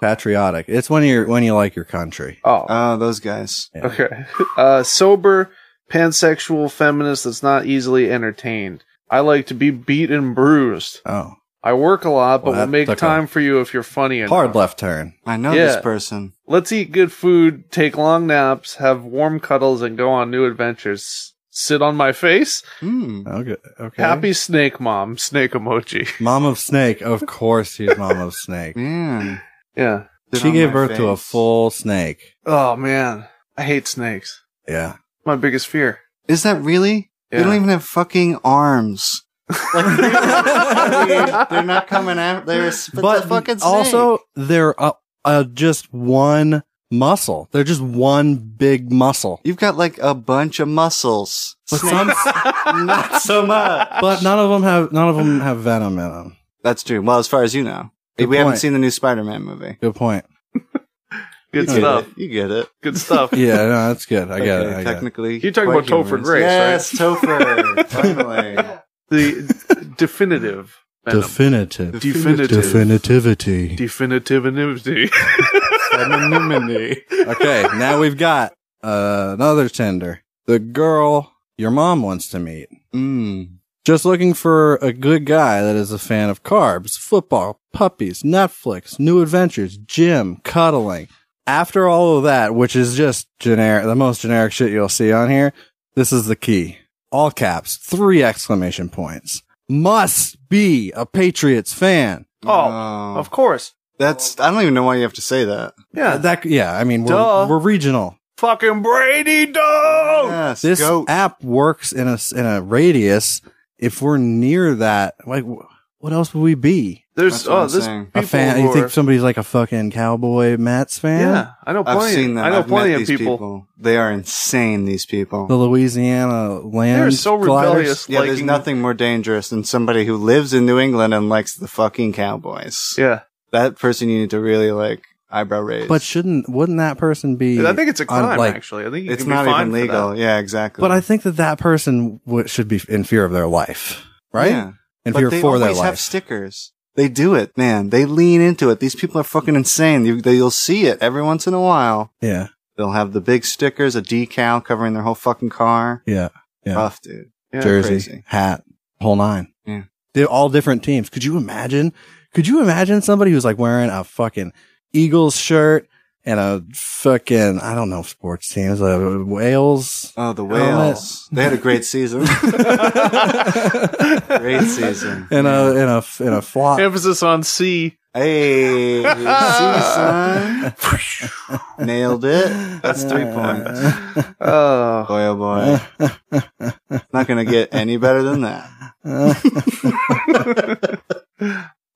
A: Patriotic. It's when you are when you like your country.
C: Oh,
B: Oh, those guys.
A: Uh, Yeah.
C: okay. Uh, sober, pansexual feminist that's not easily entertained. I like to be beat and bruised.
A: Oh,
C: I work a lot, but
A: Well,
C: we'll
A: that
C: make
A: took a
C: time for you if you're funny enough.
A: hard left turn.
B: I know
C: Yeah.
B: this person.
C: Let's eat good food, take long naps, have warm cuddles, and go on new adventures. Sit on my face.
B: Hmm.
A: Okay, okay.
C: Happy snake mom, snake emoji.
A: mom of snake. Of course, he's mom of
B: [LAUGHS]
A: snake.
B: Man.
C: Yeah.
A: she gave birth to a full snake.
C: Oh man, I hate snakes.
A: Yeah.
C: My biggest fear.
B: Is that really?
C: Yeah.
B: They don't even have fucking arms.
C: [LAUGHS]
B: Like, really, they're not coming out. They're s- it's a fucking snake.
A: also they're uh, uh, just one muscle. They're just one big muscle.
B: you've got like a bunch of muscles.
A: But [LAUGHS] some,
B: [LAUGHS] not so much.
A: but none of them have none of them have venom in them.
B: That's true. Well, as far as you know,
A: Good
B: we haven't
A: point.
B: seen the new Spider-Man movie.
A: Good point.
C: Good
B: you
C: stuff.
B: Get it. You get it.
C: Good
A: [LAUGHS]
C: stuff.
A: Yeah, no, that's good. I got it. I got it.
B: technically,
C: You're talking
B: quite
C: about Topher
B: humorous.
C: Grace, [LAUGHS]
B: Yes, Topher. Finally,
C: The definitive. venom.
A: Definitive.
C: Definitive.
A: Definitivity.
C: definitive anonymity.
B: anonymity.
A: okay, now we've got uh, another tender. The girl your mom wants to meet.
B: Mm.
A: Just looking for a good guy that is a fan of carbs, football, puppies, Netflix, new adventures, gym, cuddling. After all of that, which is just generic, the most generic shit you'll see on here, this is the key. All caps, three exclamation points. Must be a Patriots fan.
C: [LAUGHS] oh, of course.
B: that's. I don't even know why you have to say that.
C: Yeah.
A: Uh, That, yeah, I mean, we're,
C: Duh.
A: we're regional.
C: Fucking Brady dog.
B: yes,
A: this
B: goat.
A: app works in a s- in a radius. If we're near that, like, wh- what else would we be?
C: There's
B: That's what
C: oh,
B: I'm
C: this
B: saying.
C: people
A: A fan?
C: who
A: You think
C: are-
A: somebody's like a fucking cowboy Mets fan?
C: Yeah, I know plenty.
B: I've seen them.
C: I know
B: I've
C: plenty
B: met
C: of
B: these
C: people.
B: They are insane. These
A: The
B: people.
A: Louisiana land.
C: They're so
A: gliders?
C: rebellious.
B: Yeah, there's
C: liking-
B: nothing more dangerous than somebody who lives in New England and likes the fucking Cowboys.
C: Yeah,
B: That person you need to really like eyebrow raise.
A: But shouldn't wouldn't that person be?
C: I think it's a
A: on,
C: crime.
A: like-
C: actually, I think you
B: it's
C: can be
B: not
C: fined
B: even
C: for that.
B: legal. Yeah, exactly.
A: But I think that that person w- should be in fear of their life, right?
B: Yeah.
A: In
B: but
A: fear
B: they
A: for their
B: always
A: life.
B: have stickers. They do it, man. They lean into it. These people are fucking insane. You, they, you'll see it every once in a while.
A: yeah,
B: They'll have the big stickers, a decal covering their whole fucking car.
A: yeah. Yeah.
B: Rough, dude.
C: Yeah,
A: Jersey,
B: crazy.
A: hat, whole nine.
B: Yeah.
A: They're all different teams. Could you imagine? Could you imagine somebody who's like wearing a fucking Eagles shirt and a fucking, I don't know, sports teams, uh, Wales?
B: Oh, the whales. They had a
A: [LAUGHS]
B: great season. great season.
A: [LAUGHS] In a, in a, in a flop.
C: Emphasis on C.
B: Hey, see, [LAUGHS] son? Nailed it. That's three points.
C: Oh,
B: Boy, oh boy. Not going to get any better than that.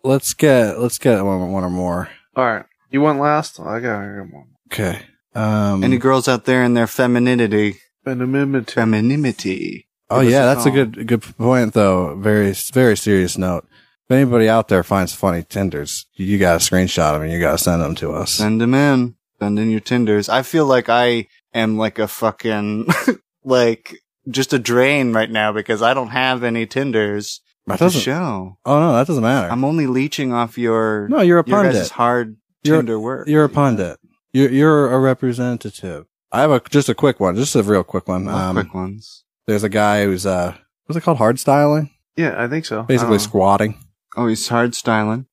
A: let's get, let's get one, one or more.
C: all right. You went last. I got I got one.
A: Okay. Um,
B: Any girls out there in their femininity?
C: An amendment. to-
B: Femininity.
A: Oh
B: Give us
A: yeah,
B: a
A: that's a
B: call.
A: good good point though. Very very serious note. If anybody out there finds funny tenders, you got to screenshot them and you got to send them to us.
B: Send them in. Send in your Tinders. I feel like I am like a fucking, [LAUGHS] like, just a drain right now because I don't have any Tinders
A: That
B: to
A: doesn't.
B: show.
A: oh no, that doesn't matter.
B: I'm only leeching off your,
A: no, you're a
B: your guys'
A: pundit.
B: hard
A: You're-
B: Tinder work.
A: You're a pundit. You're you're a representative. I have a just a quick one, just a real quick one. Um,
B: Love quick ones.
A: There's a guy who's uh, what's it called, hard styling,
C: yeah, I think so. Uh-huh.
A: basically
B: Oh.
A: squatting.
B: Oh, he's hard styling.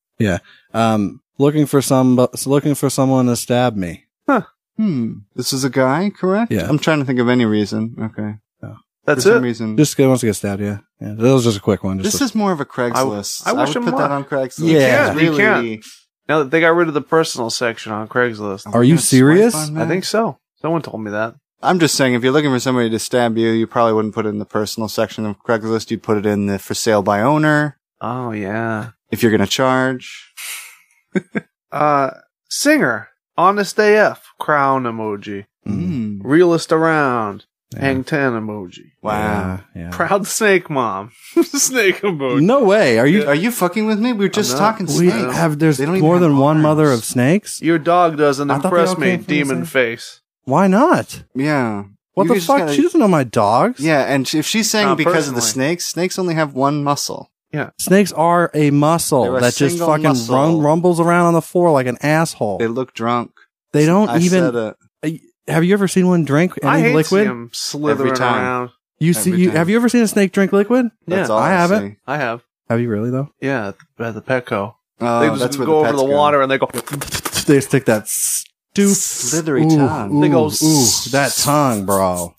A: Um, looking for some looking for someone to stab me.
C: Huh.
B: Hmm. This is a guy, correct?
A: Yeah.
B: I'm trying to think of any reason. Okay.
C: That's
B: For some
C: it.
B: reason.
A: Just wants to get stabbed. Yeah, yeah. That was just a quick one. Just
B: this is more of a Craigslist.
C: I wish
B: would
C: him
B: put that
C: luck.
B: on Craigslist.
A: You Yeah.
C: can't, you can't. Now that they got rid of the personal section on Craigslist,
A: Are you
B: Gonna swipe
A: serious?
B: on
C: I
B: that?
C: think so. Someone told me that.
B: I'm just saying, if you're looking for somebody to stab you, you probably wouldn't put it in the personal section of Craigslist. You'd put it in the for sale by owner
C: Oh yeah.
B: if you're going to charge.
C: Uh, singer, honest AF, crown emoji,
A: Mm.
B: Mm.
C: realist around,
A: Yeah.
C: hang ten emoji,
B: Wow.
A: Yeah, yeah.
C: proud snake mom, [LAUGHS] snake emoji.
A: No way. Are you?
B: Are you fucking with me? We were just
C: not.
B: talking
A: we
B: snake.
A: have. There's
B: They don't even
A: more than
B: have
A: one mother
B: arms.
A: of snakes.
C: Your dog doesn't
A: I thought they
C: impress
A: all
C: me,
A: came from the
C: demon
A: same-
C: face.
A: Why not?
B: yeah.
A: What
B: You
A: the
B: just
A: fuck?
B: gotta-
A: she doesn't know my dogs.
B: yeah, and she- if she's saying
C: Not
B: because of the
C: personally.
B: snakes, snakes only have one muscle.
A: Snakes are a muscle
B: They're a
A: that just
B: single
A: fucking
B: muscle.
A: rum- rumbles around on the floor like an asshole.
B: They look drunk.
A: They don't
B: I said
A: even. uh,
B: it.
A: Have you ever seen one drink any
C: I hate
A: liquid?
C: liquid? him slithering
B: Every time.
C: around.
A: You see,
B: Every
A: you,
B: time.
A: have you ever seen a snake drink liquid?
B: That's
C: yeah,
B: all
A: I
B: I,
A: haven't.
B: see.
C: I have.
A: Have you really though?
C: Yeah, at the- at the Petco.
B: Oh,
C: they just
B: that's where
C: go
B: the
C: over
B: pets
C: the
B: go.
C: water and they go.
A: [LAUGHS] They stick that stupid
B: Slithery tongue.
C: They go
A: Ooh, that tongue, bro,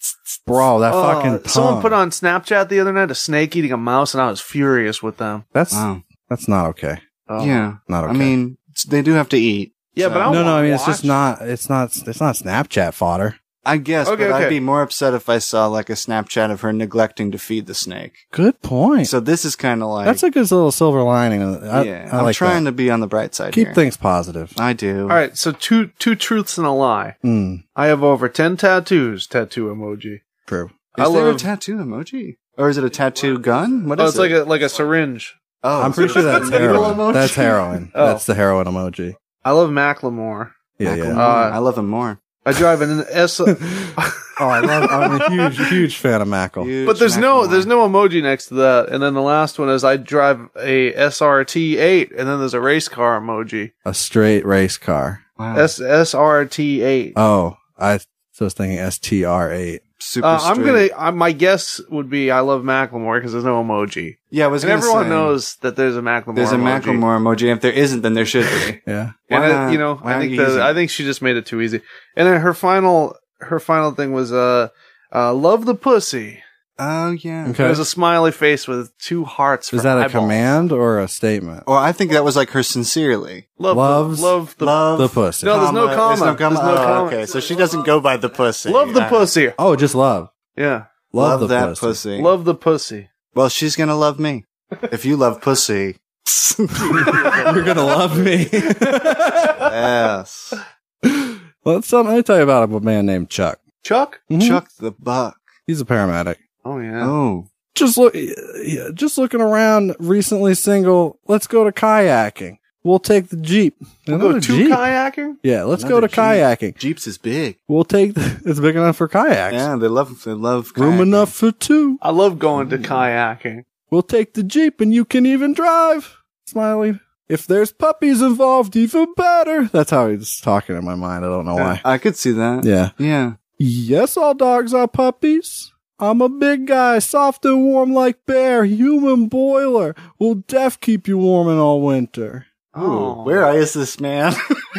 A: bro, that
C: Uh,
A: fucking tongue.
C: Someone put on Snapchat the other night a snake eating a mouse, and I was furious with them.
A: That's
B: Wow.
A: that's not okay.
C: Oh.
B: Yeah.
A: Not okay.
B: I mean, s- they do have to eat.
C: yeah, but I
A: no,
C: don't
A: no.
C: wanna
A: I mean, it's just
C: watch.
A: not. It's not. It's not Snapchat fodder.
B: I guess,
C: Okay,
B: but
C: okay.
B: I'd be more upset if I saw like a Snapchat of her neglecting to feed the snake.
A: Good point.
B: So this is kind of like
A: that's a good little silver lining. I,
B: yeah.
A: I
B: I am
A: like
B: trying
A: that.
B: to be on the bright side.
A: keep
B: here.
A: things positive.
B: I do.
C: All right, so two two truths and a lie.
A: Mm,
C: I have over ten tattoos. Tattoo emoji.
A: true.
B: Is
C: I
B: there
C: love-
B: a tattoo emoji, or is it a tattoo gun? What is
C: oh, it's
B: it?
C: like a like a syringe.
B: oh,
A: I'm pretty sure that's
B: needle
A: heroin.
B: emoji?
A: That's
B: [LAUGHS]
A: heroin.
C: Oh.
A: That's the heroin emoji.
C: I love Macklemore.
A: Yeah, yeah.
B: Macklemore.
C: [LAUGHS] Uh,
B: I love him more.
C: I drive an
B: [LAUGHS]
C: S. but
A: Oh, I love. I'm a huge, huge fan of Mackle.
B: Huge
C: there's no
B: Macklemore.
C: there's no emoji next to that. And then the last one is I drive a SRT eight, and then there's a race car emoji.
A: A straight race car.
B: Wow.
C: S SRT eight.
A: Oh, I was thinking STR8.
B: super.
C: Uh, I'm gonna.
B: straight.
C: I, my guess would be I love Macklemore because there's no emoji,
B: Yeah, I was
C: and
B: gonna
C: everyone
B: say,
C: knows that there's a Macklemore.
B: There's a
C: emoji.
B: Macklemore emoji. If there isn't, then there should
C: [LAUGHS]
B: be.
A: Yeah.
C: and
B: Why
C: I,
B: not?
C: you know,
B: Why
C: I
B: aren't
C: think
B: you using
C: the,
B: it?
C: I think she just made it too easy. And then her final her final thing was uh, uh love the pussy.
B: Oh yeah.
A: Okay.
C: There's a smiley face with two hearts.
A: Is
C: for
A: that a
C: eyeballs.
A: command or a statement?
B: Or I think that was like her sincerely.
C: Love
A: Loves-
C: the, love the
B: love
A: the pussy.
C: No, there's no
B: There's no
C: comma.
B: comma.
C: There's no
B: Oh,
C: comma.
B: Okay, so she doesn't go by the pussy.
C: love the
B: All right.
C: pussy.
A: Oh, just love.
C: Yeah,
A: Love,
B: Love,
A: the
B: that
A: pussy.
B: pussy.
C: love the pussy.
B: Well, she's gonna
C: [LAUGHS]
B: love me. If you love pussy,
A: [LAUGHS] You're gonna love me.
B: yes.
A: Let's um, let me tell you about a man named Chuck.
C: Chuck.
A: Mhm.
B: Chuck the buck.
A: He's a paramedic.
C: Oh Mm-hmm. yeah.
B: Oh,
A: Just look, yeah, just looking around. Recently single. Let's go to kayaking. We'll take the jeep.
C: We'll
A: Another
C: go two
A: Jeep.
C: kayaking.
A: yeah, let's go to
B: Another Jeep.
A: kayaking.
B: Jeeps is big.
A: We'll take. The, [LAUGHS] it's big enough for kayaks.
B: Yeah, they love they love
A: Room
B: kayaking.
A: enough for two.
C: I love going to kayaking.
A: We'll take the Jeep and you can even drive. Smiley. If there's puppies involved, even better. That's how he's talking in my mind. I don't know why.
B: I could see that.
A: Yeah.
B: Yeah.
A: Yes, all dogs are puppies. I'm a big guy, soft and warm like bear, human boiler. Will def keep you warm in all winter.
C: Oh.
B: Ooh, where is this man? [LAUGHS]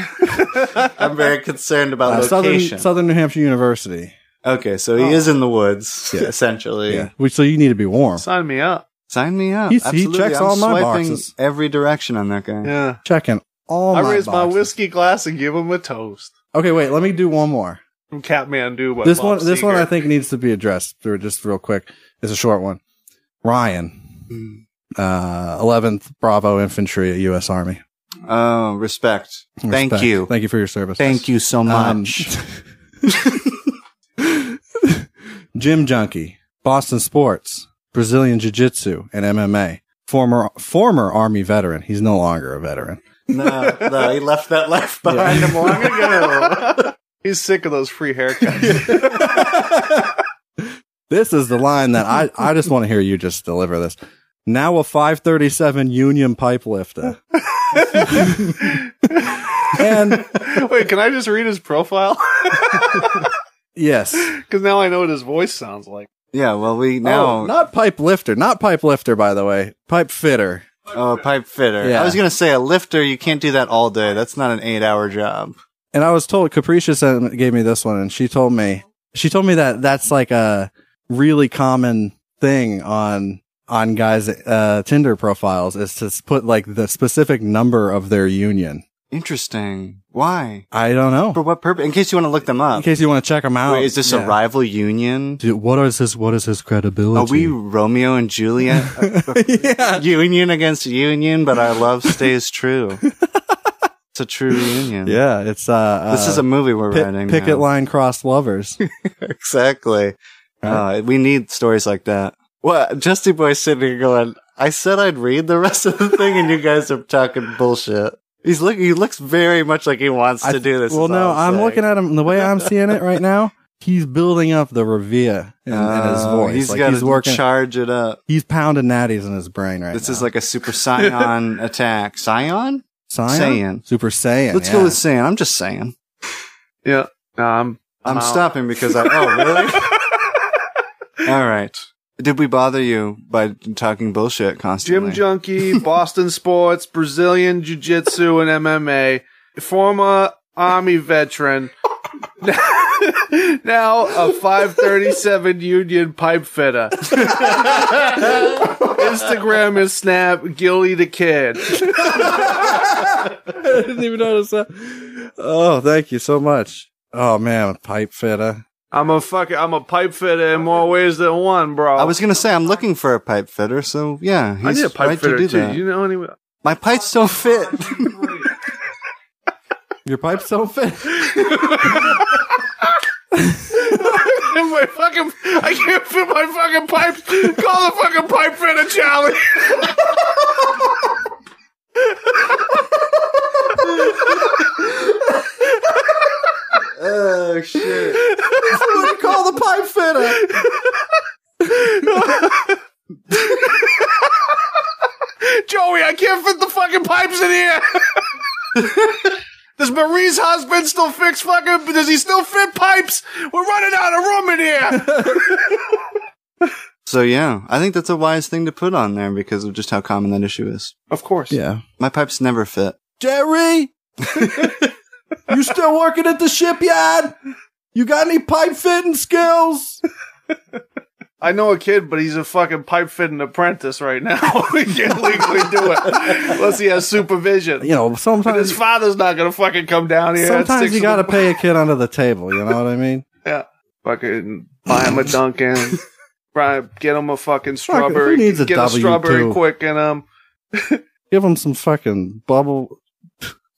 B: I'm very concerned about
A: Uh, Southern
B: location.
A: Southern New Hampshire University.
B: okay, so he
C: Oh.
B: is in the woods
A: Yeah.
B: [LAUGHS] essentially.
A: Yeah. Which so you need to be warm.
C: [LAUGHS] Sign me up.
B: Sign me up.
A: He's- he
B: Absolutely.
A: checks
B: I'm
A: all my
B: swiping
A: boxes.
B: Every direction on that guy.
C: Yeah.
A: Checking all Oh my
C: I raise my
A: boxes.
C: whiskey glass and give him a toast
A: Okay, wait. Let me do one more.
C: from Catmandu. by
A: this
C: Bob
A: one, this one,
C: Seger.
A: I think needs to be addressed. through- Just real quick, it's a short one. Ryan, uh, eleventh Bravo Infantry, U.S. Army.
B: Oh, respect. Thank
A: Respect.
B: you.
A: thank you for your service.
B: Thank you so
A: Um, [LAUGHS]
B: much. [LAUGHS]
A: Jim Junkie, Boston Sports, Brazilian Jiu Jitsu, and MMA. Former former Army veteran. He's no longer a veteran.
B: no, no, he left that life behind him
A: [LAUGHS]
B: long ago.
C: He's sick of those free haircuts.
A: This is the line that I I just want to hear you just deliver this. Now a 537 Union pipe lifter. [LAUGHS] and
C: [LAUGHS] Wait, can I just read his profile? [LAUGHS]
A: yes.
C: Because now I know what his voice sounds like.
B: yeah, well, we
A: Oh, No,
B: now
A: not pipe lifter, not pipe lifter, by the way, pipe fitter.
B: oh, pipe fitter.
A: Yeah.
B: I was gonna say a lifter. You can't do that all day. That's not an eight-hour job.
A: And I was told Capricious sent- gave me this one, and she told me she told me that that's like a really common thing on on guys' uh, Tinder profiles is to s- put like the specific number of their union.
B: Interesting. Why?
A: I don't
B: For
A: know.
B: what purpose? In case you want to look them
A: In
B: up.
A: case you want to check them out,
B: Wait, is this
A: Oh, Yeah.
B: a rival union?
A: Dude, what is his? What is his credibility? [LAUGHS]
B: Are we Romeo and Juliet?
A: yeah.
B: union against union, but our love stays
A: [LAUGHS]
B: true. it's a true union.
A: Yeah. It's uh.
B: This is a movie we're
A: pi-
B: writing.
A: picket
B: now.
A: line crossed lovers.
B: [LAUGHS] exactly. Uh, we need stories like that. Well, Justy Boy sitting here going, I said I'd read the rest of the thing, and you guys are talking bullshit. He's look. He looks very much like he wants
A: I-
B: to do this.
A: Well, no, I'm looking at him the way I'm seeing it right
B: [LAUGHS]
A: now. He's building up the revia in, in his voice.
B: Oh, He's
A: Like,
B: got
A: he's working.
B: to charge it up.
A: he's pounding natties in his brain right
B: This
A: now.
B: is like a
A: [LAUGHS]
B: super Scion attack. Scion?
A: Saiyan?
B: Saiyan.
A: Super Saiyan.
B: Let's
A: yeah. [LAUGHS]
B: go with Saiyan. I'm just saying.
C: Yeah. Um,
B: I'm
C: Wow.
B: stopping because I. Oh, really?
C: [LAUGHS]
B: All right. Did we bother you by talking bullshit constantly?
C: Gym
B: [LAUGHS]
C: junkie, Boston sports, Brazilian jiu jitsu, and MMA, former army veteran, [LAUGHS] now a 537 Union pipe fitter. [LAUGHS] Instagram and Snap, Gilly the Kid.
A: I didn't even notice that. Oh, thank you so much. Oh man, pipe fitter.
C: I'm a fucking, I'm a pipe fitter in more ways than one, bro.
B: I was gonna say I'm looking for a pipe fitter, so yeah, he's
C: I need a pipe
B: right
C: fitter
B: to do
C: too.
B: that.
C: You know anyone?
B: My pipes don't fit. [LAUGHS]
A: Your pipes don't fit.
C: [LAUGHS] my fucking, I can't fit my fucking pipes. Call the fucking pipe fitter challenge.
B: oh shit!
A: what do you call the pipe fitter?
C: Joey, I can't fit the fucking pipes in here. [LAUGHS] Does Marie's husband still fix fucking? Does he still fit pipes? We're running out of room in here.
B: So yeah, I think that's a wise thing to put on there because of just how common that issue is.
C: [LAUGHS] Of course.
A: Yeah.
B: My pipes never fit. [LAUGHS]
A: Jerry, you still working at the shipyard? You got any pipe fitting skills?
C: I know a kid, but he's a fucking pipe fitting apprentice right now. [LAUGHS] he can't legally do it unless he has supervision.
A: You know,
C: And his
A: sometimes
C: father's not gonna fucking come down here. at
A: sometimes
C: six
A: you
C: in
A: got to
C: the-
B: [LAUGHS]
A: pay a kid under the table. You know what I mean?
C: fucking buy him a Dunkin'.
A: [LAUGHS]
C: Brian, get him a fucking
A: Fuck, who
C: strawberry.
A: needs a
C: get
A: W2?
C: a strawberry quick um, in him.
A: Give them some fucking bubble,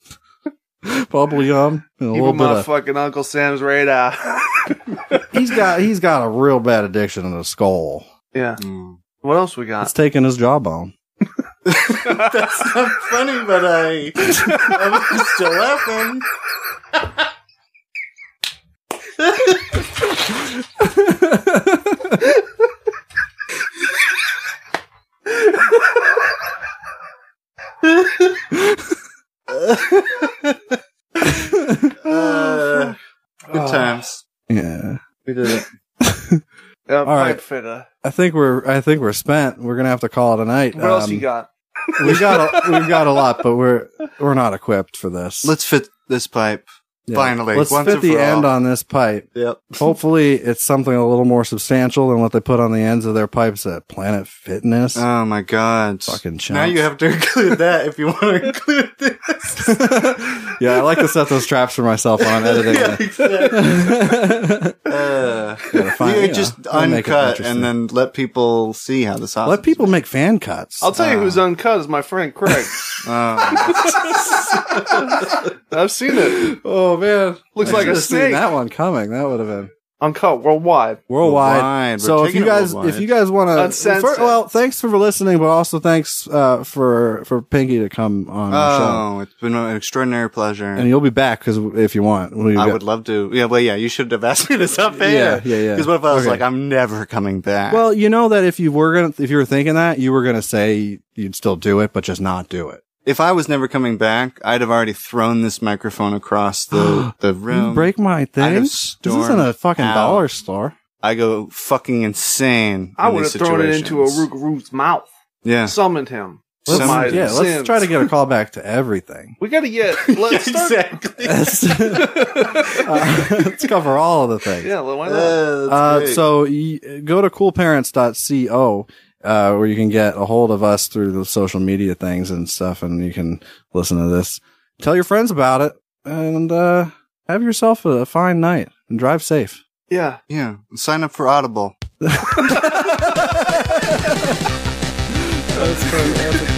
A: [LAUGHS] bubble yum, and a
C: Keep
A: little
C: him
A: bit
C: on
A: of
C: fucking Uncle Sam's radar. [LAUGHS]
A: he's got he's got a real bad addiction in his skull.
C: yeah. What else we
A: It's
C: got?
A: taking his jawbone.
B: That's not funny, but I I'm still
A: [LAUGHS]
B: laughing. [LAUGHS]
A: Oh.
B: Uh, good times.
A: Yeah,
B: We did it.
C: Uh, pipe
A: right.
C: fitter.
A: I think we're I think we're spent. We're gonna have to call it a night.
C: What else
A: Um,
C: you got?
A: we got a, we've got a lot, but we're we're not equipped for this.
B: Let's fit this pipe.
A: Yeah.
B: finally,
A: let's
B: once
A: fit
B: and
A: the
B: for
A: end
B: all.
A: on this pipe.
B: Yep.
A: Hopefully, it's something a little more substantial than what they put on the ends of their pipes at Planet Fitness.
B: Oh my god.
A: Fucking chumps.
B: now you have to [LAUGHS] include that if you want
A: [LAUGHS]
B: to include this.
A: yeah, I like to set those traps for myself when I'm editing.
B: [LAUGHS] yeah, exactly.
A: it. [LAUGHS]
B: Uh,
A: Gotta find-
B: you
A: you know,
B: just
A: gotta make it
B: uncut
A: interesting.
B: and then let people see how the sausage.
A: Let people make fan cuts.
C: I'll
B: uh,
C: tell you who's uncut is my friend Craig.
B: [LAUGHS] Oh.
C: [LAUGHS] I've seen it.
A: oh man,
C: Looks
A: I
C: like a
A: should've seen
C: snake.
A: that one coming. That would have been.
C: Uncut worldwide.
A: worldwide.
B: Worldwide. We're
A: So if
B: taking
A: you
B: it
A: guys,
B: worldwide.
A: if you guys want to,
C: Uncensored.
A: well, thanks for listening, but also thanks uh, for for Pinky to come on the show,
B: oh, it's been an extraordinary pleasure.
A: and you'll be back because if you want, we
B: I would love to. Yeah, well, yeah, you should have asked me this up
A: Yeah,
B: air.
A: yeah, yeah.
B: Because what if I was
A: Okay.
B: like, I'm never coming back?
A: Well, you know that if you were gonna, if you were thinking that, you were gonna say you'd still do it, but just not do it.
B: if I was never coming back, I'd have already thrown this microphone
A: [GASPS]
B: across the, the room.
A: You break my
B: I'd
A: thing.
B: have
A: This isn't a
B: Um, stormed
A: fucking
B: out.
A: dollar store.
B: I go fucking insane.
C: I
B: in
C: would have
B: these
C: thrown it into a
B: situations.
C: Rookaroo's mouth.
B: Yeah.
C: Summoned him.
A: Let's,
B: Some-
C: my
A: yeah, let's
C: sins.
A: try to get a call back to
C: [LAUGHS]
A: everything.
C: We gotta
B: [LAUGHS]
C: get. Let's
B: Yeah,
C: start.
B: [LAUGHS]
C: [LAUGHS]
B: exactly. [LAUGHS]
A: Let's, [LAUGHS] uh, let's cover all of the things.
C: Yeah, well, why not?
B: Uh,
A: Uh,
B: that's great.
A: so y- go to coolparents.co uh, where you can get a hold of us through the social media things and stuff, and you can listen to this. Tell your friends about it, and uh, have yourself a fine night and drive safe.
C: yeah.
B: yeah, sign up for Audible.
A: That's, that's a